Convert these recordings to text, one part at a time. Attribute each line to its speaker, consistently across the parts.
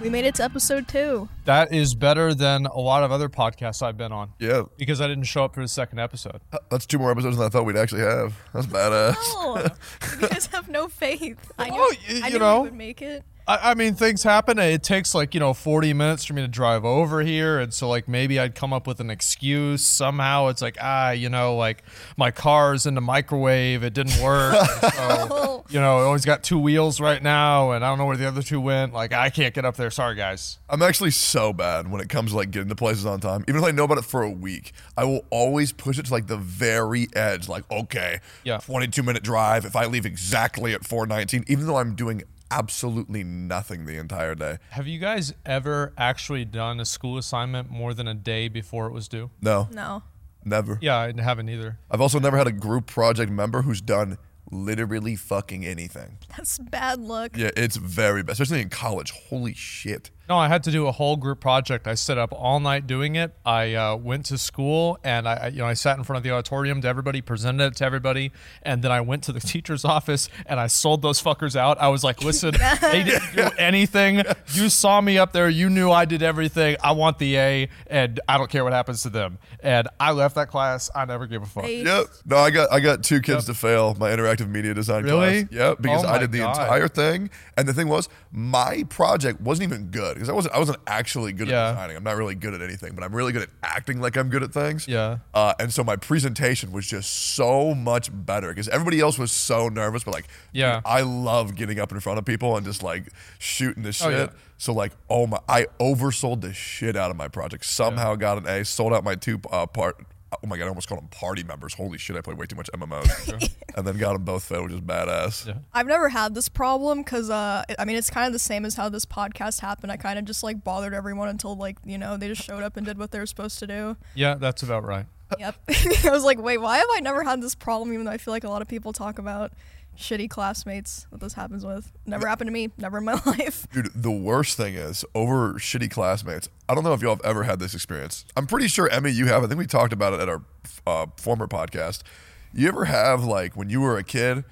Speaker 1: We made it to episode two.
Speaker 2: That is better than a lot of other podcasts I've been on
Speaker 3: Yeah,
Speaker 2: because I didn't show up for the second episode.
Speaker 3: that's two more episodes than I thought we'd actually have. That's badass.
Speaker 1: No, you guys Oh, have no faith. I knew,
Speaker 2: Oh, y-
Speaker 1: I
Speaker 2: you
Speaker 1: knew
Speaker 2: know.
Speaker 1: we would make it.
Speaker 2: I, I mean, things happen. It takes like, you know, 40 minutes for me to drive over here. And so, like, maybe I'd come up with an excuse somehow. It's like, ah, you know, like my car's in the microwave. It didn't work. And so,
Speaker 1: Oh,
Speaker 2: you know, it always got two wheels right now. And I don't know where the other two went. Like, I can't get up there. Sorry, guys.
Speaker 3: I'm actually so bad when it comes to like getting to places on time. Even if I know about it for a week, I will always push it to like the very edge. Like, okay,
Speaker 2: Yeah.
Speaker 3: 22 minute drive. If I leave exactly at 4:19, even though I'm doing absolutely nothing the entire day.
Speaker 2: Have you guys ever actually done a school assignment more than a day before it was due?
Speaker 3: No,
Speaker 1: No.
Speaker 3: never.
Speaker 2: Yeah, I haven't either.
Speaker 3: I've also never had a group project member who's done literally fucking anything.
Speaker 1: That's bad luck.
Speaker 3: Yeah, it's very bad, especially in college. Holy shit.
Speaker 2: No, I had to do a whole group project. I set up all night doing it. I uh, went to school and I, I- you know, I sat in front of the auditorium to everybody, presented it to everybody, and then I went to the teacher's office and I sold those fuckers out. I was like, "Listen, they didn't do anything. You saw me up there. You knew I did everything. I want the A, and I don't care what happens to them." And I left that class. I never gave a fuck.
Speaker 1: They-
Speaker 3: Yep. No, I got I got two kids to fail my interactive media design
Speaker 2: Really?
Speaker 3: class. Yep, because
Speaker 2: Oh
Speaker 3: I
Speaker 2: my
Speaker 3: did the
Speaker 2: God.
Speaker 3: entire thing, and the thing was, my project wasn't even good because I wasn't I wasn't actually good
Speaker 2: Yeah.
Speaker 3: at designing. I'm not really good at anything, but I'm really good at acting like I'm good at things.
Speaker 2: Yeah.
Speaker 3: Uh, and so my presentation was just so much better because everybody else was so nervous, but like,
Speaker 2: Yeah.
Speaker 3: dude, I love getting up in front of people and just like shooting the shit.
Speaker 2: Oh, yeah.
Speaker 3: So like, oh my, I oversold the shit out of my project. Somehow got an A. Sold out my two uh, part. Oh my god, I almost called them party members. Holy shit, I played way too much MMOs. and then got them both failed, which is badass.
Speaker 1: I've never had this problem because, uh, I mean, it's kind of the same as how this podcast happened. I kind of just like bothered everyone until, like, you know, they just showed up and did what they were supposed to do.
Speaker 2: Yeah, that's about right.
Speaker 1: Yep. I was like, wait, why have I never had this problem? Even though I feel like a lot of people talk about shitty classmates that this happens with. Never happened to me. Never in my life.
Speaker 3: Dude, the worst thing is over shitty classmates. I don't know if y'all have ever had this experience. I'm pretty sure Emmy, you have. I think we talked about it at our uh, former podcast. You ever have like when you were a kid?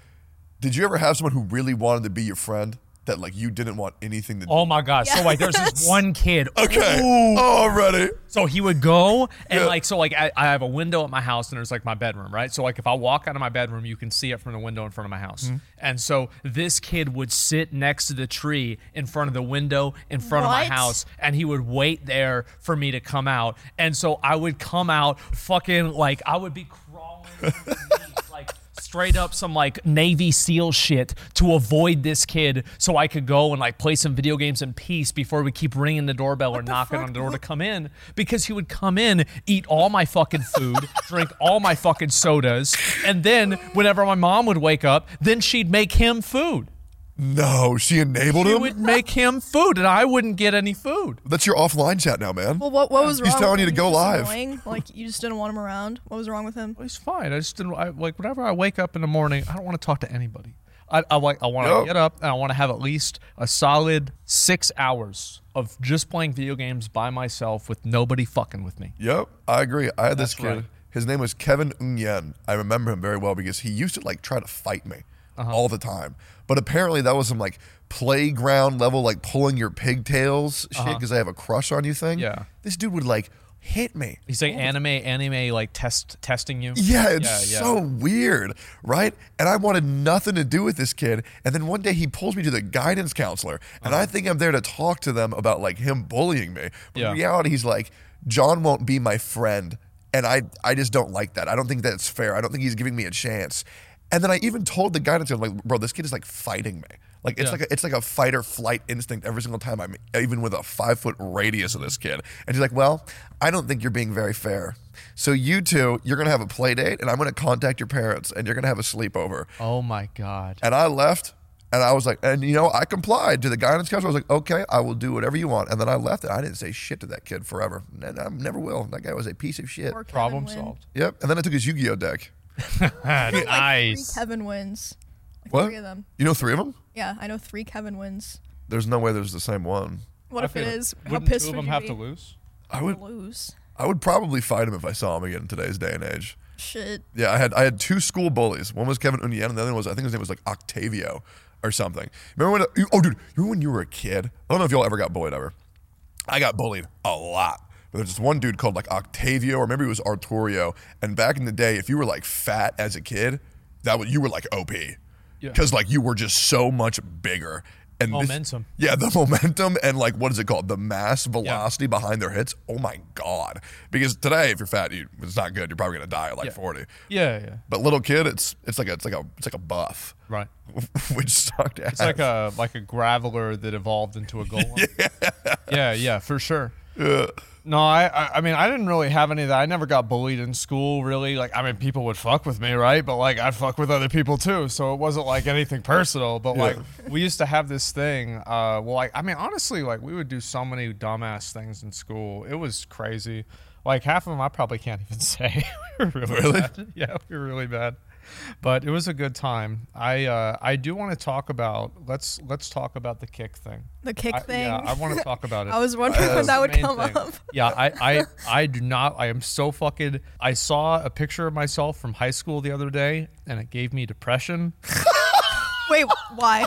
Speaker 3: Did you ever have someone who really wanted to be your friend that like you didn't want anything to do?
Speaker 4: Oh my gosh. So like there's this
Speaker 1: Yes.
Speaker 4: one kid.
Speaker 3: Okay,
Speaker 4: Ooh.
Speaker 3: already.
Speaker 4: So he would go and
Speaker 3: Yeah.
Speaker 4: like so like I, I have a window at my house and there's like my bedroom, right? So like if I walk out of my bedroom, you can see it from the window in front of my house. And so this kid would sit next to the tree in front of the window in front of
Speaker 1: What?
Speaker 4: my house and he would wait there for me to come out. And so I would come out fucking like I would be crawling underneath, like straight up some like Navy SEAL shit to avoid this kid so I could go and like play some video games in peace before we keep ringing the doorbell or knocking on the door to come in because he would come in, eat all my fucking food, drink all my fucking sodas, and then whenever my mom would wake up, then she'd make him food.
Speaker 3: No, she enabled
Speaker 4: She
Speaker 3: him.
Speaker 4: would make him food and I wouldn't get any food.
Speaker 3: That's your offline chat now, man.
Speaker 1: Well, what, what was wrong?
Speaker 3: He's telling
Speaker 1: with
Speaker 3: you to
Speaker 1: him?
Speaker 3: go
Speaker 1: He was
Speaker 3: live.
Speaker 1: Annoying? Like, you just didn't want him around? What was wrong with him?
Speaker 4: It's fine. I just didn't I, like whenever I wake up in the morning. I don't want to talk to anybody. I, I like I want to
Speaker 3: Yup.
Speaker 4: get up and I want to have at least a solid six hours of just playing video games by myself with nobody fucking with me.
Speaker 3: Yep, I agree. I had this kid.
Speaker 4: right.
Speaker 3: His name was Kevin Nguyen. I remember him very well because he used to like try to fight me
Speaker 4: Uh-huh.
Speaker 3: all the time. But apparently that was some like playground level, like pulling your pigtails shit because I have a crush on you thing.
Speaker 4: Uh-huh. Yeah.
Speaker 3: This dude would like hit me.
Speaker 4: He's like anime, anime, like test testing you.
Speaker 3: Yeah, it's
Speaker 4: Yeah, yeah.
Speaker 3: so weird, right? And I wanted nothing to do with this kid. And then one day he pulls me to the guidance counselor, and
Speaker 4: Uh-huh.
Speaker 3: I think I'm there to talk to them about like him bullying me. But
Speaker 4: Yeah.
Speaker 3: in reality, he's like, John won't be my friend. And I, I just don't like that. I don't think that's fair. I don't think he's giving me a chance. And then I even told the guidance counselor, like, bro, this kid is like fighting me. Like it's like a, it's like a fight or flight instinct every single time I'm even with a five foot radius of this kid. And she's like, "Well, I don't think you're being very fair. So you two, you're gonna have a play date, and I'm gonna contact your parents, and you're gonna have a sleepover."
Speaker 4: Oh my god.
Speaker 3: And I left, and I was like, and you know, I complied to the guidance counselor. I was like, "Okay, I will do whatever you want." And then I left, and I didn't say shit to that kid forever, and I never will. That guy was a piece of shit.
Speaker 1: Or Kevin
Speaker 4: Problem
Speaker 1: win?
Speaker 4: solved.
Speaker 3: Yep. And then I took his Yu-Gi-Oh deck.
Speaker 1: Like,
Speaker 4: nice.
Speaker 1: Three Kevin wins. Like,
Speaker 3: What?
Speaker 1: Three of them.
Speaker 3: You know, three of them.
Speaker 1: Yeah, I know three Kevin wins.
Speaker 3: There's no way there's the same one.
Speaker 1: What if it is? How
Speaker 2: Wouldn't
Speaker 1: pissed
Speaker 2: two of
Speaker 1: would
Speaker 2: them
Speaker 1: you
Speaker 2: have
Speaker 1: be?
Speaker 2: to lose?
Speaker 3: I would
Speaker 1: Lose.
Speaker 3: I would probably fight him if I saw him again in today's day and age.
Speaker 1: Shit.
Speaker 3: Yeah, I had I had two school bullies. One was Kevin Unien, and the other one was I think his name was like Octavio. or something. Remember when? Oh, dude, remember when you were a kid? I don't know if y'all ever got bullied ever. I got bullied a lot. But there's this one dude called like Octavio, or maybe it was Arturio. And back in the day, if you were like fat as a kid, that was you were like OP, because like you were just so much bigger. And this-
Speaker 4: Momentum.
Speaker 3: yeah, the momentum and like what is it called? The mass velocity behind their hits. Oh my god! Because today, if you're fat, you, it's not good. You're probably gonna die at like forty.
Speaker 2: Yeah, yeah.
Speaker 3: But little kid, it's it's like a, it's like a it's like a buff,
Speaker 2: Right.
Speaker 3: which sucked ass.
Speaker 2: It's like a like a graveler that evolved into a golem. yeah. yeah, for sure. No, I, I I mean I didn't really have any of that. I never got bullied in school really. Like I mean people would fuck with me, right? But like I'd fuck with other people too. So it wasn't like anything personal. But like we used to have this thing, uh well like I mean honestly, like we would do so many dumbass things in school. It was crazy. Like half of them I probably can't even say. we were really, bad. Yeah, we were really bad but it was a good time. I uh, I do want to talk about let's let's talk about the kick thing.
Speaker 1: The kick
Speaker 2: I-
Speaker 1: thing.
Speaker 2: Yeah, I want to talk about it.
Speaker 1: I was wondering when
Speaker 2: That's
Speaker 1: that
Speaker 2: the
Speaker 1: would
Speaker 2: main
Speaker 1: come
Speaker 2: thing.
Speaker 1: up.
Speaker 2: Yeah, I, I I do not. I am so fucking. I saw a picture of myself from high school the other day, and it gave me depression.
Speaker 1: Wait, why?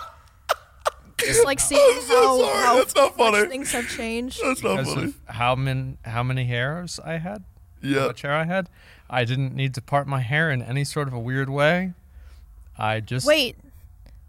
Speaker 1: Just like seeing how,
Speaker 3: sorry,
Speaker 1: how
Speaker 3: that's not
Speaker 1: much
Speaker 3: funny.
Speaker 1: things have changed.
Speaker 3: That's not
Speaker 2: Because
Speaker 3: funny.
Speaker 2: of how many how many hairs I had, how
Speaker 3: Yeah.
Speaker 2: much hair I had, I didn't need to part my hair in any sort of a weird way. I just
Speaker 1: Wait,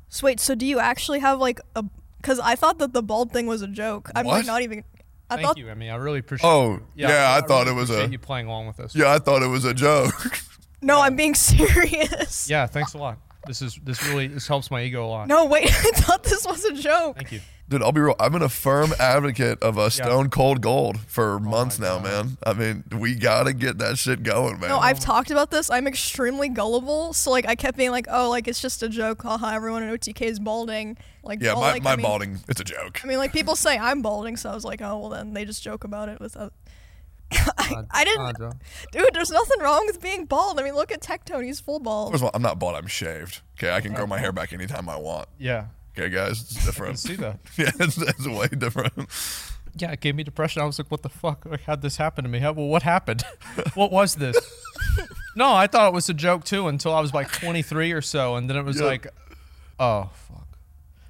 Speaker 1: so wait. So do you actually have like a? Because I thought that the bald thing was a joke. I'm
Speaker 3: What?
Speaker 1: like not even. I
Speaker 2: Thank
Speaker 1: thought
Speaker 2: you, Emmy. I really appreciate.
Speaker 3: Oh yeah, I, thought
Speaker 2: really
Speaker 3: it was
Speaker 2: appreciate
Speaker 3: a
Speaker 2: you playing along with us.
Speaker 3: yeah, I thought it was a joke.
Speaker 1: no. I'm being serious.
Speaker 2: Yeah, thanks a lot. This is this really this helps my ego a lot.
Speaker 1: No, wait. I thought this was a joke.
Speaker 2: Thank you.
Speaker 3: Dude, I'll be real. I've been a firm advocate of a Stone Cold Gold for
Speaker 2: Oh
Speaker 3: months now, man. I mean, we gotta get that shit going, man.
Speaker 1: No, I've talked about this. I'm extremely gullible, so like I kept being like, "Oh, like it's just a joke." Haha, everyone in OTK is balding. Like,
Speaker 3: yeah,
Speaker 1: well,
Speaker 3: my,
Speaker 1: like,
Speaker 3: my
Speaker 1: I mean,
Speaker 3: balding, it's a joke.
Speaker 1: I mean, like people say I'm balding, so I was like, "Oh, well, then they just joke about it." With oth- I, I didn't, dude. There's nothing wrong with being bald. I mean, look at Tectone; he's full bald.
Speaker 3: First of all, I'm not bald. I'm shaved. Okay, I can grow my hair back anytime I want.
Speaker 2: Yeah.
Speaker 3: Okay, guys, it's different.
Speaker 2: See that?
Speaker 3: yeah, it's, it's way different.
Speaker 2: Yeah, it gave me depression. I was like, "What the fuck? Like, how'd this happen to me? How, well, what happened? what was this?" no, I thought it was a joke too until I was like 23 or so, and then it was
Speaker 3: Yeah.
Speaker 2: like, "Oh fuck."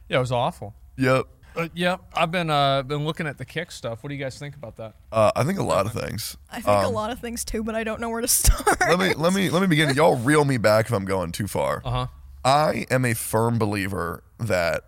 Speaker 2: Yeah, it was awful.
Speaker 3: Yep.
Speaker 2: But yeah, I've been uh been looking at the kick stuff. What do you guys think about that?
Speaker 3: Uh, I think a lot of things.
Speaker 1: I think a lot of things too, but I don't know where to start.
Speaker 3: Um, let me let me let me begin. Y'all reel me back if I'm going too far. Uh-huh. I am a firm believer that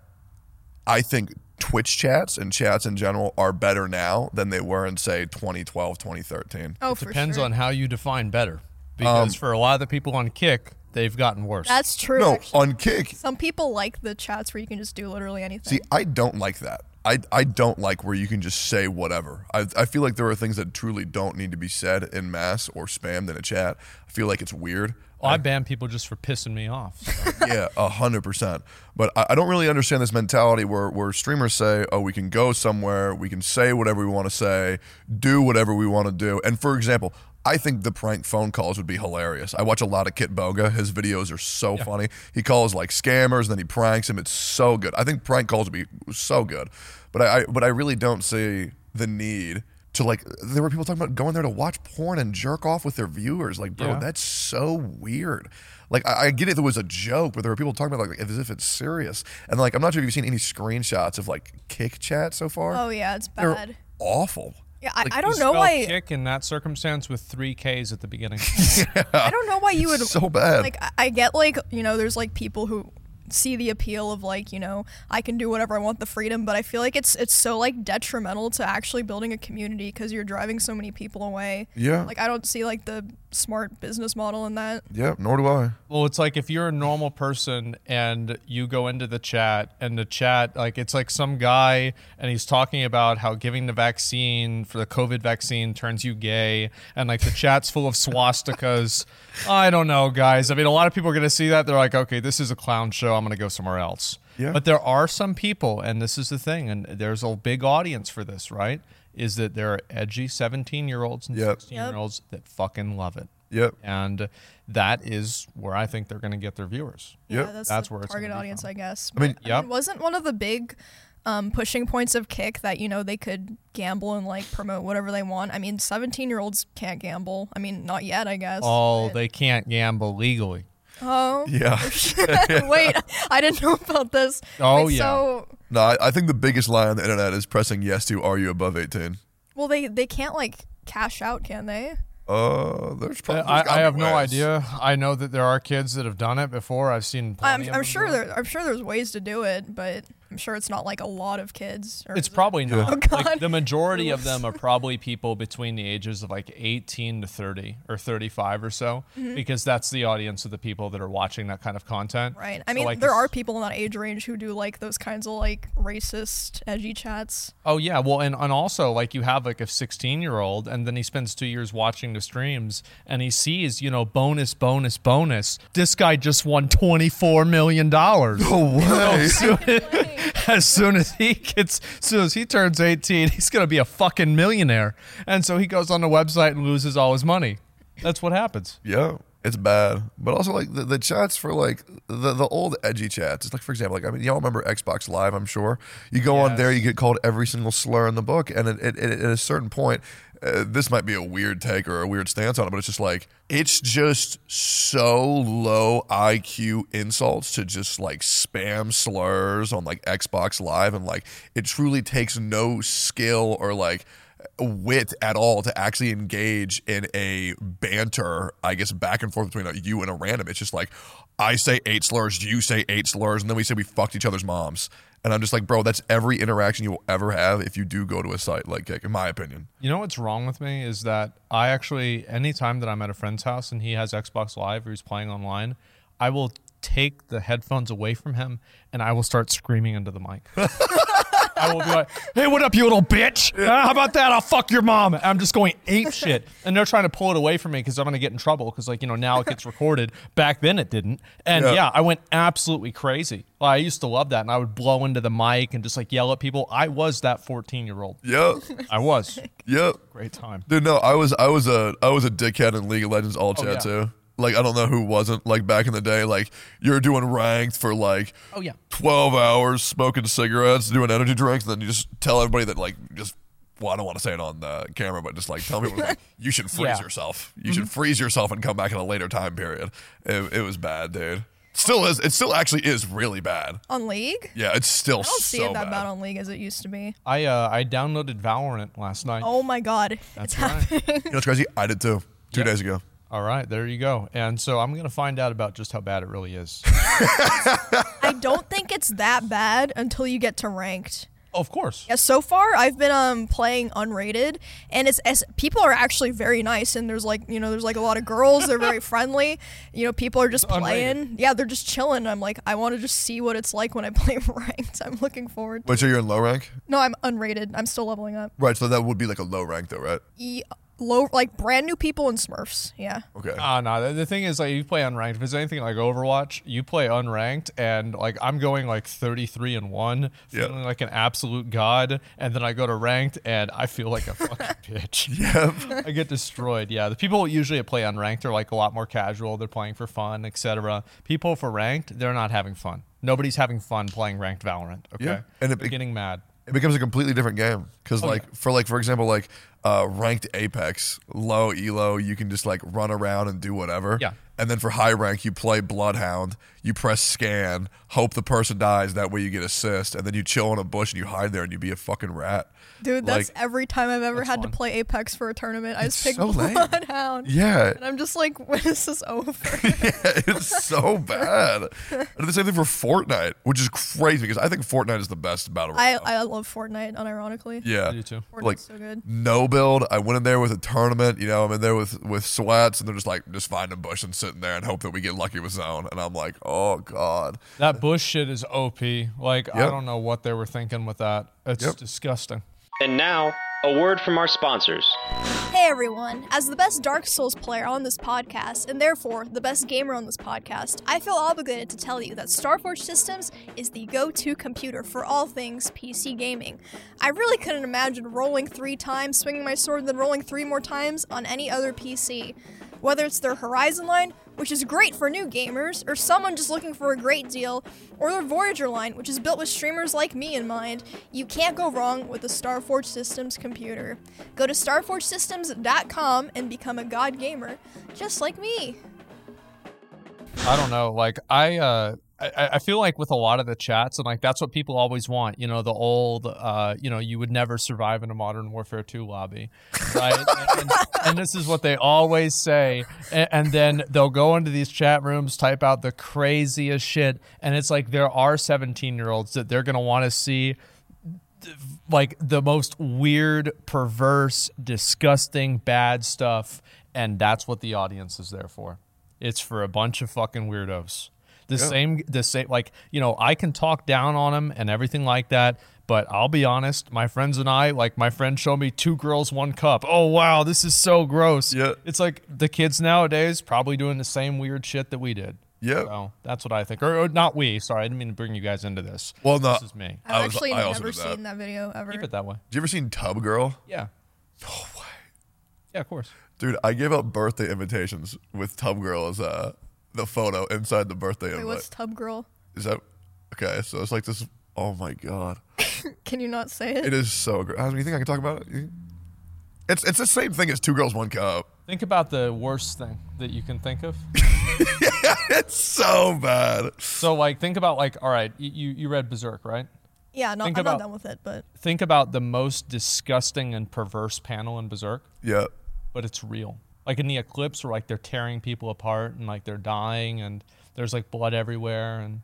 Speaker 3: I think Twitch chats and chats in general are better now than they were in say 2012, 2013.
Speaker 1: oh, for
Speaker 2: Depends
Speaker 1: sure. Um,
Speaker 2: on how you define better, because for a lot of the people on Kick, they've gotten worse.
Speaker 1: That's true.
Speaker 3: No,
Speaker 1: actually.
Speaker 3: on Kick,
Speaker 1: Some people like the chats where you can just do literally anything.
Speaker 3: see, I don't like that. I, I don't like where you can just say whatever. I, I feel like there are things that truly don't need to be said in mass or spammed in a chat. I feel like it's weird.
Speaker 2: Oh, I ban people just for pissing me off. so.
Speaker 3: yeah, a hundred percent. But I, I don't really understand this mentality where where streamers say, "Oh, we can go somewhere, we can say whatever we want to say, do whatever we want to do." And for example, I think the prank phone calls would be hilarious. I watch a lot of Kit Boga. His videos are so funny. He calls like scammers, and then he pranks him. It's so good. I think prank calls would be so good. But I, I but I really don't see the need. To like, there were people talking about going there to watch porn and jerk off with their viewers. Like, bro,
Speaker 2: Yeah.
Speaker 3: that's so weird. Like I, I get it, if it was a joke, but there were people talking about like as if it's serious. And like I'm not sure if you've seen any screenshots of like kick chat so far.
Speaker 1: oh yeah, it's
Speaker 3: They're
Speaker 1: bad.
Speaker 3: awful.
Speaker 1: Yeah, I,
Speaker 3: like,
Speaker 1: I don't know
Speaker 2: Spell
Speaker 1: why.
Speaker 2: Kick in that circumstance with three Ks at the beginning.
Speaker 1: I don't know why you would
Speaker 3: so bad.
Speaker 1: like I- I get like you know there's like people who see the appeal of like you know I can do whatever I want the freedom but I feel like it's it's so like detrimental to actually building a community because you're driving so many people away
Speaker 3: Yeah.
Speaker 1: like I don't see like the smart business model in that
Speaker 3: yeah, nor do I.
Speaker 2: Well, it's like if you're a normal person and you go into the chat and the chat, like it's like some guy and he's talking about how giving the vaccine for the COVID vaccine turns you gay, and like the chat's full of swastikas. I don't know, guys. I mean, a lot of people are gonna see that. They're like, okay, this is a clown show. I'm gonna go somewhere else.
Speaker 3: Yeah.
Speaker 2: But there are some people, and this is the thing, and there's a big audience for this, right? Is that there are edgy 17 year olds and
Speaker 3: Yep.
Speaker 2: 16 year olds that fucking love it.
Speaker 3: Yep.
Speaker 2: And that is where I think they're going to get their viewers.
Speaker 3: Yep.
Speaker 1: that's,
Speaker 2: That's
Speaker 1: the
Speaker 2: where it's
Speaker 1: target
Speaker 2: gonna be
Speaker 1: audience I guess
Speaker 3: mean,
Speaker 1: But,
Speaker 2: Yep.
Speaker 1: wasn't one of the big um, pushing points of kick that you know they could gamble and like promote whatever they want I mean 17 year olds can't gamble I mean not yet I guess
Speaker 2: Oh, they can't gamble legally.
Speaker 1: Oh.
Speaker 3: Yeah.
Speaker 1: Wait, I didn't know about this.
Speaker 2: Oh,
Speaker 1: Wait,
Speaker 2: yeah.
Speaker 1: So,
Speaker 3: No, I, I think the biggest lie on the internet is pressing yes to are you above 18?
Speaker 1: well, they they can't like cash out, can they?
Speaker 3: Uh, there's probably. there's
Speaker 2: I, I
Speaker 3: gotta
Speaker 2: have
Speaker 3: be
Speaker 2: no
Speaker 3: ways.
Speaker 2: idea. I know that there are kids that have done it before. I've seen. Plenty
Speaker 1: I'm,
Speaker 2: of
Speaker 1: I'm
Speaker 2: them do
Speaker 1: sure
Speaker 2: it.
Speaker 1: there I'm sure there's ways to do it, but I'm sure it's not like a lot of kids. Or
Speaker 2: It's
Speaker 1: is it?
Speaker 2: probably not.
Speaker 1: Oh,
Speaker 2: Like,
Speaker 1: God.
Speaker 2: the majority of them are probably people between the ages of like 18 to 30 or 35 or so,
Speaker 1: Mm-hmm.
Speaker 2: because that's the audience of the people that are watching that kind of content.
Speaker 1: right. I
Speaker 2: So,
Speaker 1: mean,
Speaker 2: like,
Speaker 1: there
Speaker 2: it's-
Speaker 1: are people in that age range who do like those kinds of like racist edgy chats.
Speaker 2: Oh yeah, well, and, and also like you have like a 16 year old, and then he spends two years watching the streams, and he sees you know bonus, bonus, bonus. This guy just won 24 million dollars.
Speaker 3: No way.
Speaker 2: as soon as he gets as soon as he turns 18 he's going to be a fucking millionaire and so he goes on the website and loses all his money that's what happens
Speaker 3: Yeah, it's bad. But also like the, the chats for like the, the old edgy chats. It's like for example, like I mean, y'all remember Xbox Live? I'm sure you go on there, you get called every single slur in the book, and it, it, it, at a certain point, uh, this might be a weird take or a weird stance on it, but it's just like it's just so low IQ insults to just like spam slurs on like Xbox Live, and like it truly takes no skill or like wit at all to actually engage in a banter, I guess, back and forth between a, you and a random. It's just like, I say eight slurs, you say eight slurs, and then we say we fucked each other's moms. And I'm just like, bro, that's every interaction you will ever have if you do go to a site like Kick, in my opinion.
Speaker 2: you know what's wrong with me is that i actually anytime that i'm at a friend's house and he has xbox live or he's playing online i will take the headphones away from him and i will start screaming into the mic I will be like, "Hey, what up, you little bitch? Ah, how about that? I'll fuck your mom." I'm just going ape shit, and they're trying to pull it away from me because I'm gonna get in trouble. Because like you know now it gets recorded. Back then it didn't, and
Speaker 3: Yeah.
Speaker 2: yeah, I went absolutely crazy. Well, I used to love that, and I would blow into the mic and just like yell at people. I was that 14 year old.
Speaker 3: Yep.
Speaker 2: I was
Speaker 3: yep.
Speaker 2: great time.
Speaker 3: Dude, no, I was I was a I was a dickhead in League of Legends all chat
Speaker 2: Oh, yeah.
Speaker 3: too. Like I don't know who wasn't like back in the day. Like you're doing ranked for like
Speaker 2: Oh, yeah.
Speaker 3: twelve hours, smoking cigarettes, doing energy drinks, and then you just tell everybody that like just well I don't want to say it on the camera, but just like tell people like you should freeze
Speaker 2: Yeah. Mm-hmm.
Speaker 3: yourself. You should freeze yourself and come back in a later time period. It, it was bad, dude. Still is. It still actually is really bad.
Speaker 1: On League?
Speaker 3: Yeah, it's still
Speaker 1: I don't see
Speaker 3: so
Speaker 1: it that
Speaker 3: bad.
Speaker 1: bad on League as it used to be.
Speaker 2: I uh, I downloaded Valorant last night.
Speaker 1: Oh my god.
Speaker 2: That's
Speaker 1: it's
Speaker 2: right.
Speaker 1: happening.
Speaker 3: You know what's crazy? I did too. Two days ago.
Speaker 2: All right, there you go. And so I'm gonna find out about just how bad it really is.
Speaker 1: I don't think it's that bad until you get to ranked.
Speaker 2: of course.
Speaker 1: Yeah, so far I've been um playing unrated, and it's as people are actually very nice, and there's like you know there's like a lot of girls, they're very friendly. You know, people are just
Speaker 2: Unrated.
Speaker 1: playing. Yeah, they're just chilling. I'm like, I want to just see what it's like when I play ranked. I'm looking forward.
Speaker 3: Wait, so you're in low rank?
Speaker 1: No, I'm unrated. I'm still leveling up.
Speaker 3: Right, so that would be like a low rank though, right?
Speaker 1: E- low like brand new people and Smurfs. Yeah.
Speaker 3: Okay.
Speaker 2: Ah, no. The, the thing is, like, you play unranked. If it's anything like Overwatch, you play unranked, and like I'm going like 33 and one,
Speaker 3: Yeah.
Speaker 2: feeling like an absolute god, and then I go to ranked, and I feel like a fucking bitch.
Speaker 3: Yep.
Speaker 2: I get destroyed. Yeah, the people usually that play unranked are like a lot more casual. They're playing for fun, etc. People for ranked, they're not having fun. Nobody's having fun playing ranked Valorant. Okay,
Speaker 3: Yeah, and it
Speaker 2: they're
Speaker 3: be-
Speaker 2: getting mad.
Speaker 3: it becomes a completely different game
Speaker 2: Oh,
Speaker 3: because like for like for example like uh, ranked apex low elo you can just like run around and do whatever
Speaker 2: Yeah.
Speaker 3: and then for high rank you play bloodhound you press scan hope the person dies that way you get assist and then you chill in a bush and you hide there and you be a fucking rat
Speaker 1: Dude, that's
Speaker 3: Like-
Speaker 1: every time I've ever had
Speaker 2: fun.
Speaker 1: to play Apex for a tournament. I just pick
Speaker 3: so lame.
Speaker 1: Bloodhound.
Speaker 3: yeah
Speaker 1: And I'm just like, when is this over?
Speaker 3: it's so bad and the same thing for fortnite which is crazy because i think fortnite is the best battle
Speaker 1: I,
Speaker 3: royale
Speaker 1: I love Fortnite, unironically.
Speaker 3: yeah
Speaker 2: I do too.
Speaker 1: Fortnite's
Speaker 3: like
Speaker 1: so good.
Speaker 3: no build. I went in there with a tournament, you know, I'm in there with with sweats and they're just like just finding bush and sitting there and hope that we get lucky with zone. And I'm like, oh God.
Speaker 2: That bush shit is OP. Like I
Speaker 3: Yep.
Speaker 2: don't know what they were thinking with that. It's
Speaker 3: Yep.
Speaker 2: disgusting.
Speaker 5: And now, a word from our sponsors.
Speaker 1: Hey everyone! As the best Dark Souls player on this podcast, and therefore the best gamer on this podcast, I feel obligated to tell you that Starforge Systems is the go to computer for all things PC gaming. I really couldn't imagine rolling three times, swinging my sword, and then rolling three more times on any other PC. Whether it's their Horizon line, which is great for new gamers, or someone just looking for a great deal, or their Voyager line, which is built with streamers like me in mind, you can't go wrong with a Starforge Systems computer. Go to starforgesystems.com and become a god gamer, just like me.
Speaker 2: I don't know. Like I, uh, I, I feel like with a lot of the chats, and like that's what people always want. You know, the old, uh, you know, you would never survive in a modern warfare two lobby, right? and, and- and this is what they always say. And, and then they'll go into these chat rooms, type out the craziest shit, and it's like there are seventeen year olds that they're gonna want to see like the most weird, perverse, disgusting, bad stuff, and that's what the audience is there for. It's for a bunch of fucking weirdos. The same, the same, like you know, I can talk down on them and everything like that, but I'll be honest, my friends and I, like my friend showed me two girls, one cup. Oh wow, this is so gross.
Speaker 3: Yeah.
Speaker 2: it's like the kids nowadays probably doing the same weird shit that we did.
Speaker 3: Yeah.
Speaker 2: so that's what I think, or, or not we. Sorry, I didn't mean to bring you guys into this.
Speaker 3: Well, no.
Speaker 2: this is me.
Speaker 3: I
Speaker 1: I've
Speaker 3: was-
Speaker 1: actually
Speaker 3: I also
Speaker 1: never
Speaker 3: did that.
Speaker 1: seen that video ever.
Speaker 2: Keep it that way.
Speaker 3: you ever seen Tub Girl?
Speaker 2: Yeah. Yeah, of course.
Speaker 3: Dude, I gave out birthday invitations with Tub Girl as uh, the photo inside the birthday
Speaker 1: Wait,
Speaker 3: invite.
Speaker 1: what's Tub Girl?
Speaker 3: Is that okay? So it's like this. Oh my god,
Speaker 1: Can you not say it?
Speaker 3: it is so great. You think I can talk about it? You- It's it's the same thing as two girls, one cup.
Speaker 2: Think about the worst thing that you can think of.
Speaker 3: It's so bad.
Speaker 2: so, like, think about like, all right, you you you read Berserk, right?
Speaker 1: yeah, no, I'm
Speaker 2: Think
Speaker 1: not
Speaker 2: about-
Speaker 1: done with it, but
Speaker 2: Think about the most disgusting and perverse panel in Berserk,
Speaker 3: Yeah,
Speaker 2: but it's real. Like in the eclipse, where like they're tearing people apart and like they're dying and there's like blood everywhere and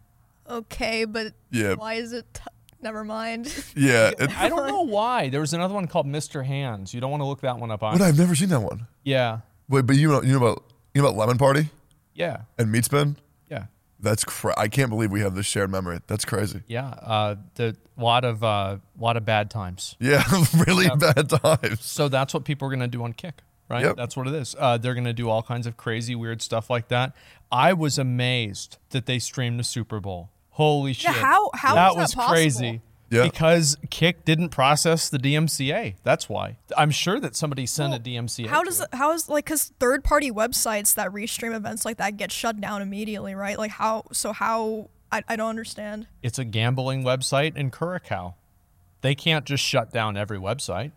Speaker 1: okay, but
Speaker 3: Yeah.
Speaker 1: why is it? T- Never mind.
Speaker 3: yeah. It,
Speaker 2: I don't know why. There was another one called Mr. Hands. You don't want to look that one up
Speaker 3: but
Speaker 2: on.
Speaker 3: I've never seen that one.
Speaker 2: yeah,
Speaker 3: Wait, but you know you know about you know about Lemon Party
Speaker 2: yeah,
Speaker 3: and Meat Spin?
Speaker 2: yeah.
Speaker 3: That's cra- I can't believe we have this shared memory. That's crazy.
Speaker 2: Yeah, uh, the lot of uh, lot of bad times.
Speaker 3: Yeah, really bad times.
Speaker 2: So that's what people are going to do on Kick, right?
Speaker 3: Yep.
Speaker 2: That's what it is. Uh, they're going to do all kinds of crazy, weird stuff like that. I was amazed that they streamed the Super Bowl. Holy shit!
Speaker 1: how- how
Speaker 2: that
Speaker 1: is that
Speaker 2: was
Speaker 1: possible?
Speaker 2: crazy.
Speaker 3: Yeah.
Speaker 2: Because Kick didn't process the DMCA. That's why. I'm sure that somebody sent a DMCA.
Speaker 1: How
Speaker 2: to
Speaker 1: does
Speaker 2: it.
Speaker 1: it- how is like because third party websites that restream events like that get shut down immediately, right? Like how so how I, I don't understand.
Speaker 2: It's a gambling website in Curacao. They can't just shut down every website.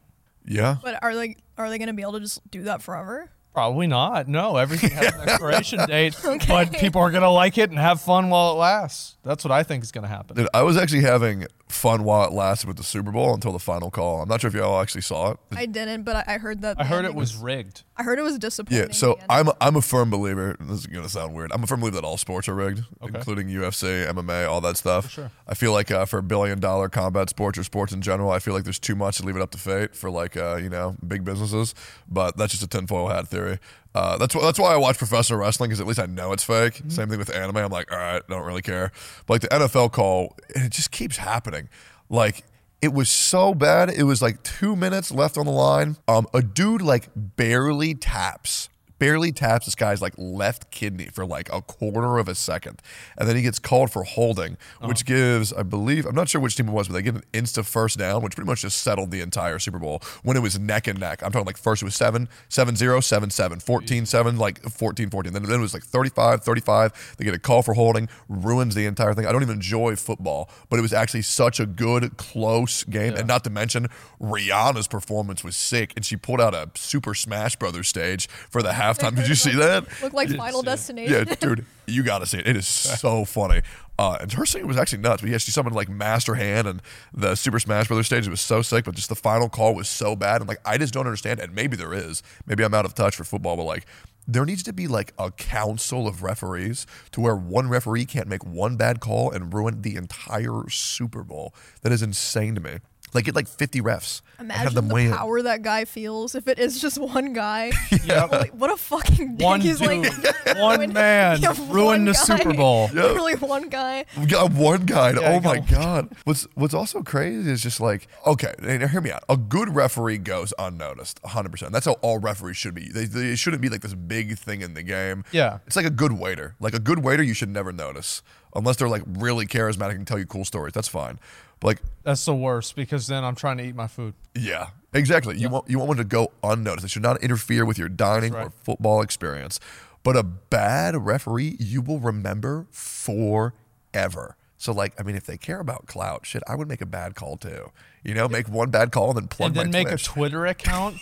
Speaker 3: Yeah.
Speaker 1: But are they are they gonna be able to just do that forever?
Speaker 2: Probably not. No, everything has an expiration date, but people are going to like it and have fun while it lasts. That's what I think is going to happen.
Speaker 3: Dude, I was actually having fun while it lasted with the Super Bowl until the final call. I'm not sure if y'all actually saw it.
Speaker 1: I didn't, but I, I heard that.
Speaker 2: I
Speaker 1: the
Speaker 2: heard it
Speaker 1: ending
Speaker 2: was rigged.
Speaker 1: I heard it was disappointing.
Speaker 3: Yeah, so um,
Speaker 1: man.
Speaker 3: I'm a, I'm a firm believer. This is gonna sound weird. I'm a firm believer that all sports are rigged, including UFC, MMA, all that stuff. sure. I feel like uh, for billion dollar combat sports or sports in general, I feel like there's too much to leave it up to fate for like uh, you know big businesses. But that's just a tinfoil hat theory. Uh, that's wh- that's why I watch professional wrestling because at least I know it's fake. Same thing with anime. I'm like, all right, I don't really care. But like the NFL call, it just keeps happening. Like it was so bad. It was like two minutes left on the line. Um, a dude like barely taps, barely taps this guy's like left kidney for like a quarter of a second, and then he gets called for holding, which gives, I believe, I'm not sure which team it was, but they give an insta first down, which pretty much just settled the entire Super Bowl when it was neck and neck. I'm talking like first it was 7, 7 0, 7 7, 14 7, like 14 14. Then, then it was like 35 35. They get a call for holding, ruins the entire thing. I don't even enjoy football, but it was actually such a good, close game. And not to mention, Rihanna's performance was sick, and she pulled out a Super Smash Brothers stage for the halftime. Did you see that?
Speaker 1: look like Final Destination.
Speaker 3: Yeah, dude, you gotta see it. It is so funny. Uh, and her singing was actually nuts. But yeah, she summoned like Master Hand and the Super Smash Brothers stage. It was so sick, but just the final call was so bad. And like, I just don't understand. And maybe there is. Maybe I'm out of touch for football, but like, there needs to be like a council of referees to where one referee can't make one bad call and ruin the entire Super Bowl. That is insane to me. Like, get like 50 refs. and
Speaker 1: Imagine
Speaker 3: have them weigh in.
Speaker 1: the power that guy feels if it is just one guy. Like, what a fucking dick.
Speaker 2: One
Speaker 1: He's
Speaker 2: dude,
Speaker 1: like
Speaker 2: one man
Speaker 1: Yeah, one
Speaker 2: ruined the
Speaker 1: guy.
Speaker 2: Super Bowl.
Speaker 1: Literally one guy.
Speaker 3: We got one guy.
Speaker 2: you
Speaker 3: oh my
Speaker 2: got
Speaker 3: god. What's what's also crazy is just like okay, and hear me out. A good referee goes unnoticed, 100%. That's how all referees should be. They, they it shouldn't be like this big thing in the game.
Speaker 2: Yeah.
Speaker 3: It's like a good waiter. Like a good waiter, you should never notice unless they're like really charismatic and tell you cool stories. That's fine. But like
Speaker 2: That's the worst because then I'm trying to eat my food.
Speaker 3: yeah, exactly. You want you want one to go unnoticed. It should not interfere with your dining or football experience. But a bad referee, you will remember forever. So like, I mean, if they care about clout, shit, I would make a bad call too. You know, make one bad call and then plug
Speaker 2: and then
Speaker 3: my
Speaker 2: make
Speaker 3: Twitch.
Speaker 2: a Twitter account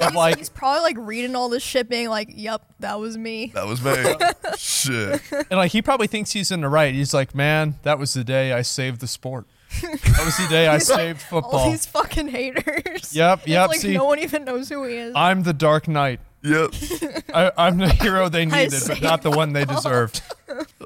Speaker 2: of like
Speaker 1: He's probably like reading all this shit, being like, "Yep, that was me."
Speaker 3: that was me. shit.
Speaker 2: and like he probably thinks he's in the right. He's like, man, that was the day I saved the sport. That was the day I saved
Speaker 1: All
Speaker 2: football.
Speaker 1: these fucking haters.
Speaker 2: Yep,
Speaker 1: It's
Speaker 2: yep,
Speaker 1: Like
Speaker 2: see-
Speaker 1: no one even knows who he is.
Speaker 2: I'm the Dark Knight.
Speaker 3: Yep.
Speaker 2: I, I'm the hero they needed, but
Speaker 1: saved
Speaker 2: not the one they deserved.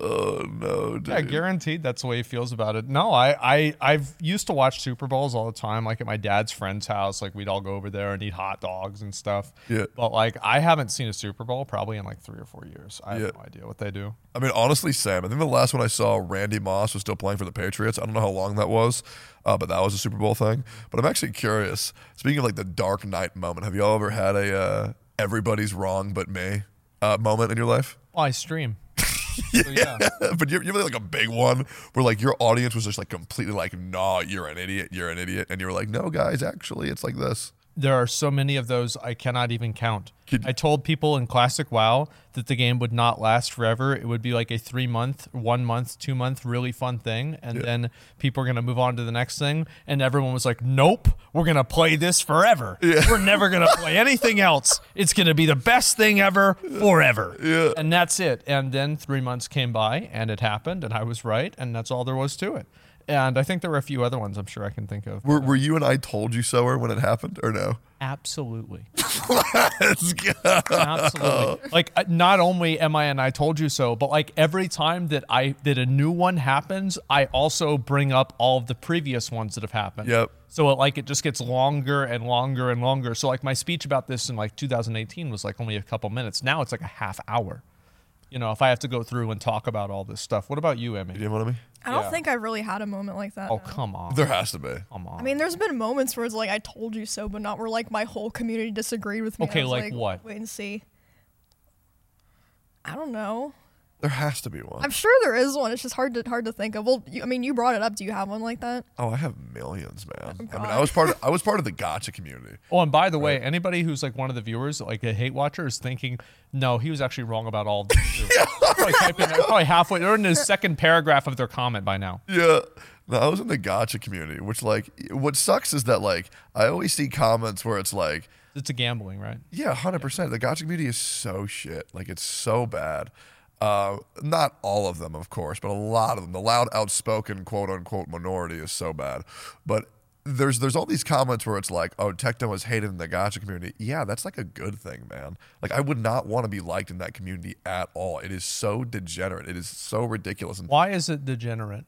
Speaker 3: Oh no, dude.
Speaker 2: Yeah, guaranteed. That's the way he feels about it. No, I, I, I've used to watch Super Bowls all the time, like at my dad's friend's house. Like we'd all go over there and eat hot dogs and stuff.
Speaker 3: Yeah.
Speaker 2: But like, I haven't seen a Super Bowl probably in like three or four years. I
Speaker 3: Yeah.
Speaker 2: have no idea what they do.
Speaker 3: I mean, honestly, Sam, I think the last one I saw, Randy Moss was still playing for the Patriots. I don't know how long that was, uh, but that was a Super Bowl thing. But I'm actually curious. Speaking of like the Dark Knight moment, have you all ever had a uh, everybody's wrong but me uh, moment in your life?
Speaker 2: Well, I stream. So, yeah.
Speaker 3: but you, you ever had, like a big one where like your audience was just like completely like, nah, you're an idiot, you're an idiot, and you were like, no, guys, actually, it's like this.
Speaker 2: There are so many of those I cannot even count.
Speaker 3: Could-
Speaker 2: I told people in Classic WoW that the game would not last forever. It would be like a three month, one month, two month, really fun thing. And then people are going to move on to the next thing. And everyone was like, nope, we're going to play this forever. We're never going to play anything else. It's going to be the best thing ever forever. And that's it. And then three months came by and it happened. And I was right. And that's all there was to it. And I think there were a few other ones I'm sure I can think of.
Speaker 3: Were, were you and I told you so or when it happened or no?
Speaker 4: Absolutely.
Speaker 3: Let's go.
Speaker 2: Absolutely. like uh, not only am I and I told you so, but like every time that I that a new one happens, I also bring up all of the previous ones that have happened.
Speaker 3: Yep.
Speaker 2: So it, like it just gets longer and longer and longer. So like my speech about this in like 2018 was like only a couple minutes. Now it's like a half hour. You know, if I have to go through and talk about all this stuff. What about you,
Speaker 3: You
Speaker 2: Emmy?
Speaker 3: know what I mean?
Speaker 1: I don't
Speaker 2: Yeah.
Speaker 1: think I've really had a moment like that.
Speaker 2: Oh,
Speaker 1: no.
Speaker 2: come on.
Speaker 3: There has to be.
Speaker 2: Come on.
Speaker 1: I mean, there's been moments where it's like I told you so, but not where like my whole community disagreed with me. and I
Speaker 2: Okay,
Speaker 1: was
Speaker 2: like what?
Speaker 1: Wait and see. I don't know.
Speaker 3: There has to be one.
Speaker 1: I'm sure there is one. It's just hard to hard to think of. Well, you, I mean, you brought it up. Do you have one like that?
Speaker 3: Oh, I have millions, man. I mean, I
Speaker 1: God.
Speaker 3: was part of I was part of the gotcha community.
Speaker 2: Oh, and by the way, anybody who's like one of the viewers, like a hate watcher, is thinking, no, he was actually wrong about all of this. too." probably, typing that- probably halfway, they're in the second paragraph of their comment by now.
Speaker 3: Yeah. No, I was in the gotcha community, which like what sucks is that like I always see comments where it's like,
Speaker 2: It's a gambling, right?
Speaker 3: yeah, hundred percent. The gotcha community is so shit. Like it's so bad. Uh, not all of them, of course, but a lot of them. The loud, outspoken, quote unquote minority is so bad. But there's there's all these comments where it's like, oh, Techno is hated in the gotcha community. Yeah, that's like a good thing, man. Like I would not want to be liked in that community at all. It is so degenerate. It is so ridiculous. And
Speaker 2: Why is it degenerate?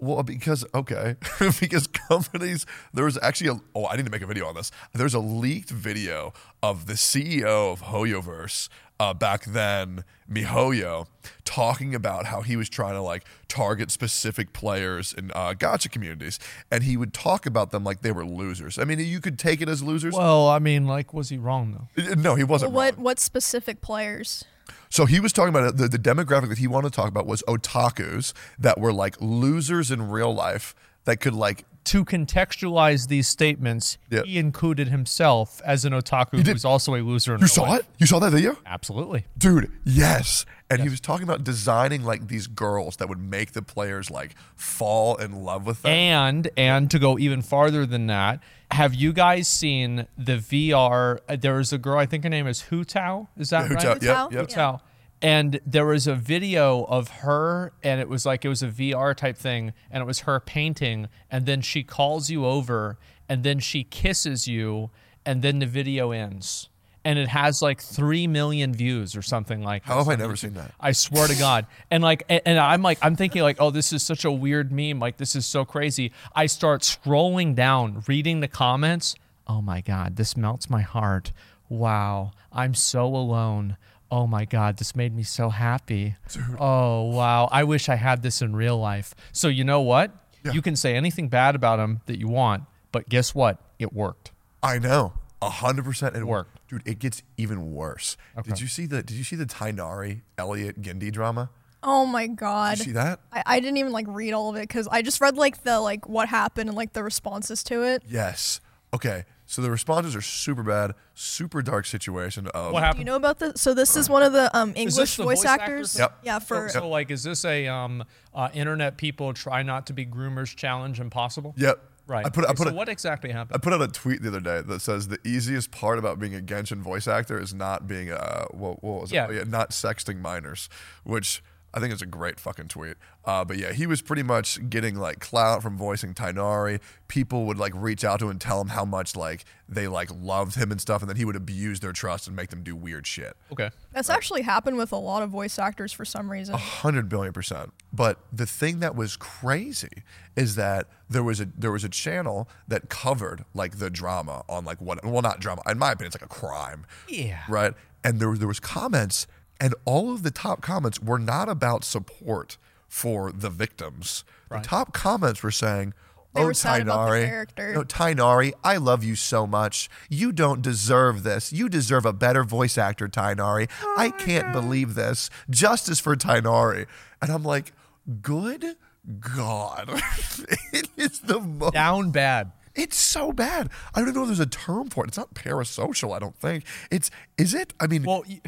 Speaker 3: Well, because okay, because companies there was actually a oh I need to make a video on this. There's a leaked video of the CEO of HoYoverse uh, back then, MiHoYo, talking about how he was trying to like target specific players in uh, gotcha communities, and he would talk about them like they were losers. I mean, you could take it as losers. Uh,
Speaker 2: Well, I mean, like, was he wrong though?
Speaker 3: no, he wasn't. wrong.
Speaker 1: What what specific players?
Speaker 3: So he was talking about it- the, the demographic that he wanted to talk about was otakus that were like losers in real life that could like
Speaker 2: To contextualize these statements,
Speaker 3: Yeah.
Speaker 2: he included himself as an otaku who's also a loser. In
Speaker 3: You saw it? You saw that video?
Speaker 2: Absolutely.
Speaker 3: Dude, yes. And he was talking about designing like these girls that would make the players like fall in love with them.
Speaker 2: And and to go even farther than that, have you guys seen the VR? uh, There is a girl, I think her name is Hu Tao. Is that
Speaker 3: Hu
Speaker 2: right?
Speaker 3: Tao,
Speaker 1: Hu Tao?
Speaker 3: Yep, yep.
Speaker 1: Yeah.
Speaker 2: Tao. And there was a video of her, and it was like it was a VR type thing, and it was her painting, and then she calls you over, and then she kisses you, and then the video ends. And it has like 3 million views or something like
Speaker 3: How have I never seen that?
Speaker 2: I swear to God. And like, and, and I'm like, I'm thinking like, oh, this is such a weird meme. Like, this is so crazy. I start scrolling down, reading the comments. Oh my God, this melts my heart. Wow, I'm so alone. Oh my God, this made me so happy. Oh wow, I wish I had this in real life. So you know what? You can say anything bad about him that you want, but guess what? It worked.
Speaker 3: I know. A hundred percent it
Speaker 2: Worked.
Speaker 3: Dude, it gets even worse. Did you see the did you see the Tainari Elliot Gindy drama?
Speaker 1: Oh my god.
Speaker 3: Did you see that?
Speaker 1: I, I didn't even like read all of it because I just read like the like what happened and like the responses to it.
Speaker 3: Yes. Okay. So the responses are super bad, super dark situation of
Speaker 4: What
Speaker 1: Do you
Speaker 4: happened?
Speaker 1: know about this? So this is one of the um,
Speaker 2: this
Speaker 1: English
Speaker 2: the
Speaker 1: voice,
Speaker 2: voice actors?
Speaker 1: actors.
Speaker 3: Yep.
Speaker 1: Yeah, for
Speaker 2: So, like, is this a um, uh, internet people try not to be groomers challenge impossible?
Speaker 3: Yep.
Speaker 2: Right.
Speaker 3: I put I
Speaker 2: Okay,
Speaker 3: put
Speaker 2: so
Speaker 3: a-
Speaker 2: what exactly
Speaker 3: I
Speaker 2: happened?
Speaker 3: put out a tweet the other day that says the easiest part about being a Genshin voice actor is not being uh what, what was it?
Speaker 2: Yeah.
Speaker 3: Oh, not sexting minors, which I think is a great fucking tweet. Uh, but yeah, he was pretty much getting like clout from voicing Tainari. People would like reach out to him and tell him how much like they like loved him and stuff, and then he would abuse their trust and make them do weird shit.
Speaker 2: okay.
Speaker 1: that's actually happened with a lot of voice actors for some reason.
Speaker 3: hundred billion percent. But the thing that was crazy is that there was a there was a channel that covered like the drama on like what well not drama in my opinion it's like a crime
Speaker 4: Yeah.
Speaker 3: right and there there was comments and all of the top comments were not about support for the victims the top comments were saying.
Speaker 1: They
Speaker 3: oh,
Speaker 1: were sad about the
Speaker 3: Tainari.
Speaker 1: character.
Speaker 3: No, Tainari, I love you so much. You don't deserve this. You deserve a better voice actor, Tainari.
Speaker 2: Oh
Speaker 3: I can't believe this. Justice for Tainari. And I'm like, good God. it is the most.
Speaker 2: Down bad.
Speaker 3: It's so bad. I don't even know if there's a term for it. It's not parasocial, I don't think. It's, is it? I mean,
Speaker 2: Well, y-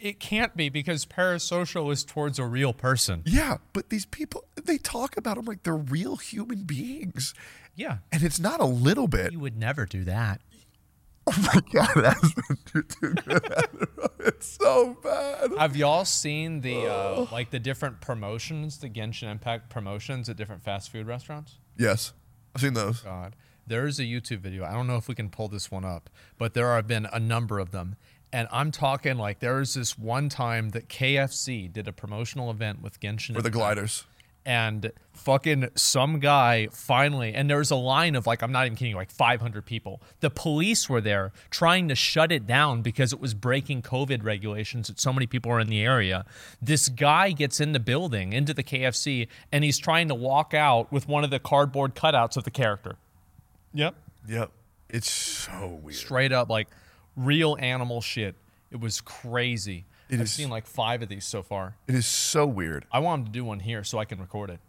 Speaker 2: it can't be because parasocial is towards a real person.
Speaker 3: yeah, but these people, they talk about them like they're real human beings.
Speaker 2: Yeah.
Speaker 3: And it's not a little bit.
Speaker 2: You would never do that.
Speaker 3: Oh my God, that's too, too good. it's so bad.
Speaker 2: Have y'all seen the uh, like the different promotions, the Genshin Impact promotions at different fast food restaurants?
Speaker 3: Yes, I've seen those.
Speaker 2: God, there is a YouTube video. I don't know if we can pull this one up, but there have been a number of them. And I'm talking like there was this one time that KFC did a promotional event with Genshin
Speaker 3: Or the
Speaker 2: Impact.
Speaker 3: gliders.
Speaker 2: and fucking some guy finally and there was a line of like i'm not even kidding you, like 500 people the police were there trying to shut it down because it was breaking covid regulations that so many people are in the area this guy gets in the building into the kfc and he's trying to walk out with one of the cardboard cutouts of the character yep
Speaker 3: Yep. It's so weird.
Speaker 2: straight up like real animal shit it was crazy i've
Speaker 3: is-
Speaker 2: seen like five of these so far
Speaker 3: It is so weird.
Speaker 2: i want him to do one here so i can record it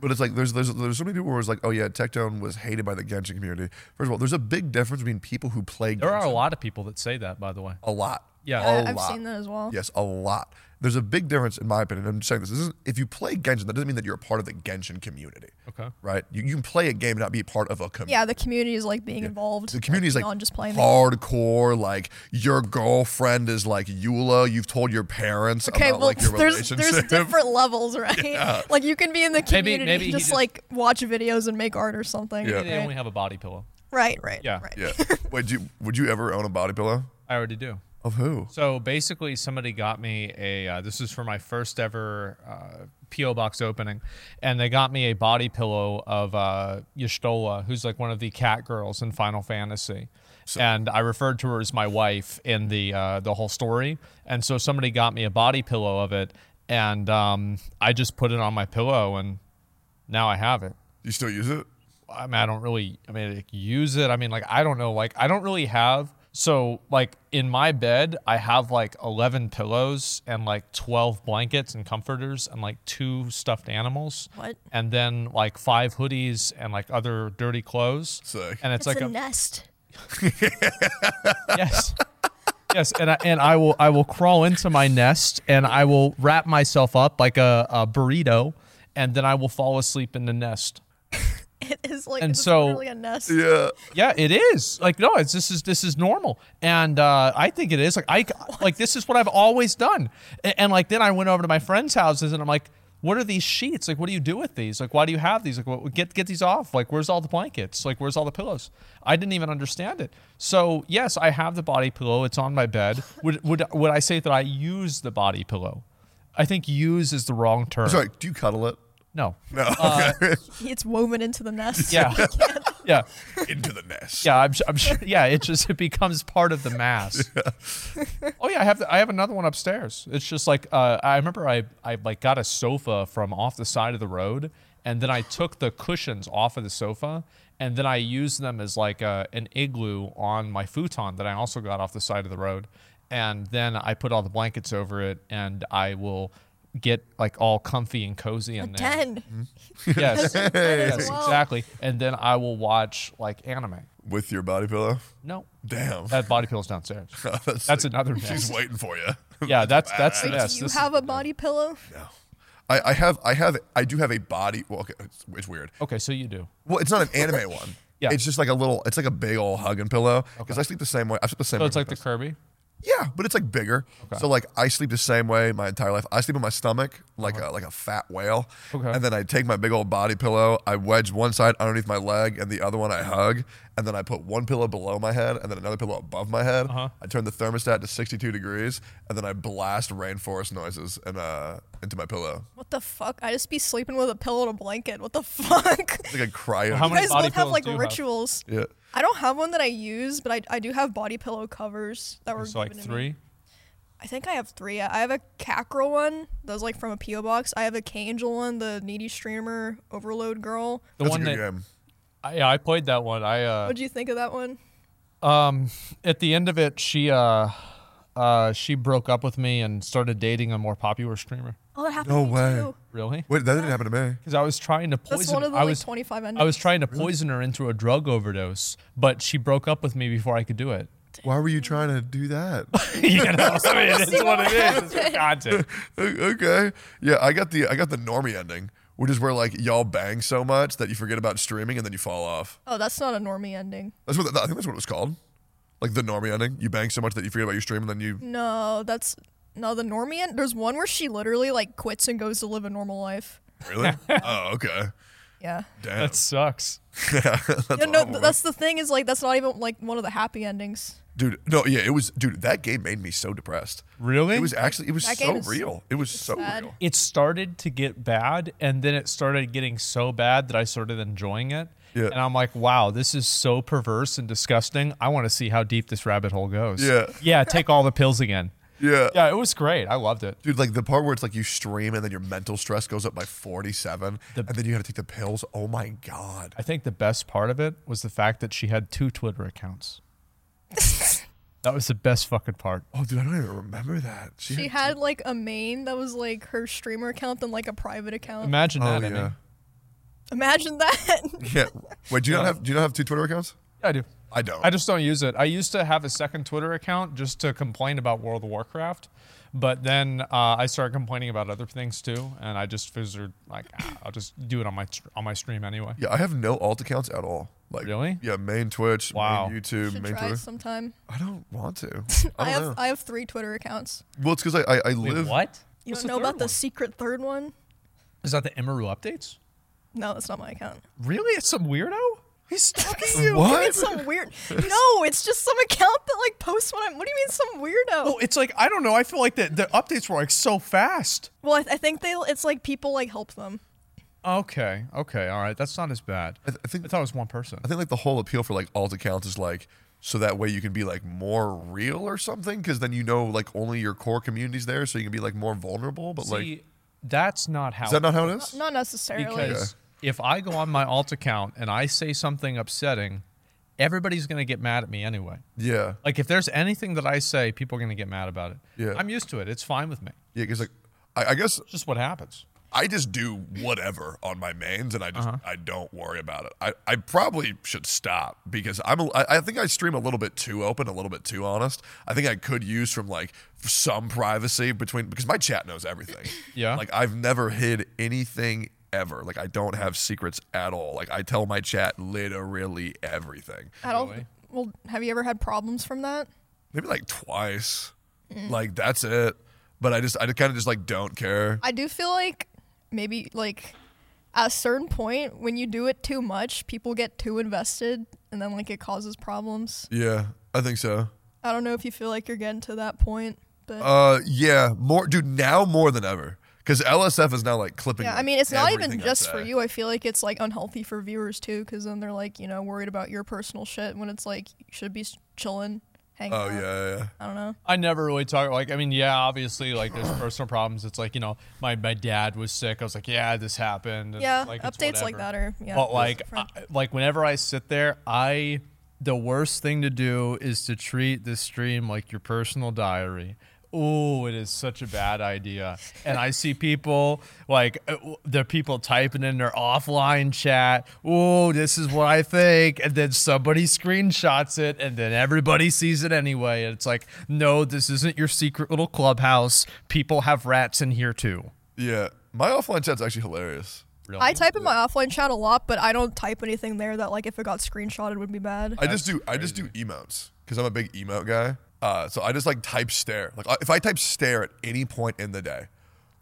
Speaker 3: But it's like there's there's there's so many people who was like, oh yeah, Tectone was hated by the Genshin community. First of all, there's a big difference between people who play
Speaker 2: There are a
Speaker 3: Genshin.
Speaker 2: lot of people that say that, by the way.
Speaker 3: a lot.
Speaker 2: Yeah.
Speaker 3: a
Speaker 2: I-
Speaker 1: I've
Speaker 3: lot.
Speaker 1: seen that as well.
Speaker 3: Yes, a lot. There's a big difference in my opinion. I'm just saying this. this isn't, if you play Genshin, that doesn't mean that you're a part of the Genshin community.
Speaker 2: Okay.
Speaker 3: Right? You, you can play a game and not be part of a community.
Speaker 1: Yeah, the community is like being involved.
Speaker 3: The community is like
Speaker 1: beyond just playing. the-
Speaker 3: hardcore. Like your girlfriend is like Eula. You've told your parents
Speaker 1: Okay,
Speaker 3: about
Speaker 1: well,
Speaker 3: like your
Speaker 1: there's there's
Speaker 3: relationship.
Speaker 1: different levels, right? Like you can be in the community,
Speaker 2: maybe he
Speaker 1: just,
Speaker 2: just-
Speaker 1: like watch videos and make art or something.
Speaker 3: Yeah.
Speaker 2: Maybe They only
Speaker 1: Right?
Speaker 2: have a body pillow.
Speaker 1: right, right,
Speaker 2: Yeah.
Speaker 1: right.
Speaker 3: yeah. Would you would you ever own a body pillow?
Speaker 2: I already do.
Speaker 3: Of who?
Speaker 2: So basically, somebody got me a. Uh, this is for my first ever uh, PO box opening, and they got me a body pillow of uh, Yshtola, who's like one of the cat girls in Final Fantasy, and I referred to her as my wife in the uh, the whole story. And so somebody got me a body pillow of it, and um, I just put it on my pillow, and now I have it.
Speaker 3: You still use it?
Speaker 2: I mean, I don't really, I mean, like, use it. I mean, like, I don't know. Like, I don't really have. So, like, in my bed, I have like 11 pillows and like 12 blankets and comforters and like two stuffed animals.
Speaker 1: What?
Speaker 2: And then like five hoodies and like other dirty clothes.
Speaker 3: Sick.
Speaker 2: And it's,
Speaker 1: It's,
Speaker 2: like
Speaker 1: a,
Speaker 2: a,
Speaker 1: nest.
Speaker 2: yes. Yes, and I, and I will I will crawl into my nest and I will wrap myself up like a, a burrito, and then I will fall asleep in the nest.
Speaker 1: It is like
Speaker 2: And
Speaker 1: it's
Speaker 2: so-
Speaker 1: literally a nest.
Speaker 3: Yeah.
Speaker 2: Yeah, it is. Like no, it's this is this is normal, and uh, I think it is. Like I like this is what I've always done, A- and, like then I went over to my friends' houses, and I'm like, what are these sheets? Like what do you do with these? Like why do you have these? Like what, get get these off. Like where's all the blankets? Like where's all the pillows? I didn't even understand it. So yes, I have the body pillow. It's on my bed. Would would would I say that I use the body pillow? I think use is the wrong term.
Speaker 3: Sorry. Do you cuddle it?
Speaker 2: No.
Speaker 3: No.
Speaker 1: It's woven into the nest.
Speaker 2: Yeah. yeah.
Speaker 3: Into the nest.
Speaker 2: Yeah, I'm, su- I'm sure. Yeah, it just it becomes part of the mass. Oh yeah, I have the, I have another one upstairs. It's just like uh, I remember I I like got a sofa from off the side of the road, and then I took the cushions off of the sofa, and then I used them as like uh an igloo on my futon that I also got off the side of the road, and then I put all the blankets over it, and I will get like all comfy and cozy in there.
Speaker 1: Ten.
Speaker 2: Yes, Hmm? yes,
Speaker 1: well.
Speaker 2: exactly. And then I will watch like anime.
Speaker 3: with your body pillow.
Speaker 2: No,
Speaker 3: Damn,
Speaker 2: that body pillow's downstairs.
Speaker 3: that's,
Speaker 2: That's another mess.
Speaker 3: She's waiting for you.
Speaker 2: Yeah, that's that's the
Speaker 1: Wait,
Speaker 2: mess.
Speaker 1: do you
Speaker 2: This is-
Speaker 1: have a body pillow?
Speaker 3: I, I have, I have, I do have a body. Well, okay, it's, it's weird.
Speaker 2: okay, so you do.
Speaker 3: Well, it's not an anime one.
Speaker 2: Yeah.
Speaker 3: it's just like a little. It's like a big old hugging pillow because I sleep the same way. I sleep the same.
Speaker 2: So
Speaker 3: way
Speaker 2: it's
Speaker 3: my
Speaker 2: like the Kirby.
Speaker 3: Yeah, but it's like bigger. So like I sleep the same way my entire life. I sleep on my stomach like a like a fat whale.
Speaker 2: Uh-huh. Okay.
Speaker 3: And then I take my big old body pillow, I wedge one side underneath my leg and the other one I hug, and then I put one pillow below my head and then another pillow above my head.
Speaker 2: Uh-huh.
Speaker 3: I turn the thermostat to 62 degrees and then I blast rainforest noises and uh into my pillow.
Speaker 1: What the fuck? I just be sleeping with a pillow and a blanket. What the fuck?
Speaker 3: It's like a cryo.
Speaker 2: how
Speaker 1: You
Speaker 2: many
Speaker 1: guys
Speaker 2: body
Speaker 1: both have
Speaker 2: pillows
Speaker 1: like
Speaker 2: do you have?
Speaker 1: rituals.
Speaker 3: yeah.
Speaker 1: I don't have one that I use, but I, I do have body pillow covers that were
Speaker 2: So like
Speaker 1: given to me.
Speaker 2: three.
Speaker 1: I think I have three. I have a Cackerel one that was like from a PO box. I have a K Angel one, the needy streamer overload girl.
Speaker 2: The
Speaker 3: That's
Speaker 2: one
Speaker 3: a good
Speaker 2: that
Speaker 3: game.
Speaker 2: I, yeah, I played that one. I uh,
Speaker 1: What'd you think of that one?
Speaker 2: at the end of it, she uh, uh, she broke up with me and started dating a more popular streamer.
Speaker 1: Oh, that happened.
Speaker 3: No
Speaker 1: to me
Speaker 3: way.
Speaker 1: Too.
Speaker 2: Really?
Speaker 3: Wait, that didn't happen to me.
Speaker 2: Because I was trying to poison.
Speaker 1: That's one of the
Speaker 2: I
Speaker 1: like
Speaker 2: was
Speaker 1: 25 endings.
Speaker 2: I was trying to poison her into a drug overdose, but she broke up with me before I could do it.
Speaker 3: Why were you trying to do that?
Speaker 2: you know, I mean, it's what it is. It's for content.
Speaker 3: O- okay. Yeah, I got the I got the normie ending, which is where like y'all bang so much that you forget about streaming and then you fall off.
Speaker 1: Oh, that's not a normie ending.
Speaker 3: That's what I think that's what it was called. Like the normie ending, you bang so much that you forget about your stream and then you.
Speaker 1: No, that's no the normie. End- There's one where she literally like quits and goes to live a normal life.
Speaker 3: Really? oh, okay.
Speaker 1: Yeah.
Speaker 3: Damn.
Speaker 2: That sucks.
Speaker 1: Yeah, no, th- that's the thing is like that's not even like one of the happy endings.
Speaker 3: dude, no, yeah, it was, dude. That game made me so depressed.
Speaker 2: Really?
Speaker 3: It was actually, it was
Speaker 1: That
Speaker 3: so
Speaker 1: game is-
Speaker 3: real. It was so
Speaker 1: sad.
Speaker 3: real.
Speaker 2: it started to get bad and then it started getting so bad that I started enjoying it.
Speaker 3: Yeah.
Speaker 2: And I'm like, wow, this is so perverse and disgusting. I want to see how deep this rabbit hole goes.
Speaker 3: Yeah.
Speaker 2: Yeah, take all the pills again.
Speaker 3: Yeah.
Speaker 2: Yeah, it was great. I loved it.
Speaker 3: Dude, like the part where it's like you stream and then your mental stress goes up by 47 and then you have to take the pills. Oh my God.
Speaker 2: I think the best part of it was the fact that she had two Twitter accounts. that was the best fucking part.
Speaker 3: Oh, dude, I don't even remember that.
Speaker 1: She had like a main that was like her streamer account and like a private account.
Speaker 2: Imagine
Speaker 3: Oh,
Speaker 2: that. I
Speaker 3: yeah.
Speaker 2: mean.
Speaker 1: Imagine that.
Speaker 3: Yeah. Wait, do you not have do you not have two Twitter accounts?
Speaker 2: Yeah, I do.
Speaker 3: I don't.
Speaker 2: I just don't use it. I used to have a second Twitter account just to complain about World of Warcraft, but then uh, I started complaining about other things too, and I just figured like ah, I'll just do it on my str- on my stream anyway.
Speaker 3: yeah, I have no alt accounts at all. Like
Speaker 2: Really?
Speaker 3: Yeah, main Twitch,
Speaker 2: Wow.
Speaker 3: main YouTube,
Speaker 1: Should
Speaker 3: main
Speaker 1: try
Speaker 3: Twitter.
Speaker 1: it sometime.
Speaker 3: I don't want to. I
Speaker 1: I,
Speaker 3: don't
Speaker 1: have
Speaker 3: know.
Speaker 1: I have three Twitter accounts.
Speaker 3: well, it's because I, I I live.
Speaker 4: what?
Speaker 1: You
Speaker 2: What's
Speaker 1: don't
Speaker 2: the
Speaker 1: know about
Speaker 2: third
Speaker 1: the
Speaker 2: one?
Speaker 1: secret third one?
Speaker 2: Is that the Emeru updates?
Speaker 1: No, that's not my account.
Speaker 2: Really? It's some weirdo. He's stalking you.
Speaker 3: What?
Speaker 1: It's some weird. No, it's just some account that like posts when I'm. What do you mean some
Speaker 2: Oh,
Speaker 1: weirdo?
Speaker 2: it's like I don't know. I feel like the the updates were like so fast.
Speaker 1: Well, I, I think they. It's like people like help them.
Speaker 2: Okay. Okay. All right. That's not as bad. I,
Speaker 3: th- I think-
Speaker 2: thought it was one person.
Speaker 3: I think like the whole appeal for like alt accounts is like so that way you can be like more real or something because then you know like only your core community's there so you can be like more vulnerable. But like,
Speaker 2: See, that's not how.
Speaker 3: is that not how it is?
Speaker 1: Not necessarily.
Speaker 2: because if I go on my alt account and I say something upsetting, everybody's going to get mad at me anyway.
Speaker 3: Yeah.
Speaker 2: Like if there's anything that I say, people are going to get mad about it.
Speaker 3: Yeah.
Speaker 2: I'm used to it. It's fine with me.
Speaker 3: Yeah, because like I, I guess
Speaker 2: It's just what happens.
Speaker 3: I just do whatever on my mains, and I just I don't worry about it. I, I probably should stop because I'm a, I, I think I stream a little bit too open, a little bit too honest. I think I could use from like some privacy between because my chat knows everything.
Speaker 2: Yeah.
Speaker 3: like I've never hid anything ever. Like I don't have secrets at all. Like I tell my chat literally everything.
Speaker 1: I don't. Well, have you ever had problems from that?
Speaker 3: Maybe like twice. Like that's it. But I just I kind of just like don't care.
Speaker 1: I do feel like maybe like at a certain point when you do it too much, people get too invested, and then like it causes problems.
Speaker 3: Yeah, I think so.
Speaker 1: I don't know if you feel like you're getting to that point, but
Speaker 2: Oh,
Speaker 3: Uh, yeah, more, dude. Now more than ever, because LSF is now like clipping.
Speaker 1: yeah, I
Speaker 3: like,
Speaker 1: mean, it's not even
Speaker 3: everything I
Speaker 1: just for
Speaker 3: say.
Speaker 1: you. I feel like it's like unhealthy for viewers too, because then they're like, you know, worried about your personal shit when it's like you should be s- chilling, hanging.
Speaker 3: Oh
Speaker 1: out.
Speaker 3: yeah, yeah, yeah.
Speaker 1: I don't know.
Speaker 2: I never really talk like I mean, yeah, obviously like there's personal problems. It's like, you know, my, my dad was sick. I was like, yeah, this happened. and,
Speaker 1: Yeah,
Speaker 2: like, it's
Speaker 1: updates like
Speaker 2: whatever.
Speaker 1: that are yeah.
Speaker 2: but like I,
Speaker 1: different.
Speaker 2: like whenever I sit there, I the worst thing to do is to treat this stream like your personal diary oh, it is such a bad idea. And I see people like uh, the people typing in their offline chat, oh, this is what I think. And then somebody screenshots it and then everybody sees it anyway. And it's like, no, this isn't your secret little clubhouse. People have rats in here too.
Speaker 3: Yeah, my offline chat's actually hilarious.
Speaker 2: Really?
Speaker 1: I type in my offline chat a lot, but I don't type anything there that like if it got screenshotted would be bad.
Speaker 3: I just do I just do emotes because I'm a big emote guy. Uh, so I just like type stare. Like I- if I type stare at any point in the day,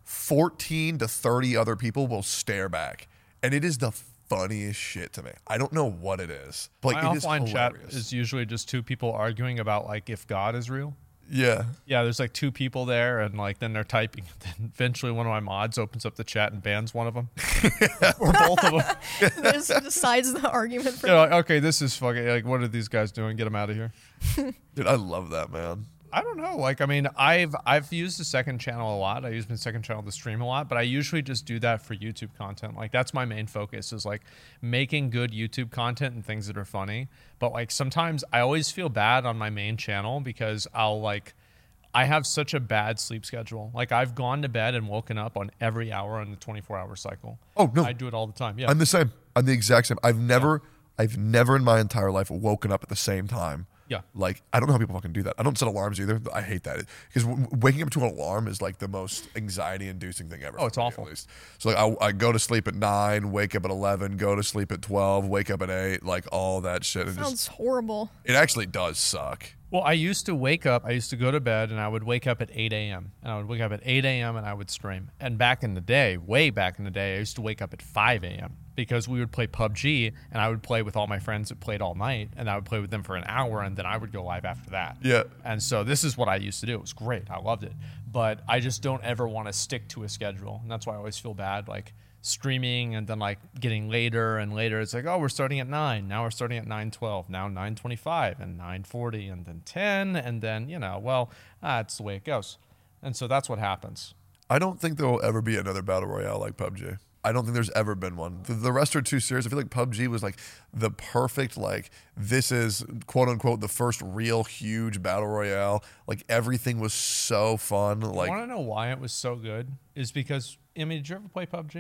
Speaker 3: 14 to 30 other people will stare back, and it is the funniest shit to me. I don't know what it is. But,
Speaker 2: my
Speaker 3: like it is
Speaker 2: offline chat
Speaker 3: hilarious.
Speaker 2: is usually just two people arguing about like if God is real.
Speaker 3: yeah.
Speaker 2: Yeah, there's like two people there, and like then they're typing. Then eventually, one of my mods opens up the chat and bans one of them or both of them.
Speaker 1: this decides the argument for
Speaker 2: They're like, okay, this is fucking like, what are these guys doing? Get them out of here.
Speaker 3: Dude, I love that man.
Speaker 2: I don't know. Like, I mean, I've I've used the second channel a lot. I use my second channel to stream a lot, but I usually just do that for YouTube content. Like, that's my main focus is like making good YouTube content and things that are funny. But like sometimes I always feel bad on my main channel because I'll like I have such a bad sleep schedule. Like I've gone to bed and woken up on every hour on the 24-hour cycle.
Speaker 3: Oh, no.
Speaker 2: I do it all the time. Yeah.
Speaker 3: I'm the same. I'm the exact same. I've never, I've never in my entire life woken up at the same time.
Speaker 2: Yeah.
Speaker 3: Like I don't know how people fucking do that. I don't set alarms either. I hate that because w- waking up to an alarm is like the most anxiety-inducing thing ever. Oh,
Speaker 2: it's awful.
Speaker 3: At least. So like I, I go to sleep at nine, wake up at eleven, go to sleep at twelve, wake up at eight, like all that shit. It, just,
Speaker 1: sounds horrible.
Speaker 3: it actually does suck.
Speaker 2: Well, I used to wake up. I used to go to bed, and I would wake up at 8 a.m. And I would wake up at 8 a.m. and I would stream. And back in the day, way back in the day, I used to wake up at 5 a.m. because we would play PUBG, and I would play with all my friends that played all night, and I would play with them for an hour, and then I would go live after that.
Speaker 3: Yeah.
Speaker 2: And so this is what I used to do. It was great. I loved it. But I just don't ever want to stick to a schedule, and that's why I always feel bad. Like streaming and then like getting later and later it's like oh we're starting at 9 now we're starting at 9.12 now 9.25 and 9.40 and then 10 and then you know well that's the way it goes and so that's what happens
Speaker 3: I don't think there will ever be another battle royale like PUBG. I don't think there's ever been one. The, the rest are too serious. I feel like PUBG was like the perfect like this is quote unquote the first real huge battle royale. Like everything was so fun. Like
Speaker 2: want to know why it was so good is because i mean did you ever play pubg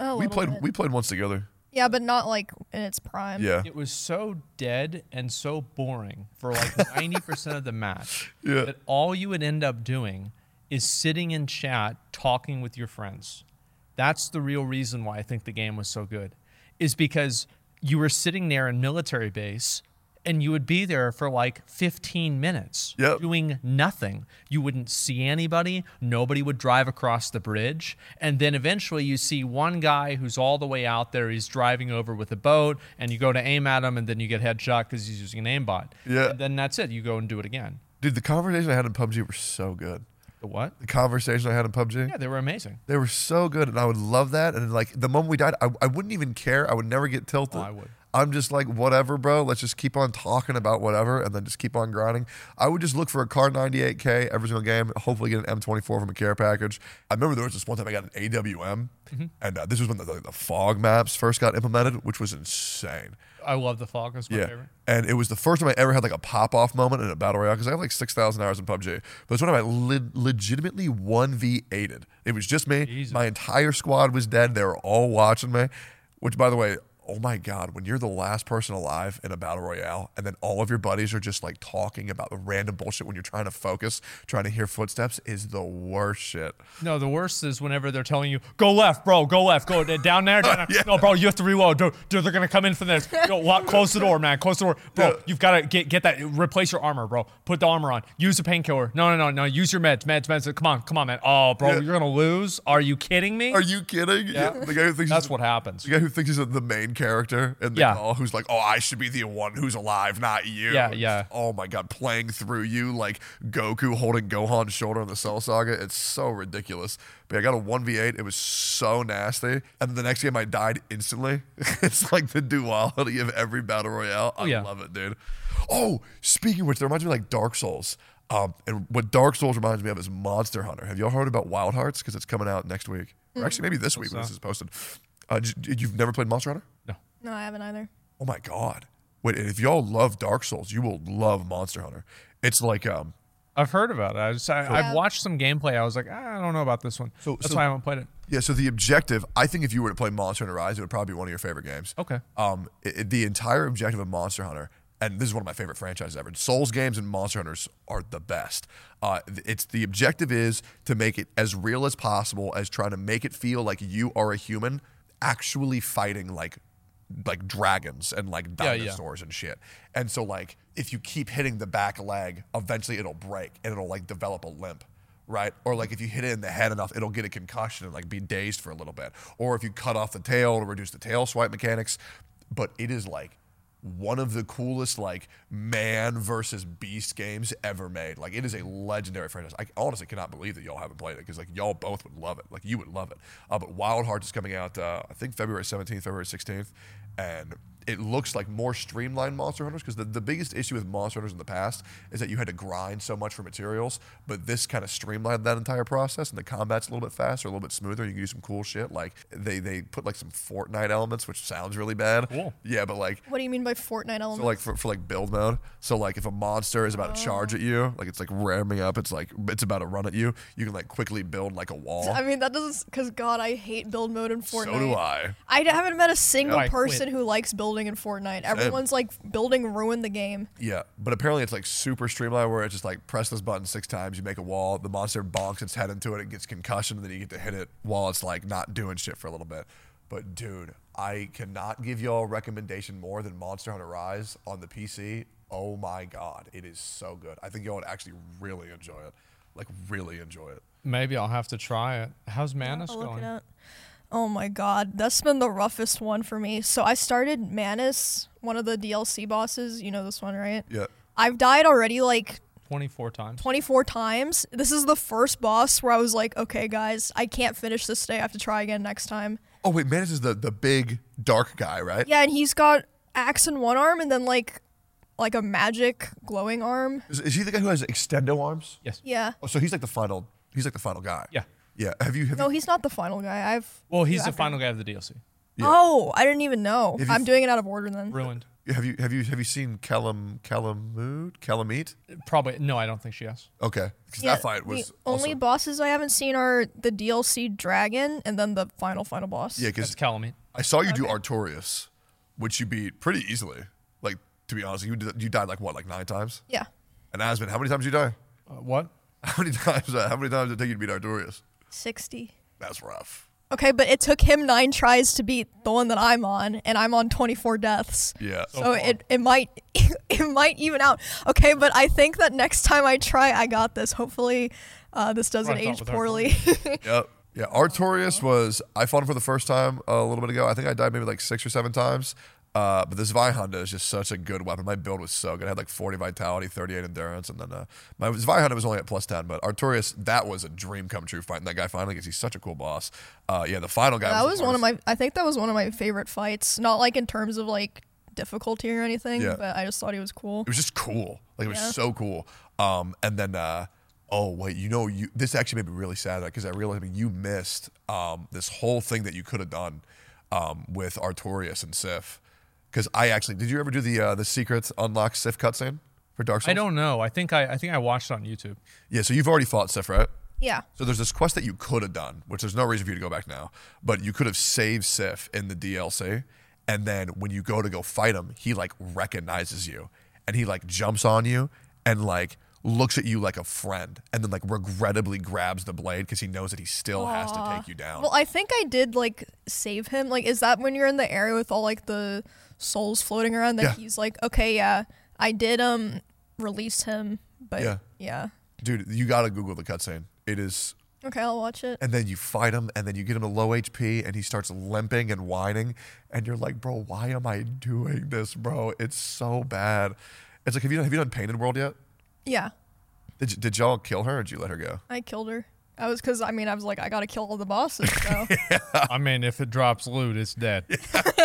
Speaker 1: A
Speaker 3: we
Speaker 1: little
Speaker 3: played
Speaker 1: bit.
Speaker 3: we played once together.
Speaker 1: Oh, yeah, but not like in its prime.
Speaker 3: Yeah.
Speaker 2: it was so dead and so boring for like 90% of the match
Speaker 3: Yeah.
Speaker 2: that all you would end up doing is sitting in chat talking with your friends that's the real reason why i think the game was so good is because you were sitting there in military base and you would be there for like 15 minutes
Speaker 3: Yep.
Speaker 2: doing nothing you wouldn't see anybody nobody would drive across the bridge and then eventually you see one guy who's all the way out there he's driving over with a boat and you go to aim at him and then you get headshot because he's using an aimbot
Speaker 3: Yeah.
Speaker 2: and then that's it you go and do it again
Speaker 3: Dude, the conversation I had in PUBG were so good.
Speaker 2: the what
Speaker 3: The conversation I had in PUBG.
Speaker 2: yeah they were amazing
Speaker 3: They were so good, and I would love that. And like the moment we died, I, I wouldn't even care. I would never get tilted.
Speaker 2: Oh, I would.
Speaker 3: I'm just like whatever, bro. Let's just keep on talking about whatever, and then just keep on grinding. I would just look for a car 98k every single game. Hopefully, get an M24 from a care package. I remember there was this one time I got an AWM,
Speaker 2: Mm-hmm.
Speaker 3: and uh, this was when the, the, the fog maps first got implemented, which was insane.
Speaker 2: i love the fog that's my
Speaker 3: Yeah.
Speaker 2: favorite
Speaker 3: And it was the first time I ever had like a pop off moment in a battle royale because I have like 6,000 hours in PUBG. But it's one time I le- legitimately 1v8'd. It was just me. My entire squad was dead. They were all watching me, which by the way, oh my God, when you're the last person alive in a battle royale and then all of your buddies are just like talking about the random bullshit when you're trying to focus, trying to hear footsteps is the worst shit.
Speaker 2: No, the worst is whenever they're telling you, go left, bro, go left, go d- down there. Down there. No, bro, you have to reload. Dude, dude, they're going to come in from this. Yo, lock, close the door, man. Close the door. Bro, you've got to get, get that. Replace your armor, bro. Put the armor on. Use a painkiller. No, no, no, no. Use your meds, meds, meds. Come on, come on, man. Oh, bro,
Speaker 3: Yeah.
Speaker 2: you're going to lose? Are you kidding me?
Speaker 3: Are you kidding? Yeah. The guy who thinks
Speaker 2: That's
Speaker 3: he's-
Speaker 2: what happens.
Speaker 3: The guy who thinks he's the main character in the
Speaker 2: Yeah.
Speaker 3: call, who's like, "Oh, I should be the one who's alive, not you."
Speaker 2: Yeah, yeah.
Speaker 3: Oh my god, playing through you like Goku holding Gohan's shoulder in the Cell Saga. It's so ridiculous. But I got a one v eight. It was so nasty. And the next game, I died instantly. it's like the duality of every battle royale. I
Speaker 2: yeah.
Speaker 3: love it, dude. Oh, speaking of which, that reminds me of, like Dark Souls. Um, and what Dark Souls reminds me of is Monster Hunter. Have y'all heard about Wild Hearts? Because it's coming out next week, or actually maybe this week when this is posted. Uh, j- j- you've never played Monster Hunter?
Speaker 2: No.
Speaker 1: No, I haven't either.
Speaker 3: Oh my god! Wait, and if y'all love Dark Souls, you will love Monster Hunter. It's like um,
Speaker 2: I've heard about it. I just, I,
Speaker 1: Yeah.
Speaker 2: I've watched some gameplay. I was like, "Ah, I don't know about this one.
Speaker 3: So-
Speaker 2: That's
Speaker 3: so-
Speaker 2: why I haven't played it.
Speaker 3: Yeah, so the objective, I think if you were to play Monster Hunter Rise, it would probably be one of your favorite games.
Speaker 2: Okay.
Speaker 3: Um, i- i- the entire objective of Monster Hunter, and this is one of my favorite franchises ever. Souls games and Monster Hunters are the best. Uh, th- it's the objective is to make it as real as possible, as trying to make it feel like you are a human actually fighting like like dragons and like
Speaker 2: Yeah, yeah.
Speaker 3: dinosaurs dinosaurs and shit. And so like if you keep hitting the back leg, eventually it'll break and it'll like develop a limp. Right? Or like if you hit it in the head enough, it'll get a concussion and like be dazed for a little bit. Or if you cut off the tail to reduce the tail swipe mechanics. But it is like one of the coolest like man versus beast games ever made. Like it is a legendary franchise. I honestly cannot believe that y'all haven't played it because like y'all both would love it. Like you would love it. Uh, but Wild Hearts is coming out uh, I think February 17th, February 16th, and it looks like more streamlined Monster Hunters because the, the biggest issue with Monster Hunters in the past is that you had to grind so much for materials, but this kind of streamlined that entire process and the combat's a little bit faster, a little bit smoother. You can do some cool shit. Like they they put like some Fortnite elements, which sounds really bad. Cool. Yeah, but like
Speaker 1: What do you mean by Fortnite element?
Speaker 3: so like for, for like build mode. So like if a monster is about to charge at you, like it's like ramming up, it's like it's about to run at you, you can like quickly build like a wall.
Speaker 1: I mean, that doesn't. Because, God, I hate build mode in Fortnite.
Speaker 3: So do I.
Speaker 1: I haven't met a single
Speaker 2: I quit.
Speaker 1: person who likes building in Fortnite. Everyone's like, building ruined the game.
Speaker 3: Yeah, but apparently it's like super streamlined where it's just like press this button six times, you make a wall, the monster bonks its head into it, it gets concussion, and then you get to hit it while it's like not doing shit for a little bit. But dude, I cannot give y'all a recommendation more than Monster Hunter Rise on the PC. Oh my god, it is so good. I think y'all would actually really enjoy it. Like really enjoy it.
Speaker 2: Maybe I'll have to try it. How's Manus
Speaker 1: I'll look
Speaker 2: going?
Speaker 1: it up. Oh my god, that's been the roughest one for me. So I started Manus, one of the DLC bosses. You know this one, right?
Speaker 3: Yeah.
Speaker 1: I've died already like
Speaker 2: 24 times.
Speaker 1: 24 times. This is the first boss where I was like, okay, guys, I can't finish this today. I have to try again next time.
Speaker 3: Oh wait, Manus is the the big dark guy, right?
Speaker 1: Yeah, and he's got axe in one arm and then like like a magic glowing arm.
Speaker 3: Is, is he the guy who has extendo arms?
Speaker 2: Yes.
Speaker 1: Yeah.
Speaker 3: Oh, so he's like the final he's like the final guy.
Speaker 2: Yeah.
Speaker 3: Yeah. Have you have
Speaker 1: No,
Speaker 3: you,
Speaker 1: he's not the final guy. I've
Speaker 2: Well, he's the
Speaker 1: after-
Speaker 2: final guy of the DLC.
Speaker 1: Oh, I didn't even know.
Speaker 3: If you-
Speaker 1: I'm doing it out of order then.
Speaker 2: Ruined.
Speaker 3: Have you have you have you seen Callum Callamood Calamite?
Speaker 2: Probably. No, I don't think she has.
Speaker 3: Okay, because that fight was
Speaker 1: the only
Speaker 3: also,
Speaker 1: bosses I haven't seen are the DLC dragon and then the final final boss.
Speaker 3: yeah.
Speaker 2: It's
Speaker 3: Because
Speaker 2: Calamine.
Speaker 3: I saw you do Artorias, which you beat pretty easily. Like to be honest, you did, you died like what like nine times.
Speaker 1: Yeah.
Speaker 3: And Asmund, how many times did you die?
Speaker 2: Uh, what?
Speaker 3: How many times? Uh, how many times did it take you to beat Artorias?
Speaker 1: 60.
Speaker 3: That's rough.
Speaker 1: Okay, but it took him 9 tries to beat the one that I'm on and I'm on 24 deaths.
Speaker 3: Yeah. Oh,
Speaker 1: So it, it might it might even out. Okay, but I think that next time I try, I got this. Hopefully, uh, this doesn't
Speaker 2: Right, I thought
Speaker 1: age
Speaker 2: with
Speaker 1: poorly.
Speaker 3: Yep. Yeah, Artorias was I fought him for the first time a little bit ago. I think I died maybe like six or seven times. Uh, but this Vi Honda is just such a good weapon. My build was so good. I had like 40 vitality, 38 endurance, and then uh, my Vi Honda was only at plus 10. But Artorias, that was a dream come true fighting that guy finally because he's such a cool boss. Uh, yeah, the final guy.
Speaker 1: that
Speaker 3: was,
Speaker 1: was
Speaker 3: the
Speaker 1: one of
Speaker 3: hardest.
Speaker 1: my. I think that was one of my favorite fights. Not like in terms of like difficulty or anything,
Speaker 3: Yeah.
Speaker 1: but I just thought he was cool.
Speaker 3: It was just cool. Like it was so cool. Um, and then uh, oh wait, you know, you this actually made me really sad because I realized I mean, you missed um, this whole thing that you could have done um, with Artorias and Sif. Because I actually did you ever do the uh, the secrets unlock Sif cutscene for Dark Souls?
Speaker 2: I don't know. I think I, I think I watched it on YouTube.
Speaker 3: Yeah, so you've already fought Sif, right?
Speaker 1: Yeah.
Speaker 3: So there's this quest that you could have done, which there's no reason for you to go back now, but you could have saved Sif in the DLC, and then when you go to go fight him, he like recognizes you, and he like jumps on you, and like looks at you like a friend, and then like regrettably grabs the blade because he knows that he still has to take you down.
Speaker 1: Well, I think I did like save him. Like, is that when you're in the area with all like the souls floating around? That
Speaker 3: Yeah.
Speaker 1: he's like, okay, yeah, I did um release him, but
Speaker 3: Yeah.
Speaker 1: yeah.
Speaker 3: Dude, you gotta Google the cutscene. It is
Speaker 1: Okay, I'll watch it.
Speaker 3: and then you fight him and then you get him to low HP and he starts limping and whining and you're like, bro, why am I doing this, bro? It's so bad. It's like have you have you done Painted World yet?
Speaker 1: Yeah,
Speaker 3: Did, y- did y'all kill her or did you let her go?
Speaker 1: I killed her. I was because I mean I was like I gotta kill all the bosses. So
Speaker 2: I mean, if it drops loot, it's dead.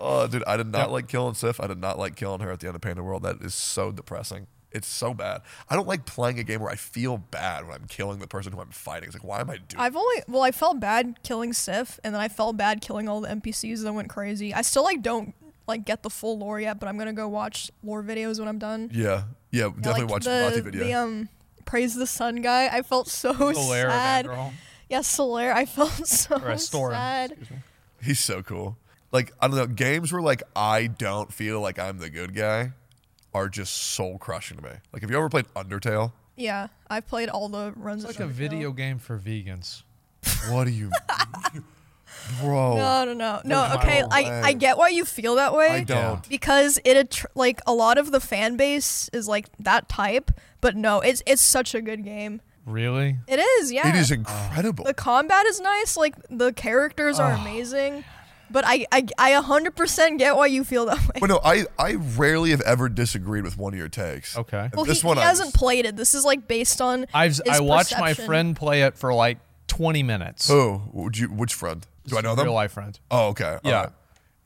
Speaker 3: Oh, dude, I did not like killing Sif. I did not like killing her at the end of Painted World. That is so depressing. It's so bad. I don't like playing a game where I feel bad when I'm killing the person who I'm fighting. It's like, why am I doing
Speaker 1: I've only well I felt bad killing Sif, and then I felt bad killing all the NPCs that went crazy. I still like don't like get the full lore yet, but I'm gonna go watch lore videos when I'm done.
Speaker 3: Yeah. Yeah,
Speaker 1: Yeah,
Speaker 3: definitely
Speaker 1: like
Speaker 3: watch
Speaker 1: the,
Speaker 3: the Mati video.
Speaker 1: The um praise the sun guy. I felt so
Speaker 2: Solaire,
Speaker 1: sad.
Speaker 2: Vanderhall.
Speaker 1: Yeah, Solaire. I felt so
Speaker 2: Or a storm.
Speaker 1: sad.
Speaker 2: Excuse me.
Speaker 3: He's so cool. Like I don't know, games where like I don't feel like I'm the good guy are just soul crushing to me. Like have you ever played Undertale?
Speaker 1: Yeah, I played all the runs.
Speaker 2: It's
Speaker 1: of
Speaker 2: like a
Speaker 1: Undertale.
Speaker 2: video game for vegans.
Speaker 3: What do you, bro?
Speaker 1: No, no, no, no.
Speaker 2: my
Speaker 1: Okay,
Speaker 2: whole
Speaker 1: I, I get why you feel that way.
Speaker 3: I don't.
Speaker 1: because it attr- like a lot of the fan base is like that type. But no, it's it's such a good game.
Speaker 2: Really?
Speaker 1: It is, yeah.
Speaker 3: It is incredible.
Speaker 1: The combat is nice. Like the characters are amazing. But I, I, I 100% get why you feel that way.
Speaker 3: But no, I, I rarely have ever disagreed with one of your takes.
Speaker 2: Okay.
Speaker 1: Well,
Speaker 3: this
Speaker 1: he,
Speaker 3: one
Speaker 1: he
Speaker 3: I
Speaker 1: hasn't
Speaker 3: was-
Speaker 1: played it. This is like based on.
Speaker 2: I've
Speaker 1: his
Speaker 2: I watched my
Speaker 1: perception.
Speaker 2: friend play it for like 20 minutes.
Speaker 3: Oh, would you, which friend? Do I know them?
Speaker 2: Real life friend.
Speaker 3: Oh, okay.
Speaker 2: Yeah.
Speaker 3: Alright.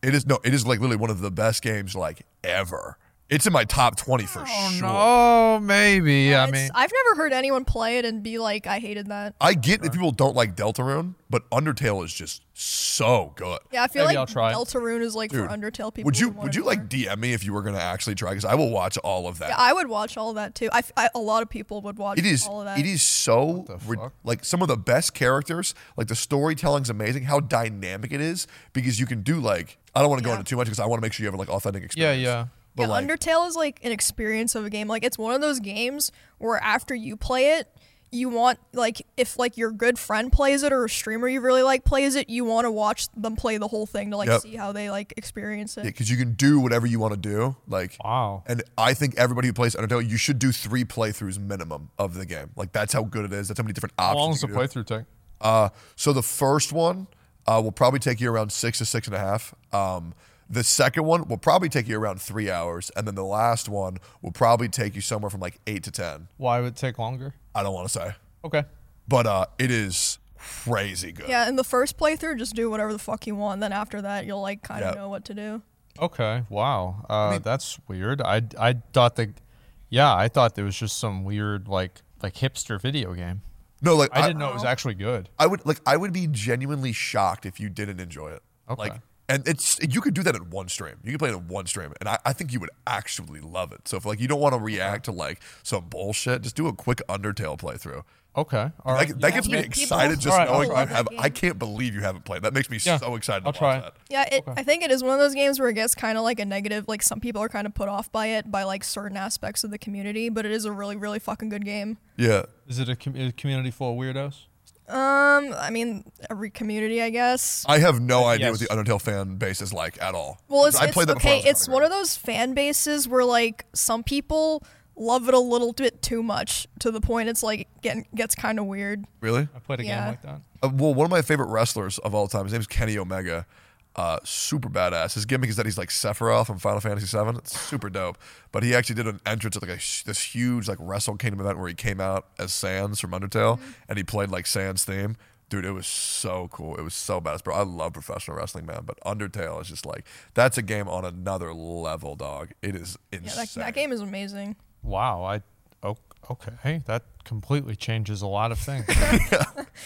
Speaker 3: It is no. It is like literally one of the best games like ever. It's in my top twenty for sure.
Speaker 2: Oh, maybe. I
Speaker 1: It's-
Speaker 2: mean,
Speaker 1: I've never heard anyone play it and be like, I hated that.
Speaker 3: I get that people don't like Deltarune, but Undertale is just so good.
Speaker 1: Yeah, I feel
Speaker 2: Maybe I'll
Speaker 1: like
Speaker 2: try it.
Speaker 1: Deltarune is like for Undertale people.
Speaker 3: Would
Speaker 1: who
Speaker 3: you
Speaker 1: want
Speaker 3: would
Speaker 1: it
Speaker 3: you
Speaker 1: more.
Speaker 3: like DM me if you were gonna actually try? Because I will watch all of that.
Speaker 1: Yeah, I would watch all that too. I f I a lot of people would watch
Speaker 3: it is
Speaker 1: all of that.
Speaker 3: it is so re- like some of the best characters. Like the storytelling's amazing. How dynamic it is because you can do like I don't want to go
Speaker 1: Yeah.
Speaker 3: into too much because I want to make sure you have like authentic
Speaker 2: yeah,
Speaker 3: experience.
Speaker 2: yeah.
Speaker 3: But
Speaker 1: yeah,
Speaker 3: like
Speaker 1: Undertale is like an experience of a game. Like it's one of those games where after you play it, you want like if like your good friend plays it or a streamer you really like plays it, you want to watch them play the whole thing to like
Speaker 3: Yep.
Speaker 1: see how they like experience it.
Speaker 3: because you can do whatever you want to do. Like
Speaker 2: Wow.
Speaker 3: And I think everybody who plays Undertale, you should do three playthroughs minimum of the game. Like that's how good it is. That's how many different
Speaker 2: How long
Speaker 3: options.
Speaker 2: does the
Speaker 3: you can do.
Speaker 2: playthrough take?
Speaker 3: Uh, so the first one uh, will probably take you around six to six and a half. Um, the second one will probably take you around three hours, and then the last one will probably take you somewhere from like eight to ten.
Speaker 2: Why would it take longer?
Speaker 3: I don't want to say,
Speaker 2: Okay.
Speaker 3: but uh, it is crazy good.
Speaker 1: Yeah, in the first playthrough, just do whatever the fuck you want. Then after that, you'll like kind of
Speaker 3: Yep.
Speaker 1: know what to do.
Speaker 2: Okay. Wow. Uh, that's weird. I I thought the, yeah, I thought there was just some weird like like hipster video game.
Speaker 3: No, like
Speaker 2: I, didn't know it was actually good.
Speaker 3: I would like I would be genuinely shocked if you didn't enjoy it.
Speaker 2: Okay.
Speaker 3: Like and it's you could do that in one stream. You could play it in one stream, and I, I think you would actually love it. So if like you don't want to react to like some bullshit, just do a quick Undertale playthrough.
Speaker 2: Okay. All
Speaker 3: That,
Speaker 2: right.
Speaker 3: that gets me
Speaker 1: People-
Speaker 3: excited just
Speaker 2: All right, I'll
Speaker 3: knowing
Speaker 2: try
Speaker 3: I
Speaker 1: it.
Speaker 3: have. I can't believe you haven't played. That makes me
Speaker 2: Yeah,
Speaker 3: so excited.
Speaker 2: I'll
Speaker 3: to
Speaker 2: try
Speaker 3: watch
Speaker 2: it.
Speaker 3: That.
Speaker 1: Yeah, it, I think it is one of those games where it gets kind of like a negative. Like some people are kind of put off by it by like certain aspects of the community, but it is a really, really fucking good game.
Speaker 3: Yeah,
Speaker 2: Is it a, com- a community full of weirdos?
Speaker 1: Um, I mean, every community, I guess.
Speaker 3: I have no idea
Speaker 2: Uh, yes.
Speaker 3: what the Undertale fan base is like at all.
Speaker 1: Well, it's,
Speaker 3: I
Speaker 1: it's
Speaker 3: played that before I
Speaker 1: okay.
Speaker 3: was
Speaker 1: It's
Speaker 3: younger.
Speaker 1: one of those fan bases where like some people love it a little bit too much to the point it's like getting gets kind of weird.
Speaker 3: really.
Speaker 2: I played a
Speaker 1: Yeah.
Speaker 2: game like that.
Speaker 3: Uh, well, one of my favorite wrestlers of all time. His name's Kenny Omega. Uh, super badass. His gimmick is that he's like Sephiroth from Final Fantasy VII. It's super dope. But he actually did an entrance at like a, sh- this huge like Wrestle Kingdom event where he came out as Sans from Undertale
Speaker 1: Mm-hmm.
Speaker 3: and he played like Sans theme. Dude, it was so cool. It was so badass, bro. I love professional wrestling, man. But Undertale is just like that's a game on another level, dog. It is
Speaker 1: Yeah,
Speaker 3: insane.
Speaker 1: that, that game is amazing.
Speaker 2: Wow. I oh, okay. Hey, that completely changes a lot of things.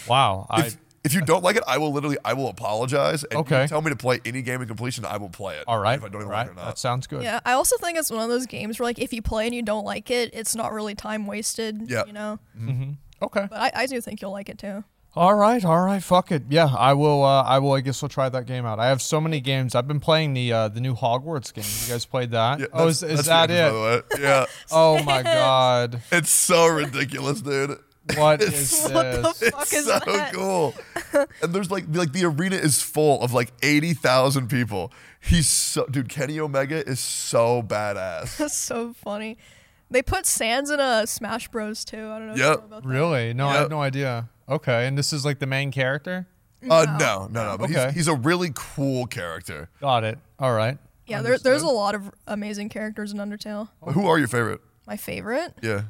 Speaker 2: Wow. I
Speaker 3: If, if you don't like it, I will literally I will apologize. And okay.
Speaker 2: Okay.
Speaker 3: You tell me to play any game in completion, I will play it.
Speaker 2: all right.
Speaker 3: If I don't even
Speaker 2: all right.
Speaker 3: like it or not.
Speaker 2: That sounds good.
Speaker 1: Yeah, I also think it's one of those games where like if you play and you don't like it, it's not really time wasted.
Speaker 3: Yeah.
Speaker 1: you know.
Speaker 2: Okay.
Speaker 1: But I, I do think you'll like it too.
Speaker 2: All right, all right, fuck it. Yeah, I will. Uh, I will. I guess I'll try that game out. I have so many games. I've been playing the uh, the new Hogwarts game. You guys played that?
Speaker 3: Yeah,
Speaker 2: oh, is,
Speaker 3: that's-
Speaker 2: is
Speaker 3: that's
Speaker 2: that
Speaker 3: ridiculous,
Speaker 2: it?
Speaker 3: by the way. Yeah.
Speaker 2: Oh my god,
Speaker 3: It's so ridiculous, dude.
Speaker 2: what is
Speaker 1: What
Speaker 2: this?
Speaker 1: the fuck
Speaker 3: It's
Speaker 1: is
Speaker 3: so
Speaker 1: that?
Speaker 3: cool. And there's like like the arena is full of like 80,000 people. He's so dude, Kenny Omega is so badass.
Speaker 1: That's so funny. They put Sans in a Smash Bros too. I don't know. if you
Speaker 3: Yep.
Speaker 1: know about that.
Speaker 2: Really? No, I
Speaker 3: Yep.
Speaker 2: had no idea. Okay, and this is like the main character.
Speaker 3: Uh no, no, no, but he's,
Speaker 2: Okay.
Speaker 3: he's a really cool character.
Speaker 2: Got it. All right.
Speaker 1: Yeah, there, there's a lot of amazing characters in Undertale.
Speaker 2: Oh.
Speaker 3: Who are your favorite?
Speaker 1: My favorite.
Speaker 3: Yeah.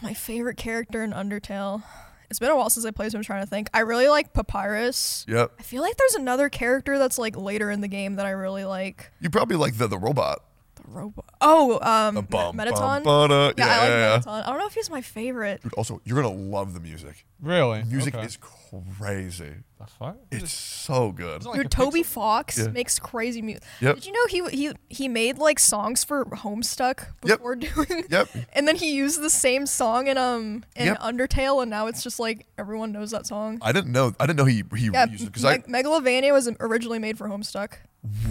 Speaker 1: My favorite character in Undertale. It's been a while since I played, so I'm trying to think. I really like Papyrus.
Speaker 3: Yep.
Speaker 1: I feel like there's another character that's like later in the game that I really like.
Speaker 3: You probably like the the robot.
Speaker 1: The Robot. Oh, um,
Speaker 3: A bum,
Speaker 1: Me-
Speaker 3: bum,
Speaker 1: Metaton.
Speaker 3: ba-da.
Speaker 1: yeah, I
Speaker 3: Yeah.
Speaker 1: like Metaton. I don't know if he's my favorite.
Speaker 3: Dude, also, you're gonna love the music.
Speaker 2: Really?
Speaker 3: Music
Speaker 2: Okay.
Speaker 3: is crazy.
Speaker 2: The fuck?
Speaker 3: It's so good.
Speaker 2: like
Speaker 1: Your
Speaker 2: a
Speaker 1: Toby Fox
Speaker 3: Yeah.
Speaker 1: makes crazy music.
Speaker 3: Yep.
Speaker 1: Did you know he he he made like songs for Homestuck
Speaker 3: Yep.
Speaker 1: before doing?
Speaker 3: Yep.
Speaker 1: And then he used the same song in um in
Speaker 3: Yep.
Speaker 1: Undertale, and now it's just like everyone knows that song.
Speaker 3: I didn't know. I didn't know he he
Speaker 1: yeah,
Speaker 3: used it because I
Speaker 1: Meg- Megalovania was originally made for Homestuck.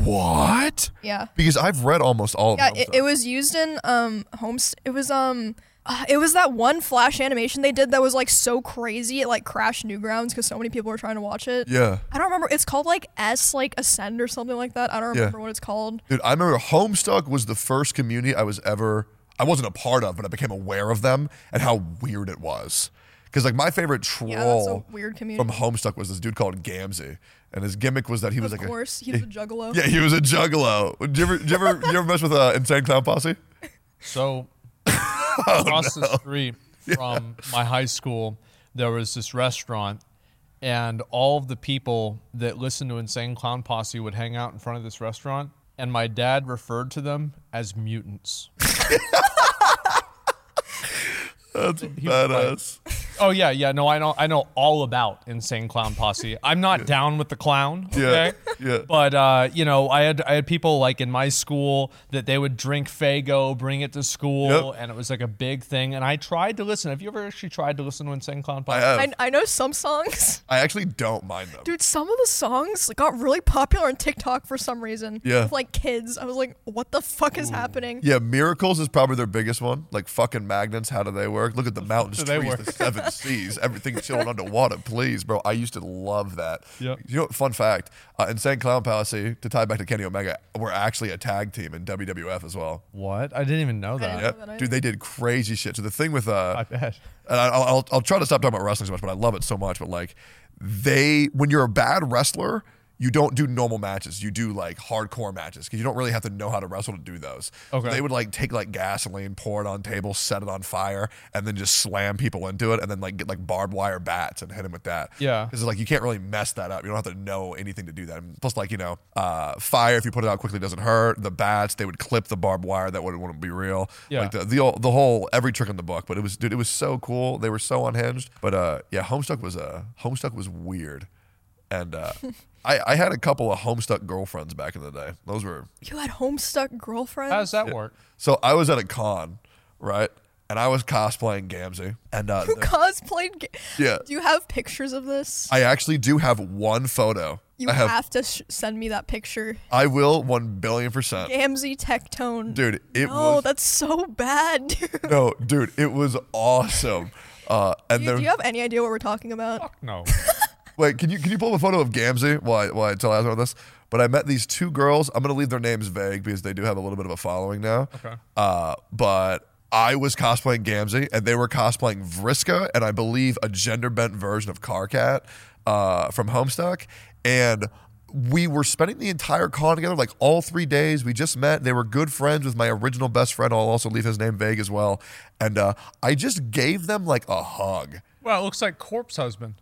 Speaker 3: what?
Speaker 1: Yeah.
Speaker 3: Because I've read almost all of
Speaker 1: Yeah,
Speaker 3: them.
Speaker 1: it,
Speaker 3: so-
Speaker 1: it was used in um homes. It was um, uh, it was that one Flash animation they did that was like so crazy it like crashed Newgrounds because so many people were trying to watch it.
Speaker 3: yeah.
Speaker 1: I don't remember. It's called like S like Ascend or something like that. I don't
Speaker 3: Yeah.
Speaker 1: remember what it's called.
Speaker 3: Dude, I remember Homestuck was the first community I was ever I wasn't a part of, but I became aware of them and how weird it was. Because like my favorite troll
Speaker 1: Yeah, that's a weird community.
Speaker 3: from Homestuck was this dude called Gamzee, and his gimmick was that he was
Speaker 1: of
Speaker 3: like
Speaker 1: course, he was a
Speaker 3: a
Speaker 1: juggalo.
Speaker 3: yeah, he was a juggalo. Did you ever, did you ever, you ever mess with uh, Insane Clown Posse?
Speaker 2: So across the street from my high school, there was this restaurant, and all of the people that listened to Insane Clown Posse would hang out in front of this restaurant, and my dad referred to them as mutants.
Speaker 3: That's
Speaker 2: was
Speaker 3: badass.
Speaker 2: Oh yeah, yeah. No, I know. I know all about Insane Clown Posse. I'm not down with the clown. Okay?
Speaker 3: yeah.
Speaker 2: But uh, you know, I had I had people like in my school that they would drink Fago, bring it to school,
Speaker 3: Yep.
Speaker 2: and it was like a big thing. And I tried to listen. Have you ever actually tried to listen to Insane Clown
Speaker 3: I
Speaker 2: Posse?
Speaker 3: have.
Speaker 1: I, I know some songs.
Speaker 3: I actually don't mind them.
Speaker 1: Dude, some of the songs got really popular on TikTok for some reason.
Speaker 3: Yeah.
Speaker 1: With like kids. I was like, what the fuck is happening?
Speaker 3: Yeah, miracles is probably their biggest one. Like fucking magnets, how do they work? Look at the mountains,
Speaker 2: do they
Speaker 3: trees,
Speaker 2: work?
Speaker 3: the seven seas, everything chilling underwater. Please, bro, I used to love that.
Speaker 2: Yep.
Speaker 3: You know, fun fact: uh, Insane Clown Posse, to tie back to Kenny Omega, were actually a tag team in WWF as well.
Speaker 2: what? I didn't even know that.
Speaker 1: didn't-
Speaker 3: Yep.
Speaker 1: that
Speaker 3: dude, they did crazy shit. So the thing with uh,
Speaker 2: I bet.
Speaker 3: and I, I'll, I'll, I'll try to stop talking about wrestling so much, but I love it so much. But like, they when you're a bad wrestler, you don't do normal matches. You do like hardcore matches because you don't really have to know how to wrestle to do those.
Speaker 2: Okay.
Speaker 3: They would like take like gasoline, pour it on tables, set it on fire, and then just slam people into it, and then like get like barbed wire bats and hit them with that.
Speaker 2: Yeah.
Speaker 3: Because like you can't really mess that up. You don't have to know anything to do that. And plus, like you know, uh, fire if you put it out quickly doesn't hurt. The bats they would clip the barbed wire that wouldn't, wouldn't be real.
Speaker 2: Yeah.
Speaker 3: Like the the, all- the whole every trick in the book. But it was dude, it was so cool. They were so unhinged. But uh, yeah, Homestuck was uh, Homestuck was weird, and uh, I I had a couple of Homestuck girlfriends back in the day. Those were
Speaker 1: You had homestuck girlfriends?
Speaker 2: How does that work?
Speaker 3: so I was at a con, right, and I was cosplaying Gamzee, and uh,
Speaker 1: Who cosplayed? Ga-
Speaker 3: Yeah.
Speaker 1: Do you have pictures of this?
Speaker 3: I actually do have one photo.
Speaker 1: you
Speaker 3: I
Speaker 1: have,
Speaker 3: have.
Speaker 1: to sh- send me that picture.
Speaker 3: I will one billion percent.
Speaker 1: Gamzee Tectone.
Speaker 3: Dude, it
Speaker 1: No,
Speaker 3: was
Speaker 1: that's so bad, dude.
Speaker 3: no, dude, it was awesome. Uh, and
Speaker 1: Do
Speaker 3: there,
Speaker 1: you have any idea what we're talking about?
Speaker 2: No.
Speaker 3: wait, can you can you pull up a photo of Gamzee? Why why tell us about this? But I met these two girls. I'm gonna leave their names vague because they do have a little bit of a following now. Okay. Uh, but I was cosplaying Gamzee, and they were cosplaying Vriska, and I believe a gender bent version of Carcat uh, from Homestuck, and. We were spending the entire con together, like all three days. We just met. They were good friends with my original best friend. I'll also leave his name vague as well. And uh, I just gave them like a hug.
Speaker 2: well, it looks like corpse husband.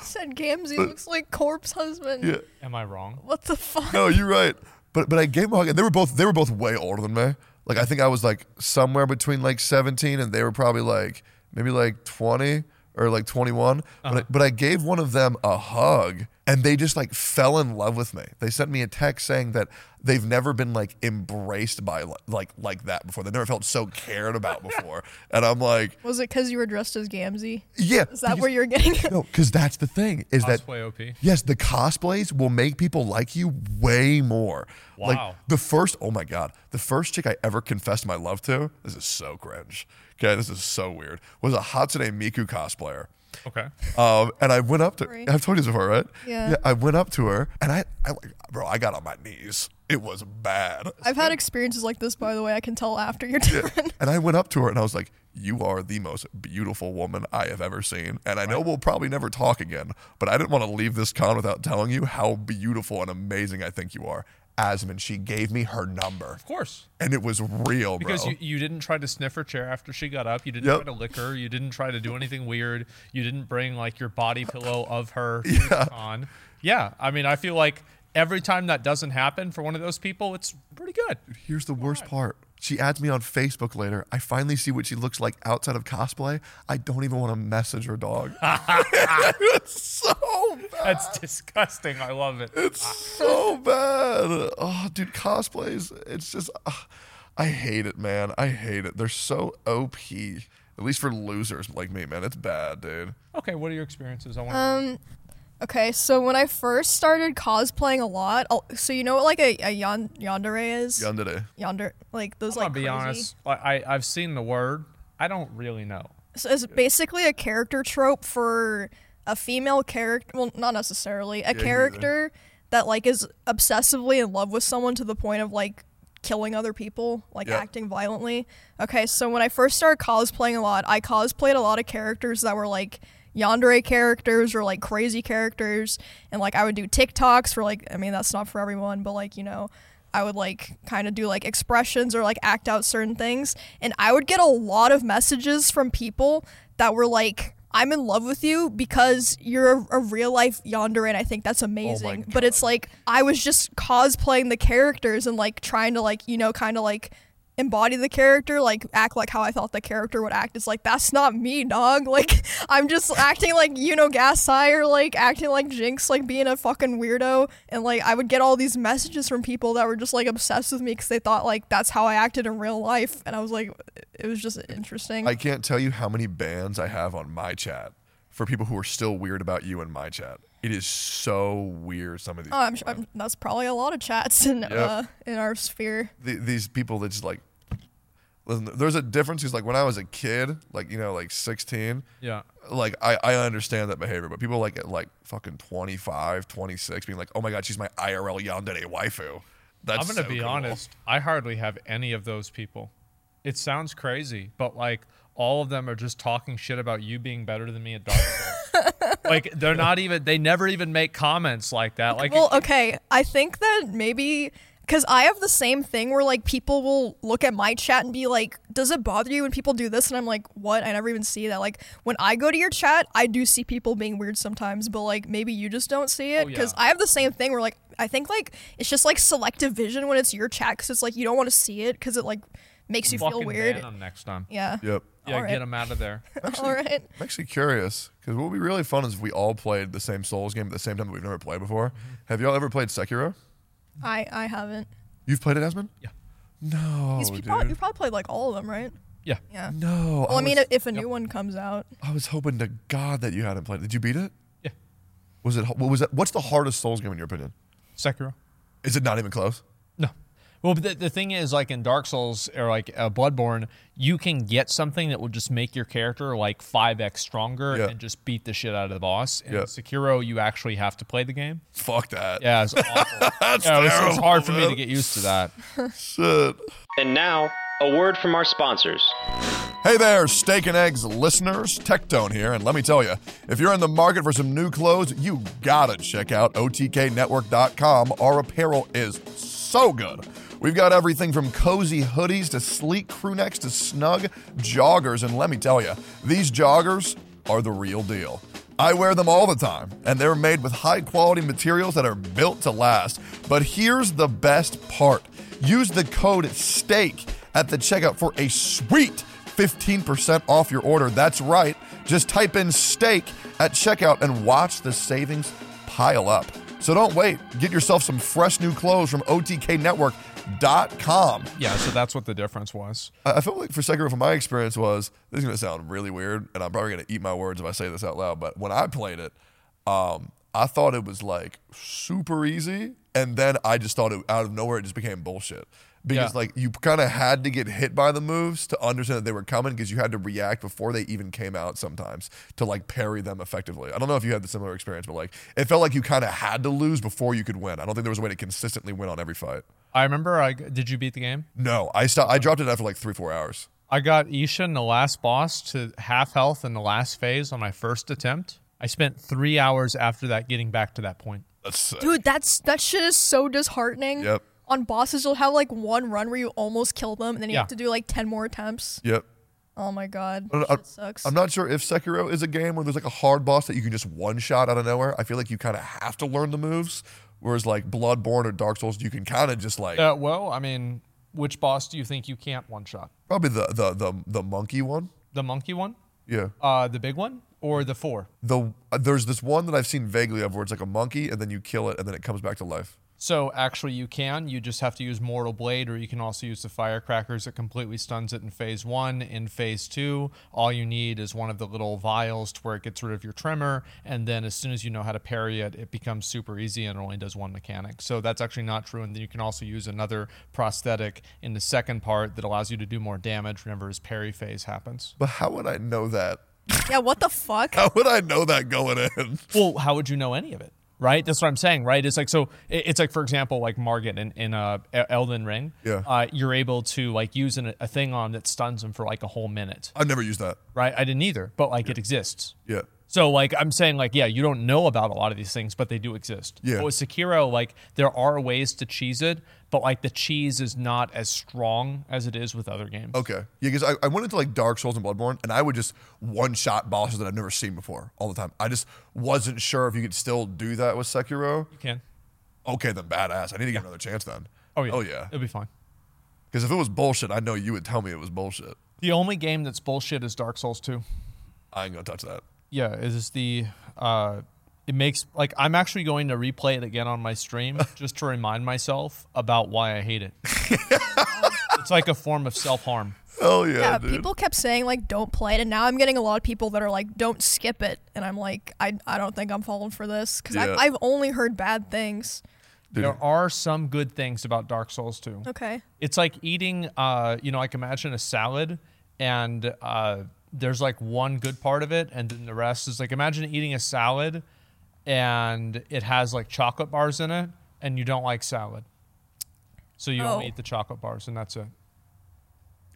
Speaker 1: said Gamzee looks like corpse husband.
Speaker 3: Uh, Yeah.
Speaker 2: Am I wrong?
Speaker 1: What the fuck?
Speaker 3: No, you're right. But but I gave them a hug, and they were both they were both way older than me. Like I think I was like somewhere between like 17 and they were probably like maybe like 20 or like 21. But I, but I gave one of them a hug, and they just like fell in love with me. They sent me a text saying that they've never been like embraced by li- like like that before. They never felt so cared about before. and I'm like,
Speaker 1: Was it because you were dressed as Gamzee?
Speaker 3: yeah.
Speaker 1: Is that where you're getting it?
Speaker 3: No, because that's the thing is that
Speaker 2: Cosplay OP.
Speaker 3: Yes, the cosplays will make people like you way more. Like
Speaker 2: Wow.
Speaker 3: the first, oh my God, the first chick I ever confessed my love to, this is so cringe. Okay, this is so weird, was a Hatsune Miku cosplayer.
Speaker 2: Okay.
Speaker 3: Um, and I went up to,
Speaker 1: Right.
Speaker 3: I've told you this before, right?
Speaker 1: Yeah.
Speaker 3: I went up to her and I, I, like, bro, I got on my knees. It was bad.
Speaker 1: I've had experiences like this, by the way. I can tell after you're done.
Speaker 3: And I went up to her and I was like, You are the most beautiful woman I have ever seen. And I know we'll probably never talk again, but I didn't want to leave this con without telling you how beautiful and amazing I think you are. Asmin, she gave me her number.
Speaker 2: Of course.
Speaker 3: And it was real, bro.
Speaker 2: Because you, you didn't try to sniff her chair after she got up. You didn't
Speaker 3: Yep.
Speaker 2: try to lick her. You didn't try to do anything weird. You didn't bring like your body pillow of her to the con. Yeah. I mean, I feel like Every time that doesn't happen for one of those people, it's pretty good.
Speaker 3: Here's the worst part. She adds me on Facebook later. I finally see what she looks like outside of cosplay. I don't even want to message her dog. it's so bad.
Speaker 4: That's disgusting. I love it.
Speaker 3: It's so bad. Oh, dude, cosplays. It's just, ah, I hate it, man. I hate it. They're so OP. At least for losers like me, man. It's bad, dude.
Speaker 2: Okay, what are your experiences? I want.
Speaker 1: Okay, so when I first started cosplaying a lot, I'll, so you know what like a, a yon, yandere is?
Speaker 3: Done today.
Speaker 1: Yonder, like those
Speaker 2: I'll
Speaker 1: like
Speaker 2: be
Speaker 1: crazy-
Speaker 2: honest. I, I I've seen the word. I don't really know.
Speaker 1: So it's basically a character trope for a female character. Well, not necessarily a character that like is obsessively in love with someone to the point of like killing other people, like
Speaker 3: Yeah.
Speaker 1: acting violently. Okay, so when I first started cosplaying a lot, I cosplayed a lot of characters that were like yandere characters or like crazy characters and like I would do TikToks for like I mean that's not for everyone, but like, you know, I would like kind of do like expressions or like act out certain things. And I would get a lot of messages from people that were like, I'm in love with you because you're a, a real life yonder, and I think that's amazing. but it's like, I was just cosplaying the characters and like trying to like, you know, kind of like embody the character, like act like how I thought the character would act. It's like, that's not me, dog. Like, I'm just acting like, you know, Gasai or like acting like Jinx, like being a fucking weirdo. And like, I would get all these messages from people that were just like obsessed with me because they thought like that's how I acted in real life. And I was like, it was just interesting.
Speaker 3: I can't tell you how many bans I have on my chat for people who are still weird about you in my chat. It is so weird. Some of these
Speaker 1: Oh, I'm, su- I'm that's probably a lot of chats in uh, in our sphere.
Speaker 3: th- these people that just like listen, there's a difference because like when I was a kid, like you know, like 16,
Speaker 2: Yeah.
Speaker 3: like I, I understand that behavior, but people like at like fucking 25, 26 being like, oh my god, she's my IRL yandere waifu. That's
Speaker 2: I'm gonna
Speaker 3: so
Speaker 2: be
Speaker 3: cool.
Speaker 2: honest. I hardly have any of those people. It sounds crazy, but like all of them are just talking shit about you being better than me at Dark Souls. like they're not even. They never even make comments like that. Like
Speaker 1: Well, okay, I think that maybe because I have the same thing where like people will look at my chat and be like, "Does it bother you when people do this?" And I'm like, "What?" I never even see that. Like when I go to your chat, I do see people being weird sometimes, but like maybe you just don't see it
Speaker 2: Oh, yeah.
Speaker 1: because I have the same thing where like I think like it's just like selective vision when it's your chat because it's like you don't want to see it because it like makes you feel
Speaker 2: fucking
Speaker 1: weird.
Speaker 2: ban 'em next time.
Speaker 1: Yeah.
Speaker 3: Yep.
Speaker 2: Yeah,
Speaker 1: All
Speaker 2: get
Speaker 1: right.
Speaker 2: them out of there.
Speaker 1: All right.
Speaker 3: I'm actually curious because what would be really fun is if we all played the same Souls game at the same time that we've never played before.
Speaker 2: Mm-hmm.
Speaker 3: Have y'all ever played Sekiro?
Speaker 1: I I haven't.
Speaker 3: You've played it, Esmond?
Speaker 2: Yeah.
Speaker 3: No,
Speaker 1: He's- you,
Speaker 3: Oh, dude.
Speaker 1: probably, you probably played like all of them, right?
Speaker 2: Yeah.
Speaker 1: Yeah.
Speaker 3: no.
Speaker 1: Well, I mean,
Speaker 3: was-
Speaker 1: if a new one comes out,
Speaker 3: I was hoping to God that you hadn't played it. Did you beat it?
Speaker 2: Yeah.
Speaker 3: Was it? What was that? What's the hardest Souls game in your opinion?
Speaker 2: Sekiro.
Speaker 3: Is it not even close?
Speaker 2: No. Well, but the, the thing is, like in Dark Souls or like uh, Bloodborne, you can get something that will just make your character like 5x stronger
Speaker 3: Yeah.
Speaker 2: and just beat the shit out of the boss. In
Speaker 3: Yeah.
Speaker 2: Sekiro, you actually have to play the game.
Speaker 3: Fuck that.
Speaker 2: Yeah, it's awful. yeah, it was- it's
Speaker 3: terrible,
Speaker 2: hard for me
Speaker 3: man.
Speaker 2: to get used to that.
Speaker 3: Shit.
Speaker 5: And now, a word from our sponsors.
Speaker 3: Hey there, Steak and Eggs listeners. Tectone here, and let me tell you, if you're in the market for some new clothes, you gotta check out OTKNetwork.com. Our apparel is so good. We've got everything from cozy hoodies to sleek crew necks to snug joggers, and let me tell you, these joggers are the real deal. I wear them all the time, and they're made with high quality materials that are built to last. But here's the best part use the code STEAK at the checkout for a sweet 15% off your order. That's right. Just type in steak at checkout and watch the savings pile up. So don't wait. Get yourself some fresh new clothes from OTKnetwork.com.
Speaker 2: Yeah, so that's what the difference was.
Speaker 3: I I feel like for Sekiro, from my experience, was this is going to sound really weird, and I'm probably going to eat my words if I say this out loud. But when I played it, um, I thought it was like super easy, and then I just thought it out of nowhere it just became bullshit because
Speaker 2: Yeah.
Speaker 3: like you kind of had to get hit by the moves to understand that they were coming because you had to react before they even came out sometimes to like parry them effectively. I don't know if you had the similar experience, but like it felt like you kind of had to lose before you could win. I don't think there was a way to consistently win on every fight.
Speaker 2: I remember. I did you beat the game?
Speaker 3: No, I stopped. I dropped it after like three four hours.
Speaker 2: I got Isha in the last boss to half health in the last phase on my first attempt. I spent three hours after that getting back to that point.
Speaker 3: That's sick.
Speaker 1: dude, that's that shit is so disheartening.
Speaker 3: Yep.
Speaker 1: On bosses, you'll have like one run where you almost kill them, and then you
Speaker 2: Yeah.
Speaker 1: have to do like ten more attempts.
Speaker 3: Yep.
Speaker 1: Oh my god,
Speaker 3: I-
Speaker 1: shit sucks.
Speaker 3: I'm not sure if Sekiro is a game where there's like a hard boss that you can just one shot out of nowhere. I feel like you kind of have to learn the moves, Whereas like Bloodborne or Dark Souls, you can kind of just like
Speaker 2: Uh, well, I mean, which boss do you think you can't one shot?
Speaker 3: probably the, the the the monkey one.
Speaker 2: The monkey one,
Speaker 3: Yeah.
Speaker 2: uh, the big one, or the four?
Speaker 3: The uh, there's this one that I've seen vaguely of where it's like a monkey and then you kill it and then it comes back to life.
Speaker 2: So actually, you can. You just have to use Mortal Blade, or you can also use the firecrackers. It completely stuns it in phase one. In phase two, all you need is one of the little vials to where it gets rid of your tremor, and then as soon as you know how to parry it, it becomes super easy and it only does one mechanic. So that's actually not true. And then you can also use another prosthetic in the second part that allows you to do more damage whenever his parry phase happens.
Speaker 3: But how would I know that?
Speaker 1: Yeah, what the fuck?
Speaker 3: How would I know that going in?
Speaker 2: Well, how would you know any of it? Right, that's what I'm saying. Right, it's like so. it- It's like for example, like Margit in in uh, E- Elden Ring.
Speaker 3: Yeah.
Speaker 2: Uh, you're able to like use an, a thing on that stuns him for like a whole minute.
Speaker 3: I've never used that.
Speaker 2: Right, I didn't either, but like it exists.
Speaker 3: Yeah.
Speaker 2: So like I'm saying like yeah, you don't know about a lot of these things, but they do exist.
Speaker 3: Yeah.
Speaker 2: But with Sekiro, like there are ways to cheese it, but like the cheese is not as strong as it is with other games.
Speaker 3: Okay. Yeah, because I, I went into like Dark Souls and Bloodborne, and I would just one shot bosses that I've never seen before all the time. I just wasn't sure if you could still do that with Sekiro.
Speaker 2: You can.
Speaker 3: Okay, then badass. I need to give it another chance then.
Speaker 2: Oh yeah.
Speaker 3: Oh yeah.
Speaker 2: It'll be fine.
Speaker 3: Because if it was bullshit, I know you would tell me it was bullshit.
Speaker 2: The only game that's bullshit is Dark Souls 2.
Speaker 3: I ain't gonna touch that.
Speaker 2: yeah is the uh it makes like i'm actually going to replay it again on my stream just to remind myself about why i hate it it's like a form of self-harm
Speaker 3: Hell yeah,
Speaker 1: Yeah,
Speaker 3: dude.
Speaker 1: people kept saying like don't play it, and now I'm getting a lot of people that are like don't skip it, and I'm like I, I don't think I'm falling for this because
Speaker 3: Yeah.
Speaker 1: I've, I've only heard bad things.
Speaker 2: there are some good things about dark souls too
Speaker 1: Okay,
Speaker 2: it's like eating uh you know like imagine a salad and uh there's like one good part of it and then the rest is like imagine eating a salad and it has like chocolate bars in it and you don't like salad so you only
Speaker 1: Oh.
Speaker 2: eat the chocolate bars and that's it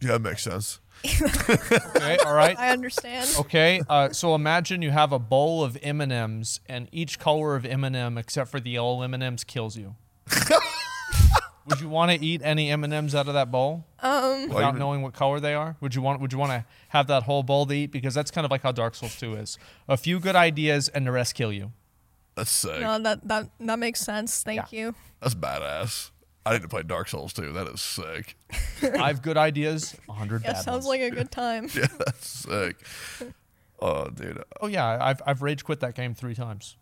Speaker 3: Yeah, that makes sense.
Speaker 2: okay all right
Speaker 1: I understand.
Speaker 3: Oh
Speaker 2: Okay, uh, so imagine you have a bowl of M and M's, and each color of M and M except for the yellow M and M's kills you. would you want to eat any M and M's out of that bowl
Speaker 1: Um,
Speaker 3: Why
Speaker 2: without
Speaker 3: even-
Speaker 2: knowing what color they are? Would you want? Would you want to have that whole bowl to eat? Because that's kind of like how Dark Souls Two is: a few good ideas, and the rest kill you.
Speaker 3: That's sick.
Speaker 1: No, that that that makes sense. Thank you.
Speaker 3: That's badass. I need to play Dark Souls too. That is sick.
Speaker 2: Five good ideas, a hundred
Speaker 1: Yeah,
Speaker 2: bad ones.
Speaker 1: sounds like a good time.
Speaker 3: Yeah, that's sick. Oh, dude.
Speaker 2: oh yeah, I've I've rage quit that game three times.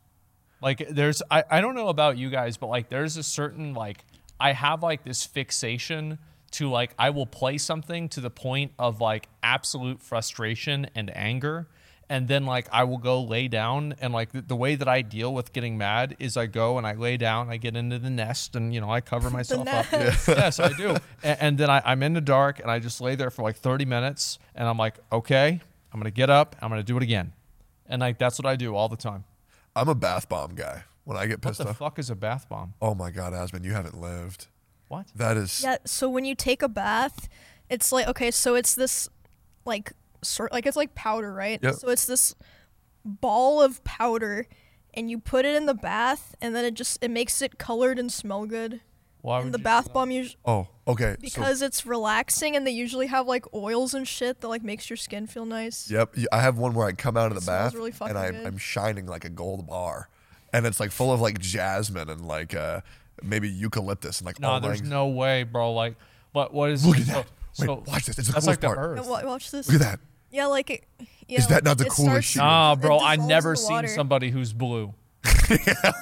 Speaker 2: Like there's I, I don't know about you guys, but like there's a certain like I have like this fixation to like I will play something to the point of like absolute frustration and anger. And then like I will go lay down and like the, the way that I deal with getting mad is I go and I lay down, I get into the nest and you know, I cover myself up. yes, I do. And, and then I, I'm in the dark and I just lay there for like 30 minutes and I'm like, okay, I'm gonna get up, I'm gonna do it again. And like that's what I do all the time.
Speaker 3: I'm a bath bomb guy. When I get
Speaker 2: What
Speaker 3: pissed
Speaker 2: the
Speaker 3: off,
Speaker 2: fuck is a bath bomb?
Speaker 3: oh my god, Asman, you haven't lived.
Speaker 2: What?
Speaker 3: That is
Speaker 1: Yeah, so when you take a bath, it's like okay, so it's this like sort like it's like powder, right?
Speaker 3: Yep.
Speaker 1: So it's this ball of powder and you put it in the bath and then it just it makes it colored and smell good.
Speaker 2: Why
Speaker 1: And
Speaker 2: would
Speaker 1: the
Speaker 2: you-
Speaker 1: bath bomb usually
Speaker 3: oh okay. so-
Speaker 1: because it's relaxing and they usually have like oils and shit that like makes your skin feel nice.
Speaker 3: Yep. y- I have one where I come out of the
Speaker 1: smells
Speaker 3: bath
Speaker 1: really fucking
Speaker 3: and I'm,
Speaker 1: good.
Speaker 3: I'm shining like a gold bar, and it's like full of like jasmine and like uh, maybe eucalyptus and like
Speaker 2: No,
Speaker 3: all
Speaker 2: there's
Speaker 3: things.
Speaker 2: no way, bro. Like, what? What is?
Speaker 3: Oh Look at
Speaker 2: so-
Speaker 3: that. Wait,
Speaker 2: so-
Speaker 3: watch this. It's the
Speaker 2: that's
Speaker 3: coolest
Speaker 2: like the
Speaker 3: part.
Speaker 1: Yeah,
Speaker 2: earth.
Speaker 1: wa- watch this.
Speaker 3: Look at that.
Speaker 1: Yeah, like it, you
Speaker 3: Is
Speaker 1: know,
Speaker 3: that not the
Speaker 1: it
Speaker 3: coolest
Speaker 1: starts-
Speaker 3: shit?
Speaker 2: Nah,
Speaker 1: it
Speaker 2: bro. I
Speaker 1: dissolves in
Speaker 2: never
Speaker 1: the
Speaker 2: seen
Speaker 1: water.
Speaker 2: somebody who's blue.